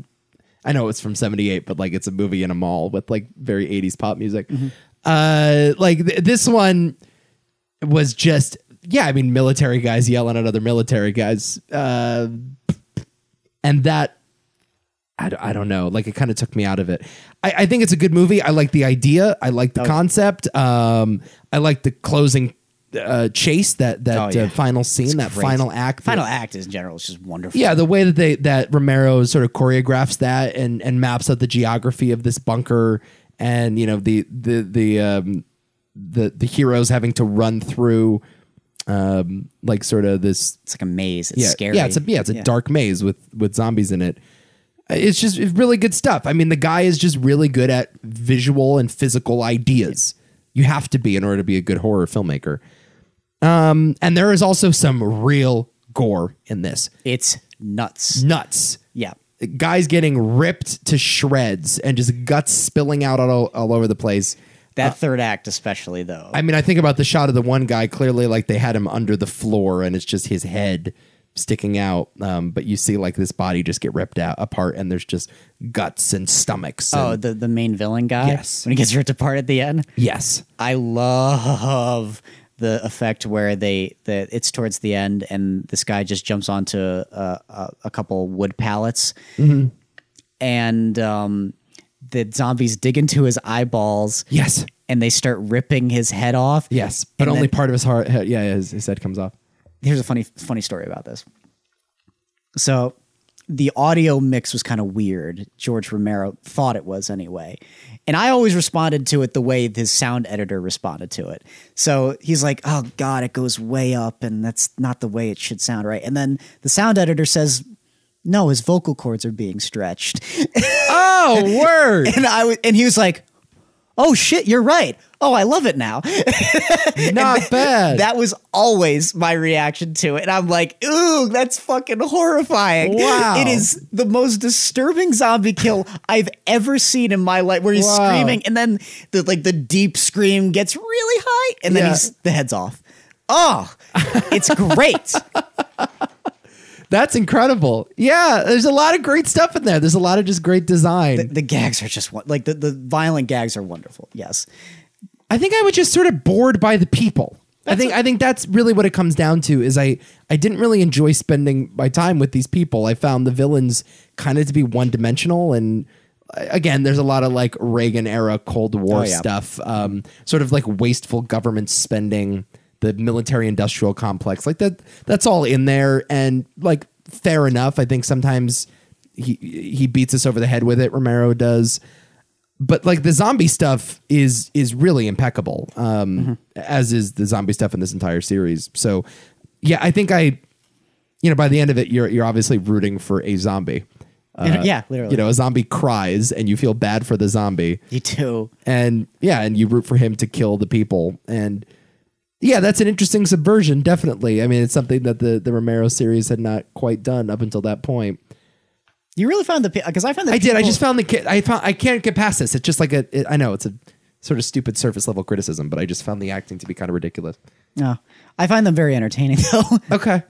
Speaker 2: I know it's from 78 but like it's a movie in a mall with like very 80s pop music
Speaker 1: Mm-hmm.
Speaker 2: uh like th- this one was just yeah I mean military guys yelling at other military guys uh and that I, d- I don't know. Like it kind of took me out of it. I, I think it's a good movie. I like the idea. I like the
Speaker 1: Oh,
Speaker 2: concept. Um, I like the closing uh, chase that that
Speaker 1: Oh, yeah.
Speaker 2: uh, final scene, that
Speaker 1: great.
Speaker 2: final act,
Speaker 1: Final act is in general is just wonderful.
Speaker 2: yeah, the way that they that Romero sort of choreographs that and and maps out the geography of this bunker and you know the the the um the the heroes having to run through um like sort of this
Speaker 1: It's like a maze. It's
Speaker 2: yeah,
Speaker 1: scary.
Speaker 2: Yeah, it's a yeah, it's a dark maze with with zombies in it. It's just it's really good stuff. I mean, the guy is just really good at visual and physical ideas. You have to be in order to be a good horror filmmaker. Um, and there is also some real gore in this.
Speaker 1: It's
Speaker 2: Mm-hmm.
Speaker 1: nuts.
Speaker 2: Nuts.
Speaker 1: Yeah.
Speaker 2: Guys getting ripped to shreds and just guts spilling out all, all over the place.
Speaker 1: That third act especially though.
Speaker 2: Uh, I um, mean, I think about the shot of the one guy. Clearly, like they had him under the floor, and it's just his head sticking out. Um, but you see, like this body just get ripped out apart, and there's just guts and stomachs.
Speaker 1: oh,
Speaker 2: and-
Speaker 1: the, the main villain guy?
Speaker 2: Yes.
Speaker 1: When he gets ripped apart at the end?
Speaker 2: yes,
Speaker 1: I love the effect where they the it's towards the end and this guy just jumps onto uh, a, a couple wood pallets
Speaker 2: Mm-hmm.
Speaker 1: and um, the zombies dig into his eyeballs
Speaker 2: yes,
Speaker 1: and they start ripping his head off.
Speaker 2: yes. But
Speaker 1: And
Speaker 2: only
Speaker 1: then-
Speaker 2: part of his heart. Head, yeah, his, his head comes off.
Speaker 1: here's a funny funny story about this. So the audio mix was kind of weird. George Romero thought it was anyway. And I always responded to it the way his sound editor responded to it. So he's like, "Oh god, it goes way up and that's not the way it should sound, right?" And then the sound editor says, "No, his vocal cords are being stretched."
Speaker 2: Oh, word!
Speaker 1: And I was, and he was like, "Oh shit, you're right. Oh, I love it now."
Speaker 2: Not bad.
Speaker 1: That was always my reaction to it. And I'm like, ooh, that's fucking horrifying.
Speaker 2: Wow.
Speaker 1: It is the most disturbing zombie kill I've ever seen in my life where he's
Speaker 2: Wow.
Speaker 1: screaming and then the like the deep scream gets really high and then
Speaker 2: Yeah.
Speaker 1: he's the head's off. Oh, it's great.
Speaker 2: That's incredible. Yeah, there's a lot of great stuff in there. There's a lot of just great design.
Speaker 1: the gags are just one like the, the violent gags are wonderful. Yes.
Speaker 2: I think I was just sort of bored by the people. I think I think that's really what it comes down to is I I didn't really enjoy spending my time with these people. I found the villains kind of to be one dimensional and uh, again there's a lot of like Reagan era Cold War
Speaker 1: Oh, yeah.
Speaker 2: stuff um sort of like wasteful government spending the military industrial complex like that that's all in there and like fair enough I think sometimes he he beats us over the head with it Romero does but like the zombie stuff is is really impeccable um as is the zombie stuff in this entire series so yeah i think i you know by the end of it you're you're obviously rooting for a zombie Uh,
Speaker 1: yeah, literally.
Speaker 2: you know a zombie cries and you feel bad for the zombie
Speaker 1: You too.
Speaker 2: and yeah and you root for him to kill the people and yeah that's an interesting subversion definitely i mean it's something that the the romero series had not quite done up until that point
Speaker 1: You really found the because I found the
Speaker 2: I did. I
Speaker 1: people-
Speaker 2: just found the kid. I found I can't get past this. It's just like a. It, I know it's a sort of stupid surface level criticism, but I just found the acting to be kind of ridiculous.
Speaker 1: No. I find them very entertaining though.
Speaker 2: Okay.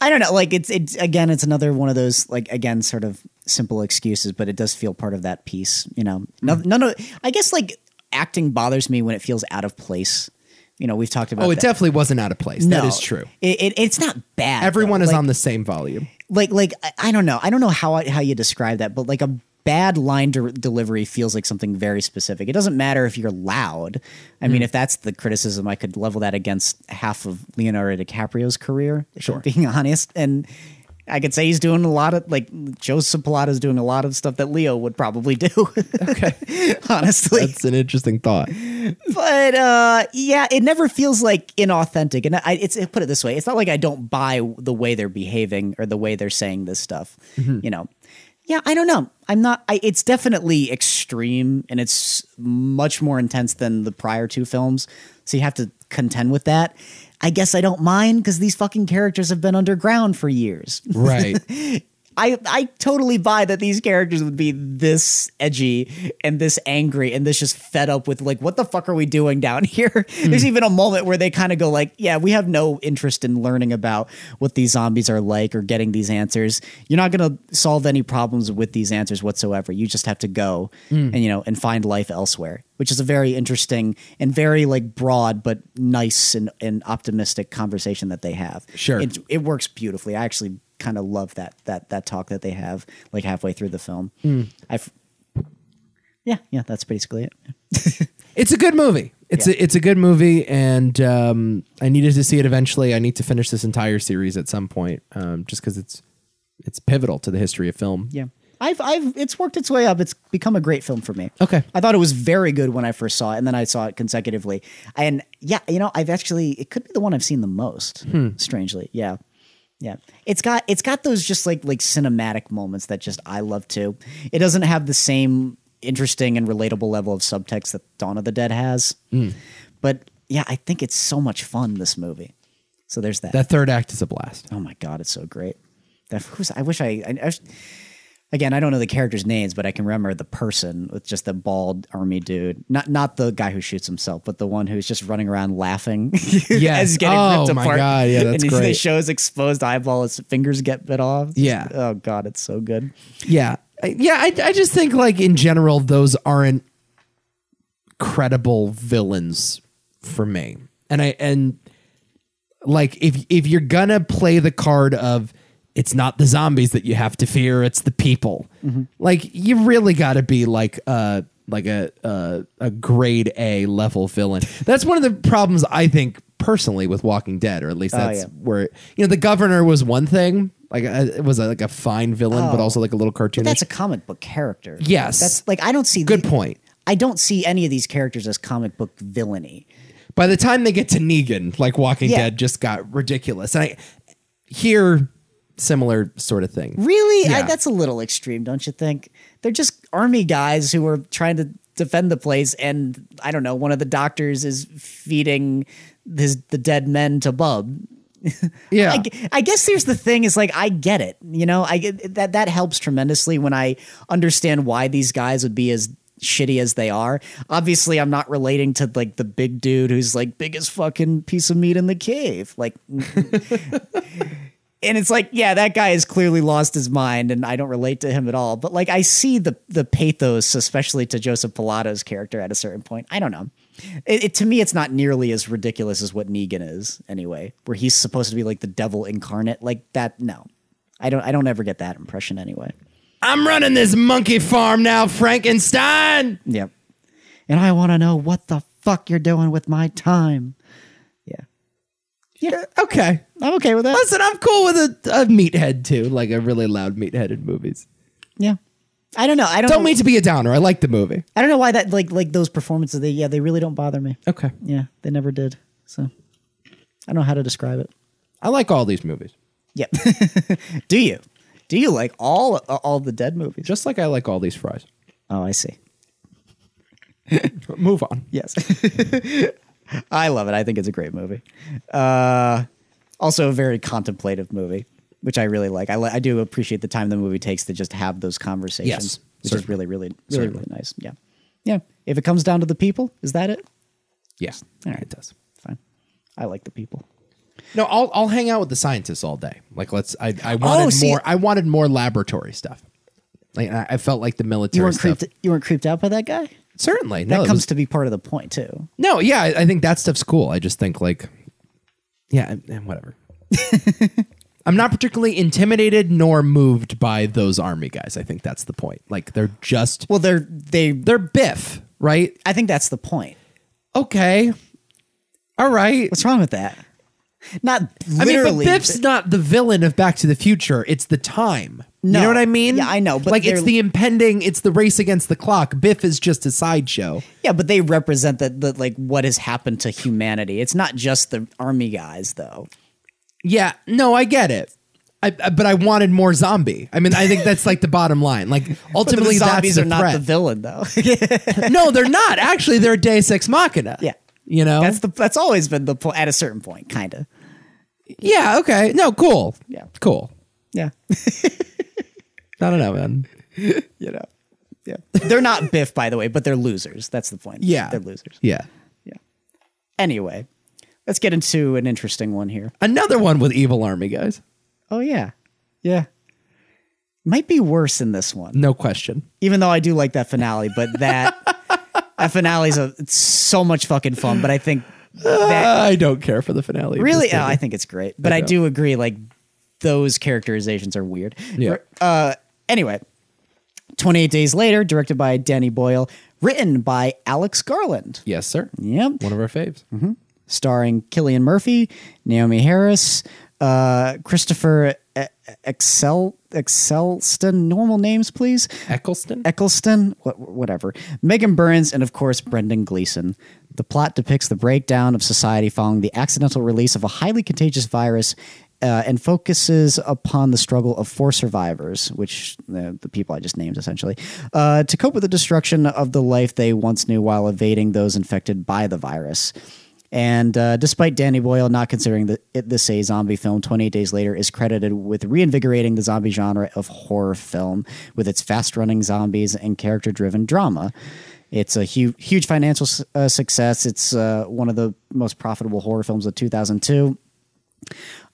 Speaker 1: I don't know. Like it's it's again, it's another one of those like again,
Speaker 2: Mm-hmm.
Speaker 1: sort of simple excuses, but it does feel part of that piece. You know, none, none of I guess like acting bothers me when it feels out of place. You know, we've talked about.
Speaker 2: Oh, it
Speaker 1: that.
Speaker 2: definitely wasn't out of place.
Speaker 1: No,
Speaker 2: that is true.
Speaker 1: It, it, it's not bad.
Speaker 2: Everyone
Speaker 1: though.
Speaker 2: is
Speaker 1: like,
Speaker 2: on the same volume.
Speaker 1: like like I, I don't know. I don't know how I- how you describe that, but like a bad line de- delivery feels like something very specific. It doesn't matter if you're loud. I
Speaker 2: Mm.
Speaker 1: mean, if that's the criticism, I could level that against half of Leonardo DiCaprio's career. if I'm
Speaker 2: Sure.
Speaker 1: being honest, and I could say he's doing a lot of like Joe Sapolata's doing a lot of stuff that Leo would probably do.
Speaker 2: Okay.
Speaker 1: honestly,
Speaker 2: That's an interesting thought.
Speaker 1: but uh, yeah, it never feels like inauthentic. And I, it's put it this way: it's not like I don't buy the way they're behaving or the way they're saying this stuff. You know, yeah, I don't know. I'm not. I, it's definitely extreme, and it's much more intense than the prior two films. So you have to contend with that. I guess I don't mind because these fucking characters have been underground for years.
Speaker 2: Right.
Speaker 1: I I totally buy that these characters would be this edgy and this angry and this just fed up with like what the fuck are we doing down here? There's even a moment where they kind of go like, yeah, we have no interest in learning about what these zombies are like or getting these answers. You're not going to solve any problems with these answers whatsoever. You just have to go and you know and find life elsewhere, which is a very interesting and very like broad but nice and, and optimistic conversation that they have.
Speaker 2: Sure.
Speaker 1: It- it works beautifully. I actually kind of love that that that talk that they have like halfway through the film. I f- yeah, yeah, that's basically it.
Speaker 2: It's a good movie. It's
Speaker 1: Yeah.
Speaker 2: a it's a good movie, and um, I needed to see it eventually. I need to finish this entire series at some point, um, just because it's it's pivotal to the history of film.
Speaker 1: Yeah. I've I've it's worked its way up. It's become a great film for me.
Speaker 2: Okay.
Speaker 1: I thought it was very good when I first saw it and then I saw it consecutively. And yeah, you know, I've actually it could be the one I've seen the most, strangely. Yeah. Yeah. It's got it's got those just like like cinematic moments that just I love too. It doesn't have the same interesting and relatable level of subtext that Dawn of the Dead has. But yeah, I think it's so much fun this movie. So there's that.
Speaker 2: That third act is a blast.
Speaker 1: Oh my god, it's so great. That who's I wish I, I, I sh- again I don't know the characters' names, but I can remember the person with just the bald army dude. Not not the guy who shoots himself, but the one who's just running around laughing.
Speaker 2: Yeah.
Speaker 1: as he's getting
Speaker 2: Oh
Speaker 1: ripped
Speaker 2: my
Speaker 1: apart.
Speaker 2: God, yeah, that's
Speaker 1: and he's- They
Speaker 2: great.
Speaker 1: show his exposed eyeball, his fingers get bit off. It's
Speaker 2: Yeah.
Speaker 1: just- oh god, it's so good.
Speaker 2: Yeah, I, yeah. I I just think like in general, those aren't credible villains for me, and I and like if if you're gonna play the card of it's not the zombies that you have to fear it's the people like you really gotta be like uh like a uh, a grade a level villain that's one of the problems i think personally with walking dead or at least that's
Speaker 1: yeah.
Speaker 2: where you know the governor was one thing like uh, it was uh like a fine villain but also like a little cartoonish
Speaker 1: Oh. That's a comic book character.
Speaker 2: Yes.
Speaker 1: that's like I don't see
Speaker 2: good
Speaker 1: the-
Speaker 2: point
Speaker 1: I don't see any of these characters as comic book villainy.
Speaker 2: by the time they get to Negan, like Walking
Speaker 1: Yeah.
Speaker 2: Dead just got ridiculous. And I hear similar sort of thing.
Speaker 1: Really? I,
Speaker 2: Yeah.
Speaker 1: that's a little extreme, don't you think? They're just army guys who are trying to defend the place, and I don't know. One of the doctors is feeding his the dead men to Bub.
Speaker 2: Yeah.
Speaker 1: I, gu- I guess here's the thing: is like I get it. You know, I get that that helps tremendously when I understand why these guys would be as shitty as they are. Obviously, I'm not relating to like the big dude who's like biggest fucking piece of meat in the cave. Like and it's like yeah that guy has clearly lost his mind and i don't relate to him at all but like i see the the pathos especially to joseph pilato's character at a certain point i don't know it, it- to me it's not nearly as ridiculous as what negan is anyway where he's supposed to be like the devil incarnate like that no i don't i don't ever get that impression anyway
Speaker 2: I'm running this monkey farm now, Frankenstein.
Speaker 1: yeah and i want to know what the fuck you're doing with my time yeah yeah
Speaker 2: Okay.
Speaker 1: i'm okay with that
Speaker 2: Listen, I'm cool with a, a meathead too, like a really loud meathead in movies.
Speaker 1: yeah i don't know i don't,
Speaker 2: Don't
Speaker 1: know,
Speaker 2: mean to be a downer. I like the movie.
Speaker 1: i don't know why that like like those performances they yeah they really don't bother me
Speaker 2: Okay.
Speaker 1: yeah, they never did. So I don't know how to describe it.
Speaker 2: I like all these movies,
Speaker 1: Yep. Do you? Do you like all all the dead movies?
Speaker 2: just like I like all these fries.
Speaker 1: Oh, I see.
Speaker 2: Move on.
Speaker 1: Yes. I love it. I think it's a great movie. Uh, also a very contemplative movie, which I really like. I, li- I do appreciate the time the movie takes to just have those conversations,
Speaker 2: Yes,
Speaker 1: which is really,
Speaker 2: certainly.
Speaker 1: really, really,
Speaker 2: Certainly.
Speaker 1: really nice. Yeah. Yeah. If it comes down to the people, is that it?
Speaker 2: Yeah.
Speaker 1: All right.
Speaker 2: It does.
Speaker 1: Fine. I like the people.
Speaker 2: No, I'll I'll hang out with the scientists all day. Like let's I I wanted
Speaker 1: Oh, see-
Speaker 2: more I wanted more laboratory stuff. Like I, I felt like the military
Speaker 1: You weren't
Speaker 2: stuff.
Speaker 1: creeped. You weren't creeped out by that guy.
Speaker 2: Certainly.
Speaker 1: That
Speaker 2: no, it
Speaker 1: comes
Speaker 2: was-
Speaker 1: to be part of the point too.
Speaker 2: no, yeah, I, I think that stuff's cool. I just think like, yeah, and- and whatever. I'm not particularly intimidated nor moved by those army guys. I think that's the point. Like they're just
Speaker 1: Well, they're they.
Speaker 2: they're Biff, right?
Speaker 1: I think that's the point.
Speaker 2: Okay, all right.
Speaker 1: What's wrong with that? Not
Speaker 2: I mean, but
Speaker 1: literally.
Speaker 2: Biff's not the villain of Back to the Future. It's the time.
Speaker 1: No.
Speaker 2: You know what I mean?
Speaker 1: Yeah, I know, but
Speaker 2: like it's
Speaker 1: they're-
Speaker 2: the impending. It's the race against the clock. Biff is just a sideshow.
Speaker 1: yeah, but they represent that the like what has happened to humanity. It's not just the army guys though.
Speaker 2: Yeah, no, I get it. I, I- but I wanted more zombie. I mean, I think that's like the bottom line. Like ultimately,
Speaker 1: the zombies
Speaker 2: that's
Speaker 1: are
Speaker 2: the
Speaker 1: not the
Speaker 2: threat.
Speaker 1: villain though.
Speaker 2: no, they're not. Actually, they're Deus Ex Machina.
Speaker 1: Yeah.
Speaker 2: you know.
Speaker 1: that's the that's always been the po- at a certain point, kind of.
Speaker 2: yeah. Okay. No. Cool.
Speaker 1: Yeah.
Speaker 2: Cool.
Speaker 1: Yeah,
Speaker 2: I don't know, man.
Speaker 1: you know. Yeah, they're not Biff, by the way, but they're losers. That's the point.
Speaker 2: Yeah,
Speaker 1: they're losers.
Speaker 2: Yeah.
Speaker 1: Anyway, let's get into an interesting one here.
Speaker 2: Another one with evil army guys.
Speaker 1: Oh yeah, yeah. Might be worse in this one,
Speaker 2: No question.
Speaker 1: even though I do like that finale. But that that finale's a it's so much fucking fun. But I think that
Speaker 2: I don't care for the finale. of
Speaker 1: really,
Speaker 2: this
Speaker 1: oh,
Speaker 2: movie.
Speaker 1: I think it's great. But I, do agree, like those characterizations are weird.
Speaker 2: Yeah.
Speaker 1: Uh, anyway, Twenty Eight Days Later, directed by Danny Boyle, written by Alex Garland.
Speaker 2: yes, sir.
Speaker 1: Yep.
Speaker 2: One of our faves.
Speaker 1: starring Killian Murphy, Naomi Harris, uh, Christopher E- Excel Excelston. Normal names, please.
Speaker 2: Eccleston.
Speaker 1: Eccleston, what, whatever. Megan Burns, and of course, Brendan Gleeson. The plot depicts the breakdown of society following the accidental release of a highly contagious virus uh, and focuses upon the struggle of four survivors, which uh, the people I just named essentially, uh, to cope with the destruction of the life they once knew while evading those infected by the virus. And uh, despite Danny Boyle not considering the, it this a zombie film, 28 Days Later is credited with reinvigorating the zombie genre of horror film with its fast running zombies and character driven drama. It's a hu- huge financial s- uh, success. It's uh, one of the most profitable horror films of 2002.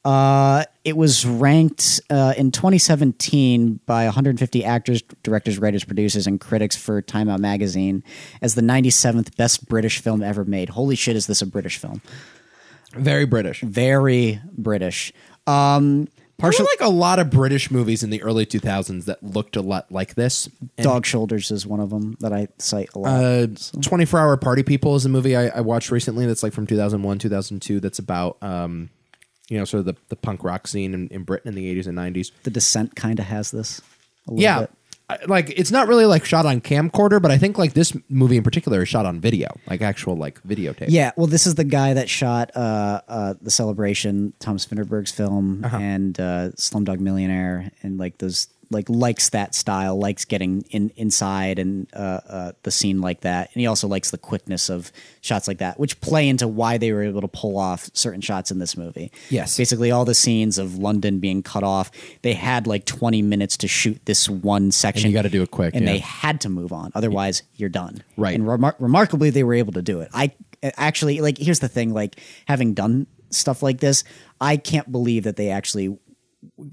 Speaker 1: Uh, it was ranked uh, in 2017 by 150 actors, directors, writers, producers, and critics for Time Out magazine as the 97th best British film ever made. Holy shit, is this a British film?
Speaker 2: Very British.
Speaker 1: Very British. Um,
Speaker 2: There
Speaker 1: partial
Speaker 2: were like a lot of British movies in the early 2000s that looked a lot like this.
Speaker 1: Dog Shoulders is one of them that I cite a lot.
Speaker 2: Uh, 24 Hour Party People is a movie I, I watched recently that's like from 2001, 2002, that's about, um, you know, sort of the, the punk rock scene in, in Britain in the 80s and 90s.
Speaker 1: the Descent kind of has this. A little
Speaker 2: Yeah.
Speaker 1: bit.
Speaker 2: I- Like it's not really like shot on camcorder, but I think like this movie in particular is shot on video, like actual like videotape.
Speaker 1: Yeah, well, this is the guy that shot uh, uh, the celebration, Tom Svinderberg's film,
Speaker 2: Uh-huh.
Speaker 1: and uh, Slumdog Millionaire, and like those like likes that style, likes getting in inside and uh, uh, the scene like that, and he also likes the quickness of shots like that, which play into why they were able to pull off certain shots in this movie.
Speaker 2: Yes.
Speaker 1: basically all the scenes of London being cut off, they had like twenty minutes to shoot this one section.
Speaker 2: gotta do it quick,
Speaker 1: and
Speaker 2: yeah.
Speaker 1: they had to move on, otherwise you're done.
Speaker 2: Right.
Speaker 1: And remar- remarkably, they were able to do it. I actually like. Here's the thing: like having done stuff like this, I can't believe that they actually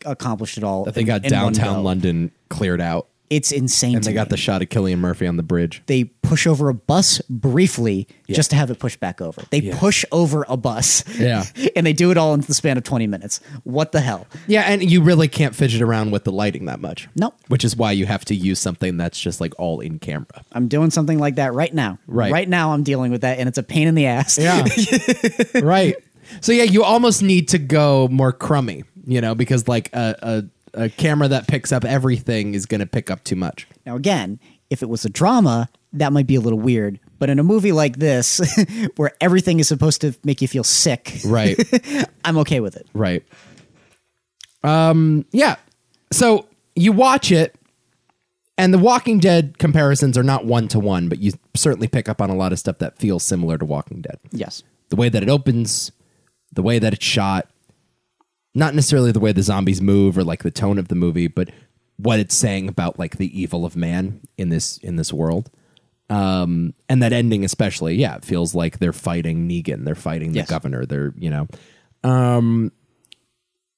Speaker 1: accomplished it all. That
Speaker 2: They got downtown London cleared out.
Speaker 1: It's insane.
Speaker 2: And
Speaker 1: to
Speaker 2: they got
Speaker 1: me.
Speaker 2: the shot of Killian Murphy on the bridge.
Speaker 1: They push over a bus briefly just to have it pushed back over. They push over a bus.
Speaker 2: Yeah.
Speaker 1: and they do it all in the span of 20 minutes. What the hell?
Speaker 2: Yeah, and you really can't fidget around with the lighting that much.
Speaker 1: Nope.
Speaker 2: Which is why you have to use something that's just like all in camera.
Speaker 1: I'm doing something like that right now.
Speaker 2: Right.
Speaker 1: Right now, I'm dealing with that, and it's a pain in the ass.
Speaker 2: Yeah. right. So yeah, you almost need to go more crummy, you know, because like a, a, a camera that picks up everything is going to pick up too much.
Speaker 1: Now, again, if it was a drama, that might be a little weird. But in a movie like this, where everything is supposed to make you feel sick,
Speaker 2: Right.
Speaker 1: I'm okay with it.
Speaker 2: right. Um yeah. So you watch it and the Walking Dead comparisons are not one to one, but you certainly pick up on a lot of stuff that feels similar to Walking Dead.
Speaker 1: Yes.
Speaker 2: the way that it opens, the way that it's shot, not necessarily the way the zombies move or like the tone of the movie, but what it's saying about like the evil of man in this in this world. Um, and that ending especially, yeah, it feels like they're fighting Negan, they're fighting the
Speaker 1: Yes.
Speaker 2: governor, they're you know. Um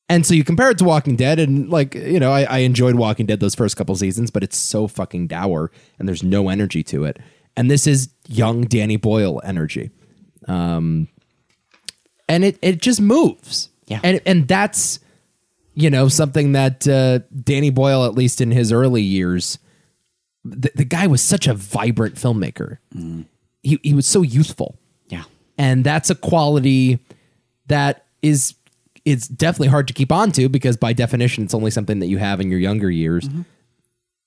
Speaker 2: and so you compare it to Walking Dead, and like, you know, I, I enjoyed Walking Dead those first couple seasons, but it's so fucking dour and there's no energy to it. and this is young Danny Boyle energy. Um, and it it just moves.
Speaker 1: Yeah.
Speaker 2: and and that's you know something that uh, Danny Boyle, at least in his early years, the, the guy was such a vibrant filmmaker. He he was so youthful
Speaker 1: Yeah.
Speaker 2: and that's a quality that is it's definitely hard to keep on to because by definition it's only something that you have in your younger years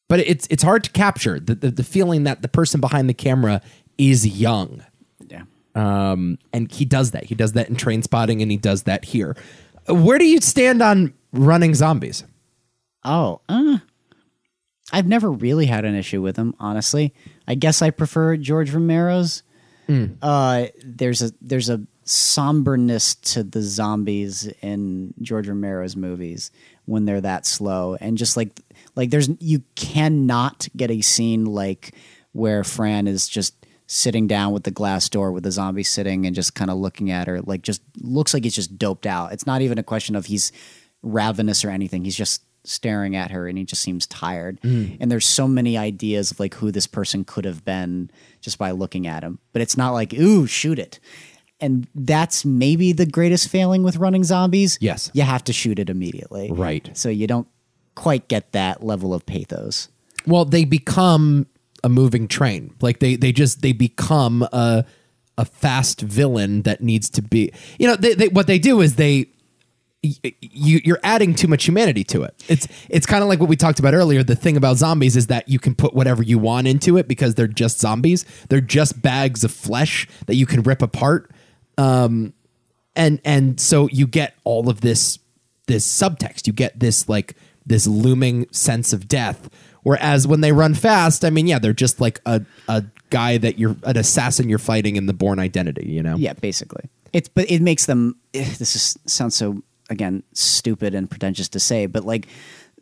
Speaker 2: but it's it's hard to capture the, the the feeling that the person behind the camera is young
Speaker 1: Yeah.
Speaker 2: um and he does that he does that in train spotting and he does that here where do you stand on running zombies
Speaker 1: Oh, uh, I've never really had an issue with him, honestly. I guess I prefer George Romero's. Uh, there's a there's a somberness to the zombies in George Romero's movies when they're that slow, and just like like there's you cannot get a scene like where Fran is just sitting down with the glass door with the zombie sitting and just kind of looking at her like just looks like he's just doped out. It's not even a question of he's ravenous or anything. He's just staring at her and he just seems tired.
Speaker 2: Mm.
Speaker 1: And there's so many ideas of like who this person could have been just by looking at him. But it's not like, ooh, shoot it. And that's maybe the greatest failing with running zombies.
Speaker 2: Yes.
Speaker 1: You have to shoot it immediately.
Speaker 2: Right.
Speaker 1: So you don't quite get that level of pathos.
Speaker 2: well they become a moving train like they they just they become a a fast villain that needs to be you know they, they what they do is they y- you you're adding too much humanity to it. It's it's kind of like what we talked about earlier. The thing about zombies is that you can put whatever you want into it because they're just zombies. They're just bags of flesh that you can rip apart. Um, and and so you get all of this this subtext. You get this like this looming sense of death. Whereas when they run fast, I mean, yeah, they're just like a a guy that you're an assassin you're fighting in the born identity. You know.
Speaker 1: Yeah, basically. It's but it makes them. eh, This is, sounds so again stupid and pretentious to say, but like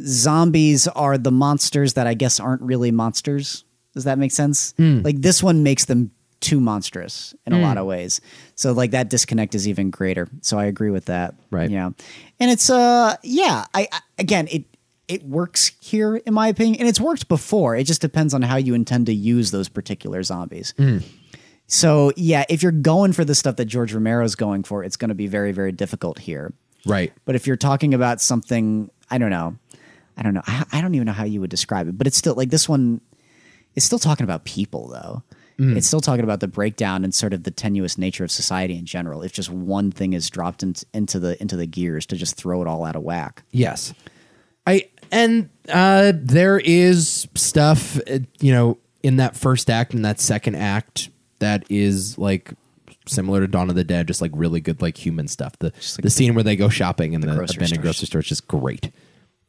Speaker 1: zombies are the monsters that I guess aren't really monsters. Does that make sense? Like this one makes them too monstrous in a lot of ways. So like that disconnect is even greater. So I agree with that.
Speaker 2: Right.
Speaker 1: Yeah. And it's uh yeah, I, I again it it works here in my opinion and it's worked before. It just depends on how you intend to use those particular zombies. So yeah, if you're going for the stuff that George Romero's going for, it's going to be very, very difficult here.
Speaker 2: Right.
Speaker 1: But if you're talking about something, I don't know, I don't know, I, I don't even know how you would describe it. But it's still like this one. It's still talking about people, though.
Speaker 2: Mm.
Speaker 1: It's still talking about the breakdown and sort of the tenuous nature of society in general. If just one thing is dropped in, into the into the gears to just throw it all out of whack.
Speaker 2: Yes. I and uh there is stuff uh, you know in that first act and that second act that is like similar to Dawn of the Dead just like really good like human stuff. The the scene where they go shopping in the,
Speaker 1: grocery
Speaker 2: abandoned
Speaker 1: stores.
Speaker 2: grocery store is just great.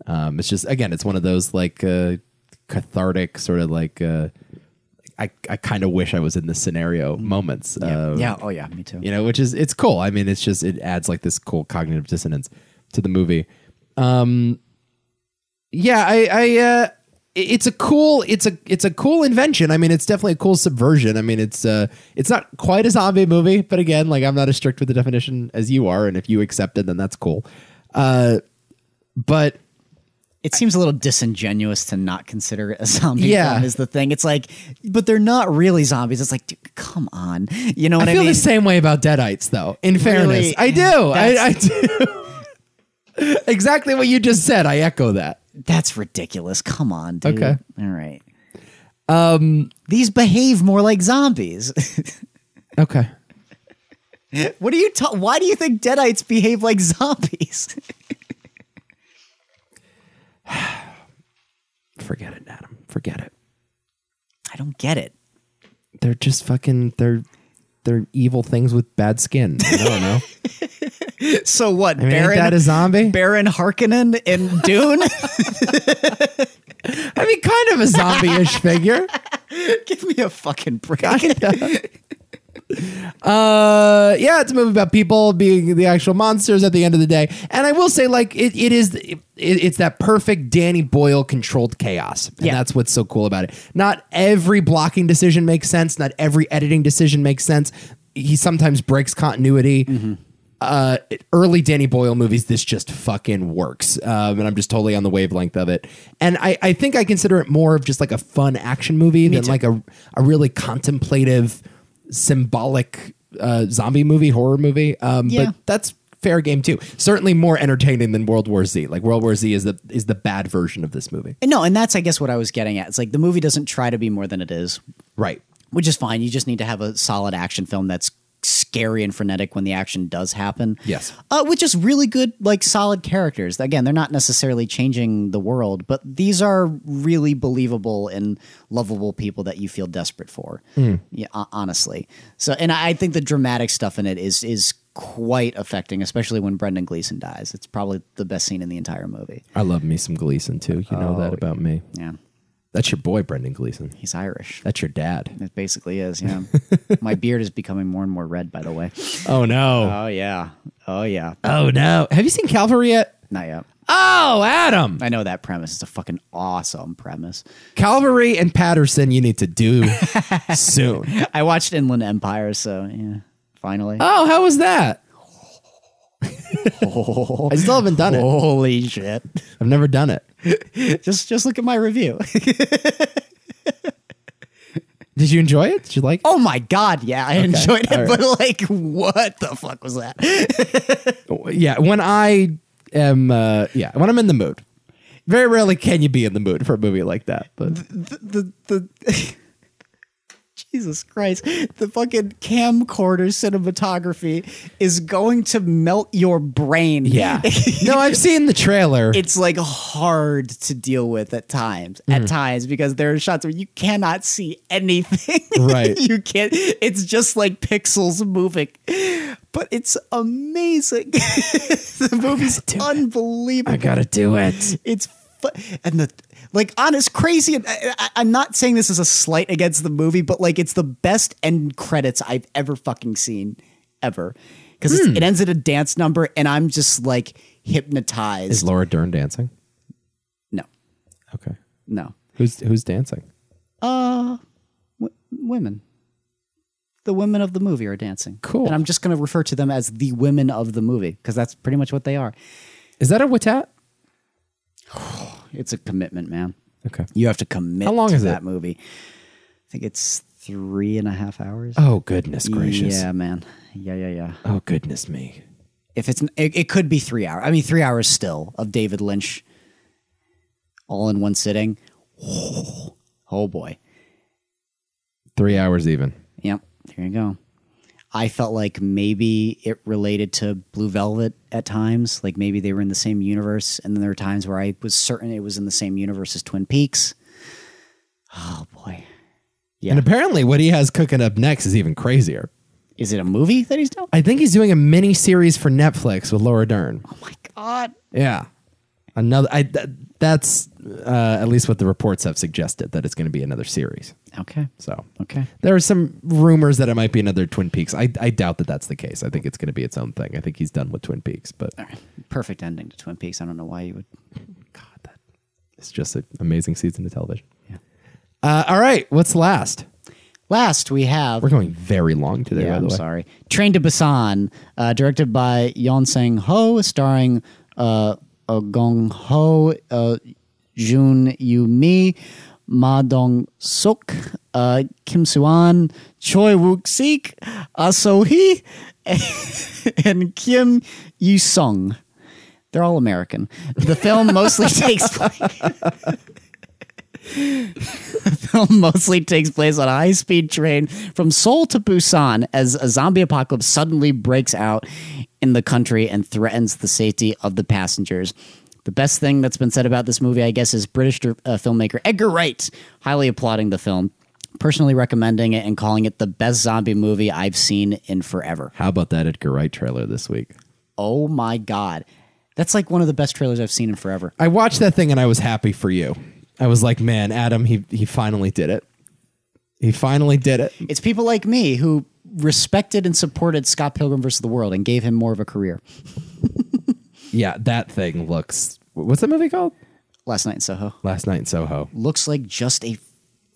Speaker 2: Um it's just again it's one of those like uh cathartic sort of like uh I, I kind of wish I was in this scenario moments. Uh,
Speaker 1: yeah. Oh yeah. Me too.
Speaker 2: you know, which is it's cool. I mean, it's just it adds like this cool cognitive dissonance to the movie. Um, yeah, I, I, uh, i- it's a cool, it's a, it's a cool invention. I mean, it's definitely a cool subversion. I mean, it's, uh, it's not quite a zombie movie, but again, like I'm not as strict with the definition as you are, and if you accept it, then that's cool. Uh, but
Speaker 1: it seems a little disingenuous to not consider it a zombie
Speaker 2: Yeah.
Speaker 1: film is the thing. It's like, but they're not really zombies. It's like, dude, come on. You know what
Speaker 2: I
Speaker 1: I,
Speaker 2: feel
Speaker 1: mean?
Speaker 2: the same way about Deadites, though. In fairness, I do, I, I do. exactly what you just said. I echo that.
Speaker 1: That's ridiculous. Come on, dude.
Speaker 2: Okay.
Speaker 1: All right. Um,
Speaker 2: Um,
Speaker 1: These behave more like zombies.
Speaker 2: Okay.
Speaker 1: what are you ta- Why do you think Deadites behave like zombies?
Speaker 2: Forget it, Adam. Forget it.
Speaker 1: I don't get it.
Speaker 2: They're just fucking they're they're evil things with bad skin. I don't know.
Speaker 1: So what,
Speaker 2: I mean, ain't
Speaker 1: Baron?
Speaker 2: that a zombie?
Speaker 1: Baron Harkonnen in Dune?
Speaker 2: I mean, kind of a zombie-ish figure.
Speaker 1: Give me a fucking break.
Speaker 2: Uh, yeah, it's a movie about people being the actual monsters at the end of the day. And I will say, like, it, it is it, it's that perfect Danny Boyle controlled chaos, and
Speaker 1: Yeah.
Speaker 2: that's what's so cool about it. Not every blocking decision makes sense. Not every editing decision makes sense. He sometimes breaks continuity. uh, early Danny Boyle movies, this just fucking works. Um, and I'm just totally on the wavelength of it. And I, I think I consider it more of just like a fun action movie than like a, a really contemplative, symbolic uh, zombie movie, horror movie. Um,
Speaker 1: Yeah.
Speaker 2: But that's fair game too. Certainly more entertaining than World War Z. Like World War Z is the is the bad version of this movie.
Speaker 1: No, and that's I guess what I was getting at. It's like the movie doesn't try to be more than it is,
Speaker 2: Right.
Speaker 1: which is fine. You just need to have a solid action film that's scary and frenetic when the action does happen.
Speaker 2: Yes.
Speaker 1: Uh, with just really good, like solid characters. Again, they're not necessarily changing the world, but these are really believable and lovable people that you feel desperate for. Yeah, ho- honestly. So, and I I think the dramatic stuff in it is is quite affecting, especially when Brendan Gleeson dies. It's probably the best scene in the entire movie.
Speaker 2: I love me some Gleason too. You know that about me.
Speaker 1: Yeah,
Speaker 2: Oh, That's your boy, Brendan Gleason.
Speaker 1: he's Irish.
Speaker 2: That's your dad.
Speaker 1: It basically is, yeah. My beard is becoming more and more red, by the way.
Speaker 2: Oh no.
Speaker 1: Oh yeah, oh yeah.
Speaker 2: Oh no. Have you seen Calvary yet?
Speaker 1: Not yet.
Speaker 2: Oh, Adam.
Speaker 1: I know that premise. It's a fucking awesome premise.
Speaker 2: Calvary and Patterson, you need to do soon.
Speaker 1: I watched Inland Empire, so yeah. Finally,
Speaker 2: Oh, how was that? Oh, I still haven't done it.
Speaker 1: holy shit!
Speaker 2: I've never done it.
Speaker 1: Just just look at my review.
Speaker 2: Did you enjoy it? Did you like it?
Speaker 1: oh my god, yeah, I enjoyed it,
Speaker 2: all right.
Speaker 1: but like, what the fuck was that?
Speaker 2: Yeah, when I am, uh, yeah, when I'm in the mood. Very rarely can you be in the mood for a movie like that. But
Speaker 1: the the Jesus Christ, the fucking camcorder cinematography is going to melt your brain.
Speaker 2: yeah, no, I've seen the trailer.
Speaker 1: it's like hard to deal with at times at times because there are shots where you cannot see anything
Speaker 2: Right.
Speaker 1: you can't it's just like pixels moving but it's amazing the movie's unbelievable
Speaker 2: gotta do it.
Speaker 1: it's fu- and the like honest crazy and I, I, i'm not saying this is a slight against the movie but like it's the best end credits i've ever fucking seen ever because it ends at a dance number and i'm just like
Speaker 2: Is
Speaker 1: hypnotized
Speaker 2: Laura Dern dancing?
Speaker 1: no
Speaker 2: Okay,
Speaker 1: no
Speaker 2: who's who's dancing?
Speaker 1: uh w- women the women of the movie are dancing
Speaker 2: Cool.
Speaker 1: and i'm just going to refer to them as the women of the movie because that's pretty much what they are
Speaker 2: Is that a Watat?
Speaker 1: it's a commitment man
Speaker 2: Okay.
Speaker 1: you have to commit
Speaker 2: How long
Speaker 1: to
Speaker 2: is it?
Speaker 1: that movie i think it's three and a half hours
Speaker 2: Oh goodness gracious.
Speaker 1: Yeah, man. Yeah, yeah, yeah.
Speaker 2: Oh goodness me.
Speaker 1: If it's it, it could be three hours. I mean, three hours still of David Lynch, all in one sitting. Oh boy.
Speaker 2: Three hours even.
Speaker 1: Yep. There you go. I felt like maybe it related to Blue Velvet at times. Like maybe they were in the same universe, and then there were times where I was certain it was in the same universe as Twin Peaks. Oh boy.
Speaker 2: And apparently, what he has cooking up next is even crazier.
Speaker 1: Is it a movie that he's doing?
Speaker 2: I think he's doing a mini series for Netflix with Laura Dern.
Speaker 1: Oh my god.
Speaker 2: Yeah, another. I th- that's uh, at least what the reports have suggested that it's going to be another series.
Speaker 1: Okay.
Speaker 2: So
Speaker 1: Okay.
Speaker 2: there are some rumors that it might be another Twin Peaks. I I doubt that that's the case. I think it's going to be its own thing. I think he's done with Twin Peaks, but
Speaker 1: Perfect ending to Twin Peaks. I don't know why you would.
Speaker 2: it's just an amazing season of television. Yeah. Uh, all right, what's last?
Speaker 1: Last we have
Speaker 2: We're going very long today.
Speaker 1: Yeah,
Speaker 2: by the
Speaker 1: I'm
Speaker 2: way,
Speaker 1: sorry. Train to Busan, uh, directed by Yon Sang Ho, starring uh, Oh Gong Ho, uh, Jun Yu Mi, Ma Dong Suk, uh, Kim Suan, Choi Wook Sik, Ah So Hee, and Kim Yu Sung. They're all American. The film mostly takes place. film mostly takes place on a high speed train from Seoul to Busan as a zombie apocalypse suddenly breaks out in the country and threatens the safety of the passengers. The best thing that's been said about this movie, I guess, is British dir- uh, filmmaker Edgar Wright highly applauding the film, personally recommending it, and calling it the best zombie movie I've seen in forever.
Speaker 2: How about that Edgar Wright trailer this week?
Speaker 1: Oh my God. That's like one of the best trailers I've seen in forever.
Speaker 2: I watched that thing and I was happy for you. I was like, man, Adam, he he finally did it. He finally did it.
Speaker 1: It's people like me who respected and supported Scott Pilgrim versus the World and gave him more of a career.
Speaker 2: Yeah, that thing looks. What's that movie called?
Speaker 1: Last Night in Soho.
Speaker 2: Last Night in Soho.
Speaker 1: looks like just a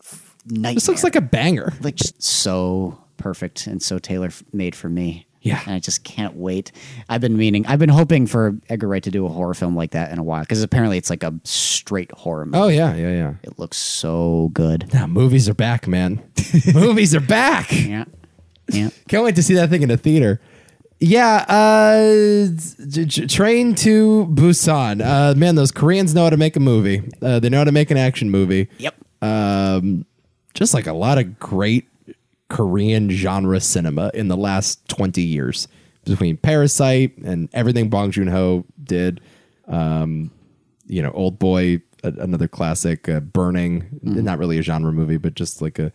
Speaker 1: f- nightmare.
Speaker 2: This looks like a banger.
Speaker 1: like just so perfect and so tailor made for me.
Speaker 2: Yeah.
Speaker 1: and I just can't wait. I've been meaning, I've been hoping for Edgar Wright to do a horror film like that in a while because apparently it's like a straight horror movie.
Speaker 2: Oh yeah, yeah, yeah.
Speaker 1: It looks so good.
Speaker 2: Now movies are back, man. movies are back.
Speaker 1: Yeah, yeah.
Speaker 2: Can't wait to see that thing in a theater. Yeah, uh, t- t- train to Busan. Uh, man, those Koreans know how to make a movie. Uh, they know how to make an action movie.
Speaker 1: Yep.
Speaker 2: Um, just like a lot of great Korean genre cinema in the last twenty years, between Parasite and everything Bong Joon Ho did. Um, you know, Old Boy, a, another classic, uh, Burning, not really a genre movie, but just like a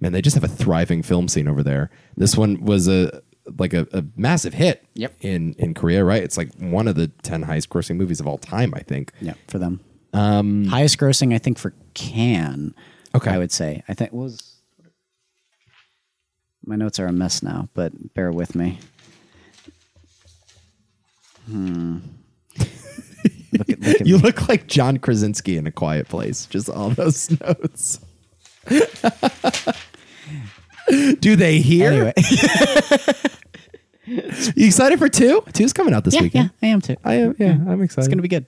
Speaker 2: man, they just have a thriving film scene over there. This one was a like a, a massive hit
Speaker 1: Yep.
Speaker 2: in in Korea, right? It's like one of the 10 highest grossing movies of all time, I think.
Speaker 1: Yeah, for them. Highest grossing, I think, for Can.
Speaker 2: Um, Okay.
Speaker 1: I would say. I think what was. My notes are a mess now, but bear with me. Hmm. look at, look at
Speaker 2: You
Speaker 1: me.
Speaker 2: look like John Krasinski in a quiet place, just all those notes. Do they hear?
Speaker 1: Anyway,
Speaker 2: You excited for two? Two's coming out this
Speaker 1: yeah, yeah,
Speaker 2: weekend.
Speaker 1: I am too.
Speaker 2: I am, yeah, I'm excited.
Speaker 1: it's gonna be good.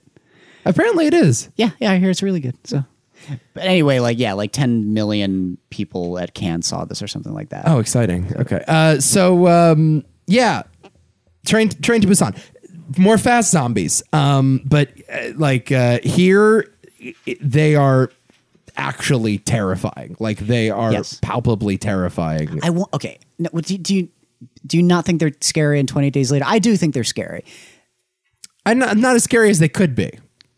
Speaker 2: Apparently, it is.
Speaker 1: Yeah, yeah, I hear it's really good. So, but anyway, like yeah, like 10 million people at Cannes saw this or something like that.
Speaker 2: Oh, exciting. Okay. Uh, so um, yeah, train train to Busan. More fast zombies. Um, but uh, like uh, here, i- i- they are actually terrifying. Like they are
Speaker 1: Yes.
Speaker 2: palpably terrifying.
Speaker 1: I won't. Okay. No, what do, you- do you do you not think they're scary? And twenty days later, I do think they're scary.
Speaker 2: I'm not, not as scary as they could be.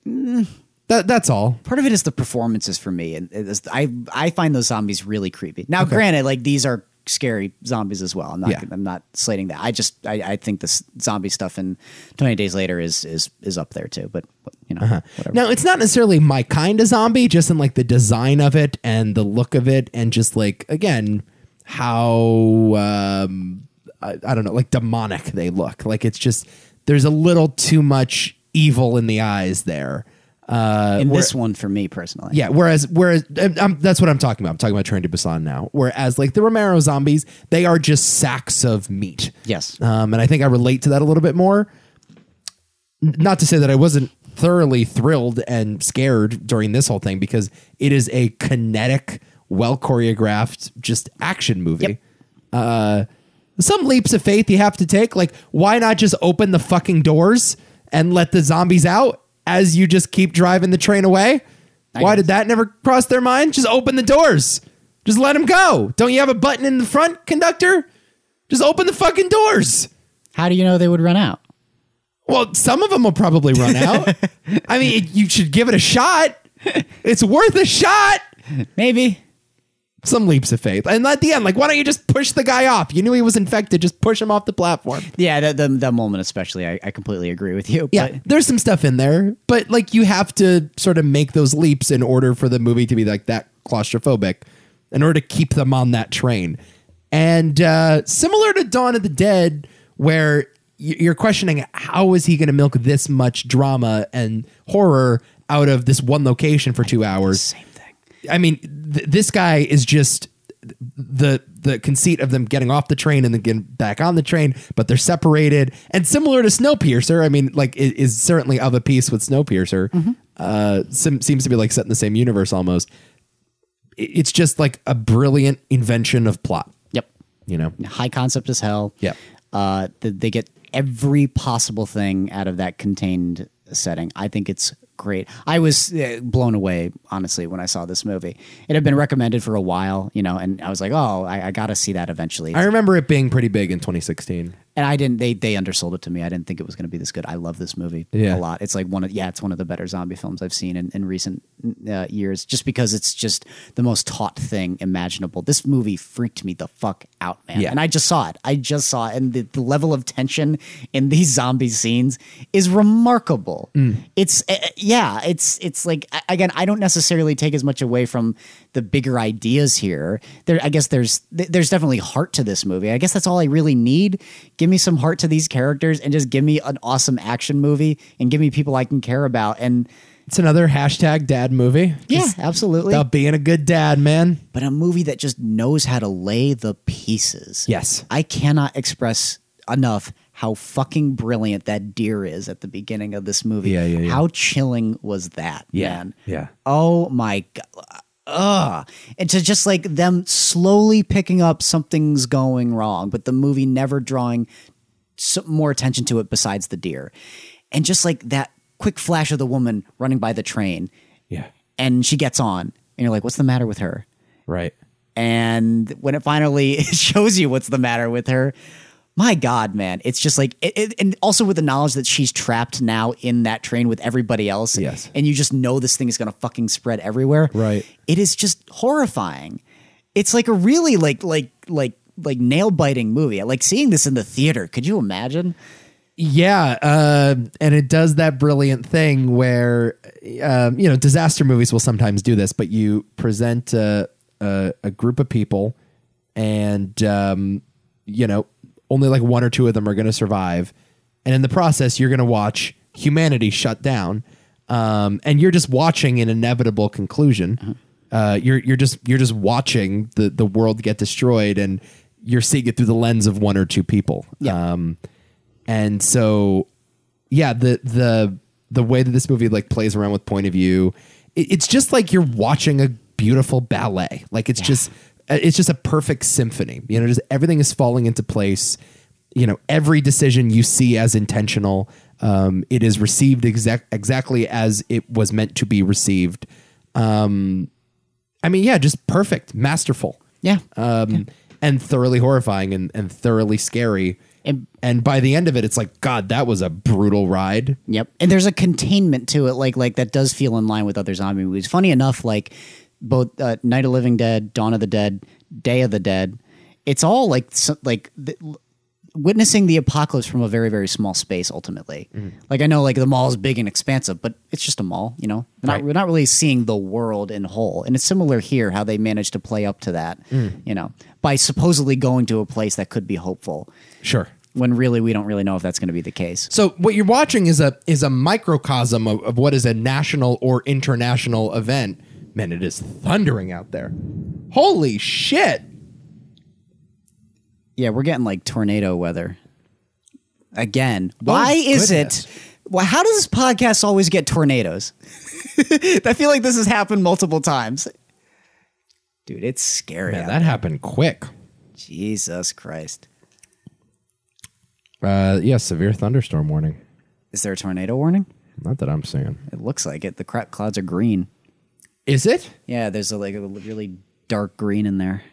Speaker 2: That that's all.
Speaker 1: Part of it is the performances for me, and it is, I I find those zombies really creepy. Now, granted, like these are scary zombies as well. I'm not
Speaker 2: Yeah.
Speaker 1: I'm not slating that. I just I, I think this zombie stuff in twenty days later is is is up there too. But you know, whatever.
Speaker 2: Uh-huh. Now it's not necessarily my kind of zombie, just in like the design of it and the look of it, and just like again how um, I, I don't know, like demonic they look. Like it's just there's a little too much evil in the eyes there. Uh,
Speaker 1: in this one, for me personally,
Speaker 2: yeah. Whereas, whereas um, um, that's what I'm talking about. I'm talking about Train to Busan now. Whereas, like the Romero zombies, they are just sacks of meat.
Speaker 1: Yes.
Speaker 2: Um, and I think I relate to that a little bit more. N- Not to say that I wasn't thoroughly thrilled and scared during this whole thing because it is a kinetic, well choreographed, just action movie.
Speaker 1: Yep.
Speaker 2: Uh, some leaps of faith you have to take. Like, why not just open the fucking doors and let the zombies out as you just keep driving the train away?
Speaker 1: I
Speaker 2: why
Speaker 1: guess.
Speaker 2: did that never cross their mind? Just open the doors. Just let them go. Don't you have a button in the front, conductor? Just open the fucking doors.
Speaker 1: How do you know they would run out?
Speaker 2: Well, some of them will probably run out. I mean, it, you should give it a shot. It's worth a shot.
Speaker 1: Maybe.
Speaker 2: Some leaps of faith. And at the end, like, why don't you just push the guy off? You knew he was infected. Just push him off the platform.
Speaker 1: Yeah, that, that, that moment especially, I, I completely agree with you.
Speaker 2: Yeah,
Speaker 1: but-
Speaker 2: there's some stuff in there, but like you have to sort of make those leaps in order for the movie to be like that claustrophobic, in order to keep them on that train. And uh, similar to Dawn of the Dead, where y- you're questioning how is he going to milk this much drama and horror out of this one location for two hours?
Speaker 1: same thing.
Speaker 2: I mean, th- this guy is just the the conceit of them getting off the train and then getting back on the train, but they're separated. And similar to Snowpiercer, I mean, like it is certainly of a piece with Snowpiercer.
Speaker 1: Mm-hmm.
Speaker 2: Uh, sim- seems to be like set in the same universe almost. I- It's just like a brilliant invention of plot,
Speaker 1: Yep.
Speaker 2: you know.
Speaker 1: High concept as hell.
Speaker 2: Yep.
Speaker 1: Uh, th- they get every possible thing out of that contained setting. I think it's great. I was uh, blown away, honestly, when I saw this movie. It had been recommended for a while, you know, and I was like, oh, I, I got to see that eventually.
Speaker 2: I remember it being pretty big in 2016.
Speaker 1: and I didn't. They they undersold it to me. I didn't think it was going to be this good. I love this movie
Speaker 2: Yeah.
Speaker 1: a lot. It's like one of yeah, it's one of the better zombie films I've seen in, in recent uh, years. Just because it's just the most taut thing imaginable. This movie freaked me the fuck out, man.
Speaker 2: Yeah.
Speaker 1: And I just saw it. I just saw it. And the, the level of tension in these zombie scenes is remarkable. It's uh, uh, yeah. It's it's like a- again, I don't necessarily take as much away from the bigger ideas here. There, I guess there's th- there's definitely heart to this movie. I guess that's all I really need. Give me some heart to these characters, and just give me an awesome action movie, and give me people I can care about. And
Speaker 2: It's another hashtag dad movie.
Speaker 1: yeah,
Speaker 2: Just
Speaker 1: absolutely.
Speaker 2: about being a good dad, man.
Speaker 1: but a movie that just knows how to lay the pieces.
Speaker 2: Yes.
Speaker 1: I cannot express enough how fucking brilliant that deer is at the beginning of this movie.
Speaker 2: Yeah, yeah, yeah.
Speaker 1: How chilling was that,
Speaker 2: Yeah,
Speaker 1: man?
Speaker 2: yeah.
Speaker 1: Oh my god. Ugh. And to just like them slowly picking up something's going wrong, but the movie never drawing some more attention to it besides the deer. And just like that quick flash of the woman running by the train
Speaker 2: Yeah.
Speaker 1: and she gets on and you're like, what's the matter with her?
Speaker 2: Right.
Speaker 1: and when it finally shows you what's the matter with her my god man it's just like it, it- and also with the knowledge that she's trapped now in that train with everybody else
Speaker 2: Yes.
Speaker 1: and you just know this thing is going to fucking spread everywhere
Speaker 2: Right.
Speaker 1: it is just horrifying it's like a really like like like like nail biting movie I like seeing this in the theater could you imagine
Speaker 2: Yeah, uh, and it does that brilliant thing where, um, you know, disaster movies will sometimes do this, but you present a, a, a group of people, and um, you know, only like one or two of them are going to survive, and in the process, you're going to watch humanity shut down, um, and you're just watching an inevitable conclusion. Uh, you're you're just you're just watching the the world get destroyed, and you're seeing it through the lens of one or two people.
Speaker 1: Yeah.
Speaker 2: Um, and so yeah the the the way that this movie like plays around with point of view it, it's just like you're watching a beautiful ballet like it's just it's just a perfect symphony you know just everything is falling into place you know every decision you see as intentional um, it is received exact exactly as it was meant to be received Um, I mean, yeah, just perfect, masterful.
Speaker 1: Yeah.
Speaker 2: Um, And thoroughly horrifying and, and thoroughly scary.
Speaker 1: And-
Speaker 2: And, by the end of it, it's like, God, that was a brutal ride.
Speaker 1: Yep. And there's a containment to it, like like that does feel in line with other zombie movies. Funny enough, like both uh, Night of the Living Dead, Dawn of the Dead, Day of the Dead, it's all like so, like th- witnessing the apocalypse from a very very small space. Ultimately, like I know like the mall is big and expansive, but it's just a mall. You know, We're not,
Speaker 2: Right.
Speaker 1: we're not really seeing the world in whole. And it's similar here how they managed to play up to that. You know, by supposedly going to a place that could be hopeful.
Speaker 2: Sure.
Speaker 1: When really, we don't really know if that's going to be the case.
Speaker 2: So what you're watching is a is a microcosm of, of what is a national or international event. Man, it is thundering out there. Holy shit.
Speaker 1: Yeah, we're getting like tornado weather again. Why is
Speaker 2: Oh, goodness.
Speaker 1: it? Well, how does this podcast always get tornadoes? I feel like this has happened multiple times. Dude, it's scary.
Speaker 2: Man,
Speaker 1: out
Speaker 2: that happened quick.
Speaker 1: there. Jesus Christ.
Speaker 2: Uh, yeah, severe thunderstorm warning.
Speaker 1: Is there a tornado warning?
Speaker 2: Not that I'm seeing.
Speaker 1: It looks like it. The crap clouds are green.
Speaker 2: Is it?
Speaker 1: Yeah, there's a, like a really dark green in there.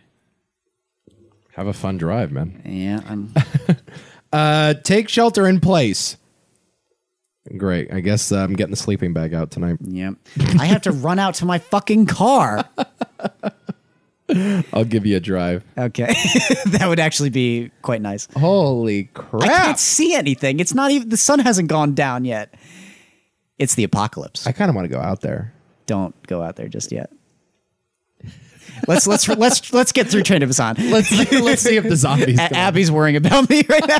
Speaker 2: Have a fun drive, man.
Speaker 1: Yeah, I'm,
Speaker 2: Uh, take shelter in place. Great. I guess uh, I'm getting the sleeping bag out tonight.
Speaker 1: yeah. I have to run out to my fucking car.
Speaker 2: I'll give you a drive.
Speaker 1: Okay, that would actually be quite nice.
Speaker 2: Holy
Speaker 1: I
Speaker 2: crap!
Speaker 1: can't see anything. It's not even the sun hasn't gone down yet. It's the apocalypse.
Speaker 2: I kind of want to go out there.
Speaker 1: Don't go out there just yet. Let's let's let's let's get through Train of Busan.
Speaker 2: Let's let's see if the zombies.
Speaker 1: A- Abby's worrying about me right now.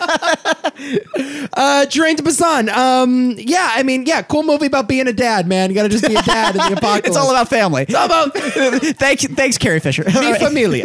Speaker 2: Uh, Train to Busan. Um, yeah, I mean, yeah, cool movie about being a dad, man. You gotta just be a dad in the apocalypse.
Speaker 1: It's all about family. It's all about thanks thanks Carrie Fisher. All
Speaker 2: Mi
Speaker 1: right.
Speaker 2: familia.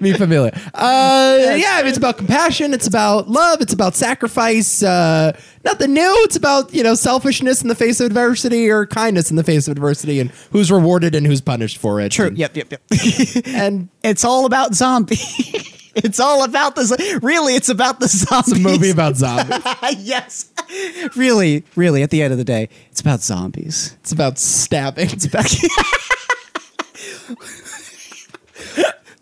Speaker 2: Mi familia. Uh, yeah, it's about compassion. It's about love. It's about sacrifice. Uh, nothing new. It's about you know selfishness in the face of adversity or kindness in the face of adversity and who's rewarded and who's punished for it.
Speaker 1: True.
Speaker 2: And,
Speaker 1: Yep. Yep. Yep.
Speaker 2: and
Speaker 1: it's all about zombie. It's all about the zo- really. It's about the zombies.
Speaker 2: it's a movie about zombies.
Speaker 1: yes. Really, really. At the end of the day, it's about zombies.
Speaker 2: it's about stabbing. It's about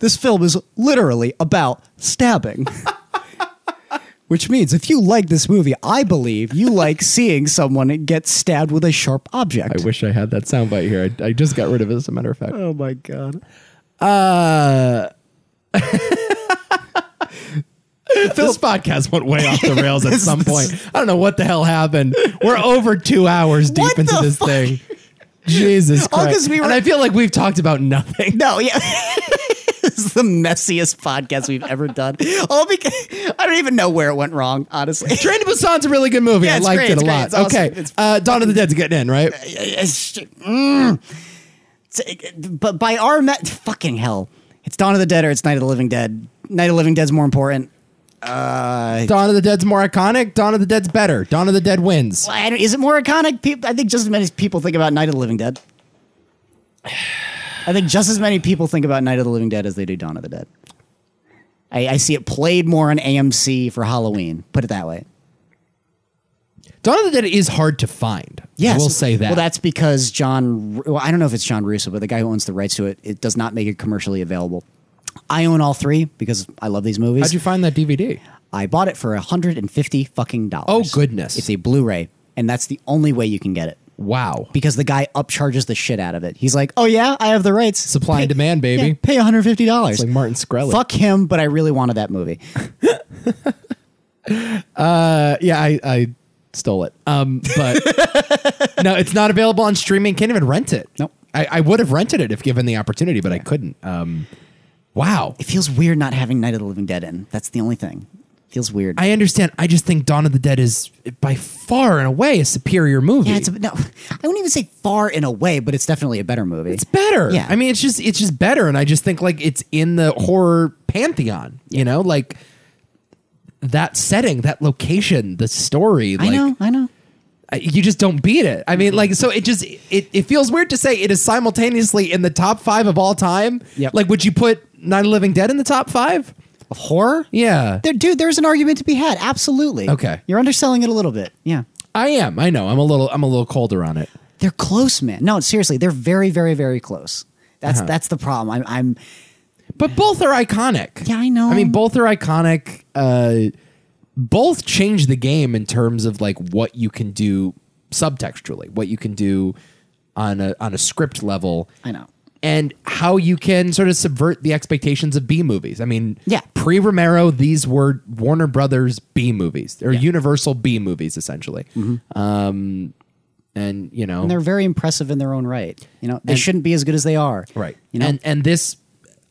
Speaker 1: this film is literally about stabbing. Which means if you like this movie, I believe you like seeing someone get stabbed with a sharp object.
Speaker 2: wish I had that soundbite here. I, I just got rid of it, as a matter of fact.
Speaker 1: oh my god.
Speaker 2: Uh, this podcast went way off the rails at some point. I don't know what the hell happened. We're over two hours deep
Speaker 1: What
Speaker 2: into
Speaker 1: the
Speaker 2: this
Speaker 1: fuck?
Speaker 2: thing. Jesus
Speaker 1: All 'cause
Speaker 2: Christ.
Speaker 1: we were-
Speaker 2: and I feel like we've talked about nothing.
Speaker 1: No, yeah. this is the messiest podcast we've ever done. All because I don't even know where it went wrong, honestly.
Speaker 2: Train to Busan's a really good movie.
Speaker 1: Yeah,
Speaker 2: I
Speaker 1: it's
Speaker 2: liked
Speaker 1: great,
Speaker 2: it
Speaker 1: it's
Speaker 2: a
Speaker 1: great,
Speaker 2: lot.
Speaker 1: it's awesome.
Speaker 2: Okay.
Speaker 1: It's-
Speaker 2: Uh, Dawn of the Dead's getting in, right?
Speaker 1: Mm. But by our met fucking hell. It's Dawn of the Dead or it's Night of the Living Dead. Night of the Living Dead's more important.
Speaker 2: Dawn of the Dead's more iconic. Dawn of the Dead's better. Dawn of the Dead wins.
Speaker 1: I don't- Is it more iconic? Peop I think just as many people think about Night of the Living Dead. I think just as many people think about Night of the Living Dead as they do Dawn of the Dead. I, I see it played more on AMC for Halloween. Put it that way.
Speaker 2: Dawn of the Dead is hard to find.
Speaker 1: Yes,
Speaker 2: I will say that.
Speaker 1: Well, that's because John. Well, I don't know if it's John Russo, but the guy who owns the rights to it, it does not make it commercially available. I own all three because I love these movies.
Speaker 2: How'd you find that DVD?
Speaker 1: I bought it for hundred and fifty fucking dollars.
Speaker 2: Oh, goodness.
Speaker 1: It's a Blu-ray, and that's the only way you can get it
Speaker 2: Wow.
Speaker 1: because the guy upcharges the shit out of it. He's like, "Oh yeah, I have the rights.
Speaker 2: Supply and demand, baby.
Speaker 1: Yeah, pay one hundred fifty dollars."
Speaker 2: It's like Martin Shkreli.
Speaker 1: Fuck him, but I really wanted that movie.
Speaker 2: Uh, yeah, I, I stole it. Um, but no, it's not available on streaming. Can't even rent it.
Speaker 1: Nope.
Speaker 2: I, I would have rented it if given the opportunity, but I couldn't. Um, wow.
Speaker 1: It feels weird not having Night of the Living Dead in. That's the only thing. feels weird.
Speaker 2: I understand. I just think Dawn of the Dead is by far and away a superior movie.
Speaker 1: yeah, it's a, no. I wouldn't even say far in a way, but it's definitely a better movie.
Speaker 2: it's better.
Speaker 1: Yeah.
Speaker 2: I mean, it's just it's just better, and I just think like it's in the horror pantheon. You know, like that setting, that location, the story.
Speaker 1: I
Speaker 2: like,
Speaker 1: know, I know.
Speaker 2: I- you just don't beat it. I mean, like, so it just it, it feels weird to say it is simultaneously in the top five of all time.
Speaker 1: Yep.
Speaker 2: Like, would you put Night of the Living Dead in the top five?
Speaker 1: Of horror?
Speaker 2: Yeah,
Speaker 1: There, dude, there's an argument to be had. Absolutely.
Speaker 2: Okay.
Speaker 1: You're underselling it a little bit. Yeah.
Speaker 2: I am. I know. I'm a little. I'm a little colder on it.
Speaker 1: They're close, man. No, seriously, they're very, very, very close. That's
Speaker 2: Uh-huh.
Speaker 1: that's the problem. I'm, I'm
Speaker 2: But both are iconic.
Speaker 1: Yeah, I know.
Speaker 2: I mean, both are iconic. Uh, both change the game in terms of like what you can do subtextually, what you can do on a on a script level.
Speaker 1: I know.
Speaker 2: and how you can sort of subvert the expectations of B movies. I mean,
Speaker 1: Yeah.
Speaker 2: pre Romero, these were Warner Brothers B movies or Universal B movies, essentially.
Speaker 1: Mm-hmm.
Speaker 2: Um, and you know,
Speaker 1: And they're very impressive in their own right. You know, they shouldn't be as good as they are.
Speaker 2: right?
Speaker 1: You know,
Speaker 2: and and this,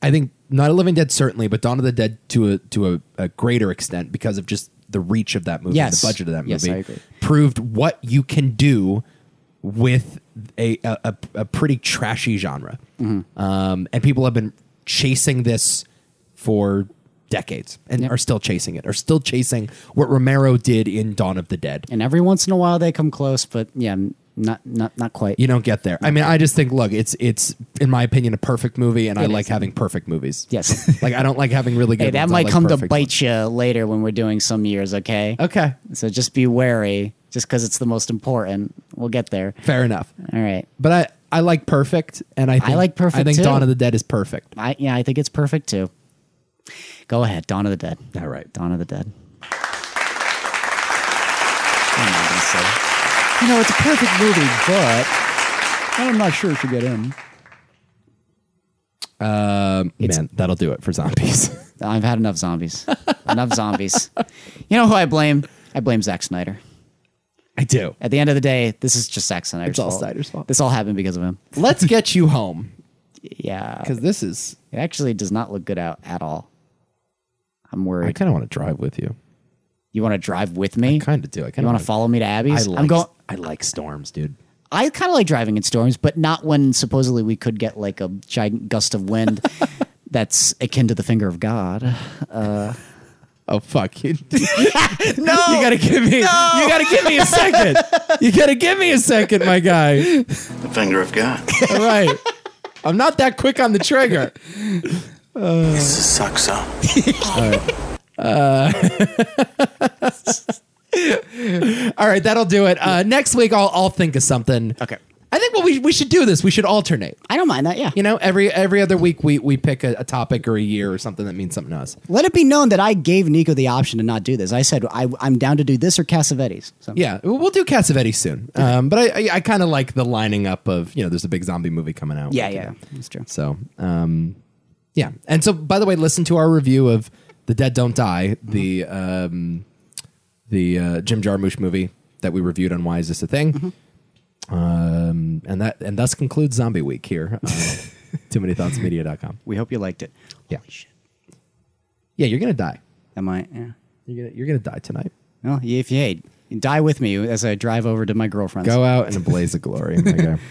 Speaker 2: I think, not a Living Dead certainly, but Dawn of the Dead to a to a, a greater extent because of just the reach of that movie, and
Speaker 1: Yes.
Speaker 2: the budget of that movie,
Speaker 1: Yes, I agree.
Speaker 2: proved what you can do with a a, a, a pretty trashy genre,
Speaker 1: Mm-hmm.
Speaker 2: um, and people have been chasing this for decades and are still chasing it, are still chasing what Romero did in Dawn of the Dead.
Speaker 1: and every once in a while they come close, but yeah, n- not not not quite.
Speaker 2: You don't get there. I mean, I just think, look, it's it's in my opinion a perfect movie, and I
Speaker 1: It
Speaker 2: like
Speaker 1: is.
Speaker 2: having perfect movies.
Speaker 1: Yes.
Speaker 2: like I don't like having really good.
Speaker 1: Hey, that
Speaker 2: ones. I
Speaker 1: might
Speaker 2: like
Speaker 1: come to
Speaker 2: perfect
Speaker 1: bite you later when we're doing some years, okay?
Speaker 2: ones. Okay,
Speaker 1: So just be wary, just because it's the most important. We'll get there.
Speaker 2: fair enough.
Speaker 1: All right.
Speaker 2: But I I like perfect, and I think,
Speaker 1: like Perfect,
Speaker 2: I think
Speaker 1: too.
Speaker 2: Dawn of the Dead is perfect.
Speaker 1: I yeah, I think it's perfect too. Go ahead, Dawn of the Dead.
Speaker 2: All right.
Speaker 1: Dawn of the Dead. I'm not gonna say. You know, it's a perfect movie, but I'm not sure it should get in.
Speaker 2: Um, man, that'll do it for zombies.
Speaker 1: I've had enough zombies. enough zombies. You know who I blame? I blame Zack Snyder.
Speaker 2: I do.
Speaker 1: At the end of the day, this is just Zack Snyder's
Speaker 2: It's all
Speaker 1: fault.
Speaker 2: Snyder's fault.
Speaker 1: This all happened because of him.
Speaker 2: Let's get you home
Speaker 1: Yeah.
Speaker 2: because this is.
Speaker 1: It actually does not look good out at all. I'm
Speaker 2: I
Speaker 1: worried.
Speaker 2: kind of want to drive with you.
Speaker 1: You want to drive with me?
Speaker 2: Kind of do. I kind
Speaker 1: You
Speaker 2: of
Speaker 1: want to follow me to
Speaker 2: I
Speaker 1: Abby's?
Speaker 2: like,
Speaker 1: I'm going.
Speaker 2: I like storms, dude.
Speaker 1: I kind of like driving in storms, but not when supposedly we could get like a giant gust of wind that's akin to the finger of God.
Speaker 2: Oh fuck! You, no, you gotta give me. You gotta give me a second. you gotta give me a second, my guy.
Speaker 3: The finger of God.
Speaker 2: All right, I'm not that quick on the trigger.
Speaker 3: this sucks up.
Speaker 2: All right, that'll do it. Uh, next week, I'll I'll think of something.
Speaker 1: Okay.
Speaker 2: I think what we we should do this. We should alternate.
Speaker 1: I don't mind that. Yeah.
Speaker 2: You know, every every other week we we pick a, a topic or a year or something that means something to us.
Speaker 1: Let it be known that I gave Nico the option to not do this. I said I, I'm down to do this or Cassavetes. So
Speaker 2: Yeah, we'll we'll do Cassavetes soon. Um, but I I, I kind of like the lining up of you know there's a big zombie movie coming out.
Speaker 1: yeah,
Speaker 2: We'll do
Speaker 1: yeah,
Speaker 2: that.
Speaker 1: that's true.
Speaker 2: So, um, yeah. And so, by the way, listen to our review of The Dead Don't Die, the um, the uh, Jim Jarmusch movie that we reviewed on Why Is This a Thing. Um, and that and thus concludes Zombie Week here. Uh, too many thoughts media.com.
Speaker 1: We hope you liked it.
Speaker 2: Yeah.
Speaker 1: Holy shit.
Speaker 2: Yeah, you're gonna die.
Speaker 1: Am I? Yeah.
Speaker 2: You're gonna you're gonna die tonight.
Speaker 1: Well, yeah, if you hate, die with me as I drive over to my girlfriend's.
Speaker 2: Go out in a blaze of glory, my guy.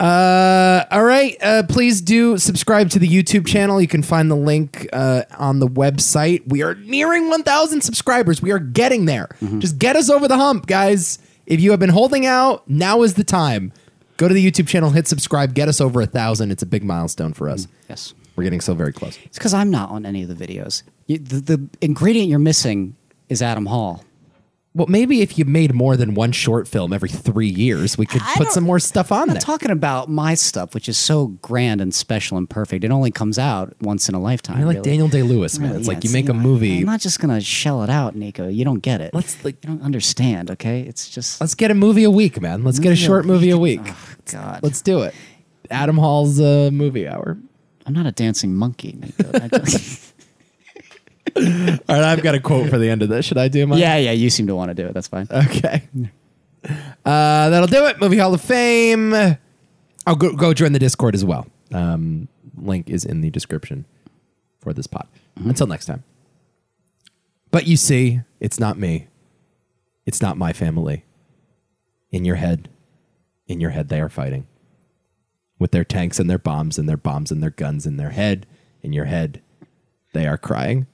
Speaker 2: Uh, all right. Uh, please do subscribe to the YouTube channel. You can find the link uh, on the website. We are nearing 1,000 subscribers. We are getting there. Just get us over the hump, guys. If you have been holding out, now is the time. Go to the YouTube channel, hit subscribe, get us over a thousand. It's a big milestone for us.
Speaker 1: Yes.
Speaker 2: We're getting so very close.
Speaker 1: It's because I'm not on any of the videos. You, the, the ingredient you're missing is Adam Hall.
Speaker 2: Well, maybe if you made more than one short film every three years, we could
Speaker 1: I
Speaker 2: put
Speaker 1: don't-
Speaker 2: some more stuff on
Speaker 1: I'm
Speaker 2: there.
Speaker 1: not talking about my stuff, which is so grand and special and perfect. It only comes out once in a lifetime.
Speaker 2: You're like
Speaker 1: really.
Speaker 2: Daniel Day Lewis, man.
Speaker 1: Really,
Speaker 2: it's
Speaker 1: yeah,
Speaker 2: like you make a
Speaker 1: know,
Speaker 2: movie.
Speaker 1: I'm not just gonna shell it out, Nico. You don't get it.
Speaker 2: Let's, like-
Speaker 1: you don't understand. Okay, it's just
Speaker 2: Let's get a movie a week, man. Let's get a
Speaker 1: Movie a
Speaker 2: short movie a week.
Speaker 1: oh god.
Speaker 2: Let's do it. Adam Hall's uh, movie hour.
Speaker 1: I'm not a dancing monkey, Nico. I don't-
Speaker 2: All right, I've got a quote for the end of this. Should I do mine?
Speaker 1: yeah, yeah. You seem to want to do it. That's fine.
Speaker 2: Okay. Uh, that'll do it. Movie Hall of Fame. I'll go, go join the Discord as well. Um, link is in the description for this pod. Until next time. But you see, it's not me. It's not my family. In your head, in your head, they are fighting. With their tanks and their bombs and their bombs and their guns in their head, in your head, they are crying.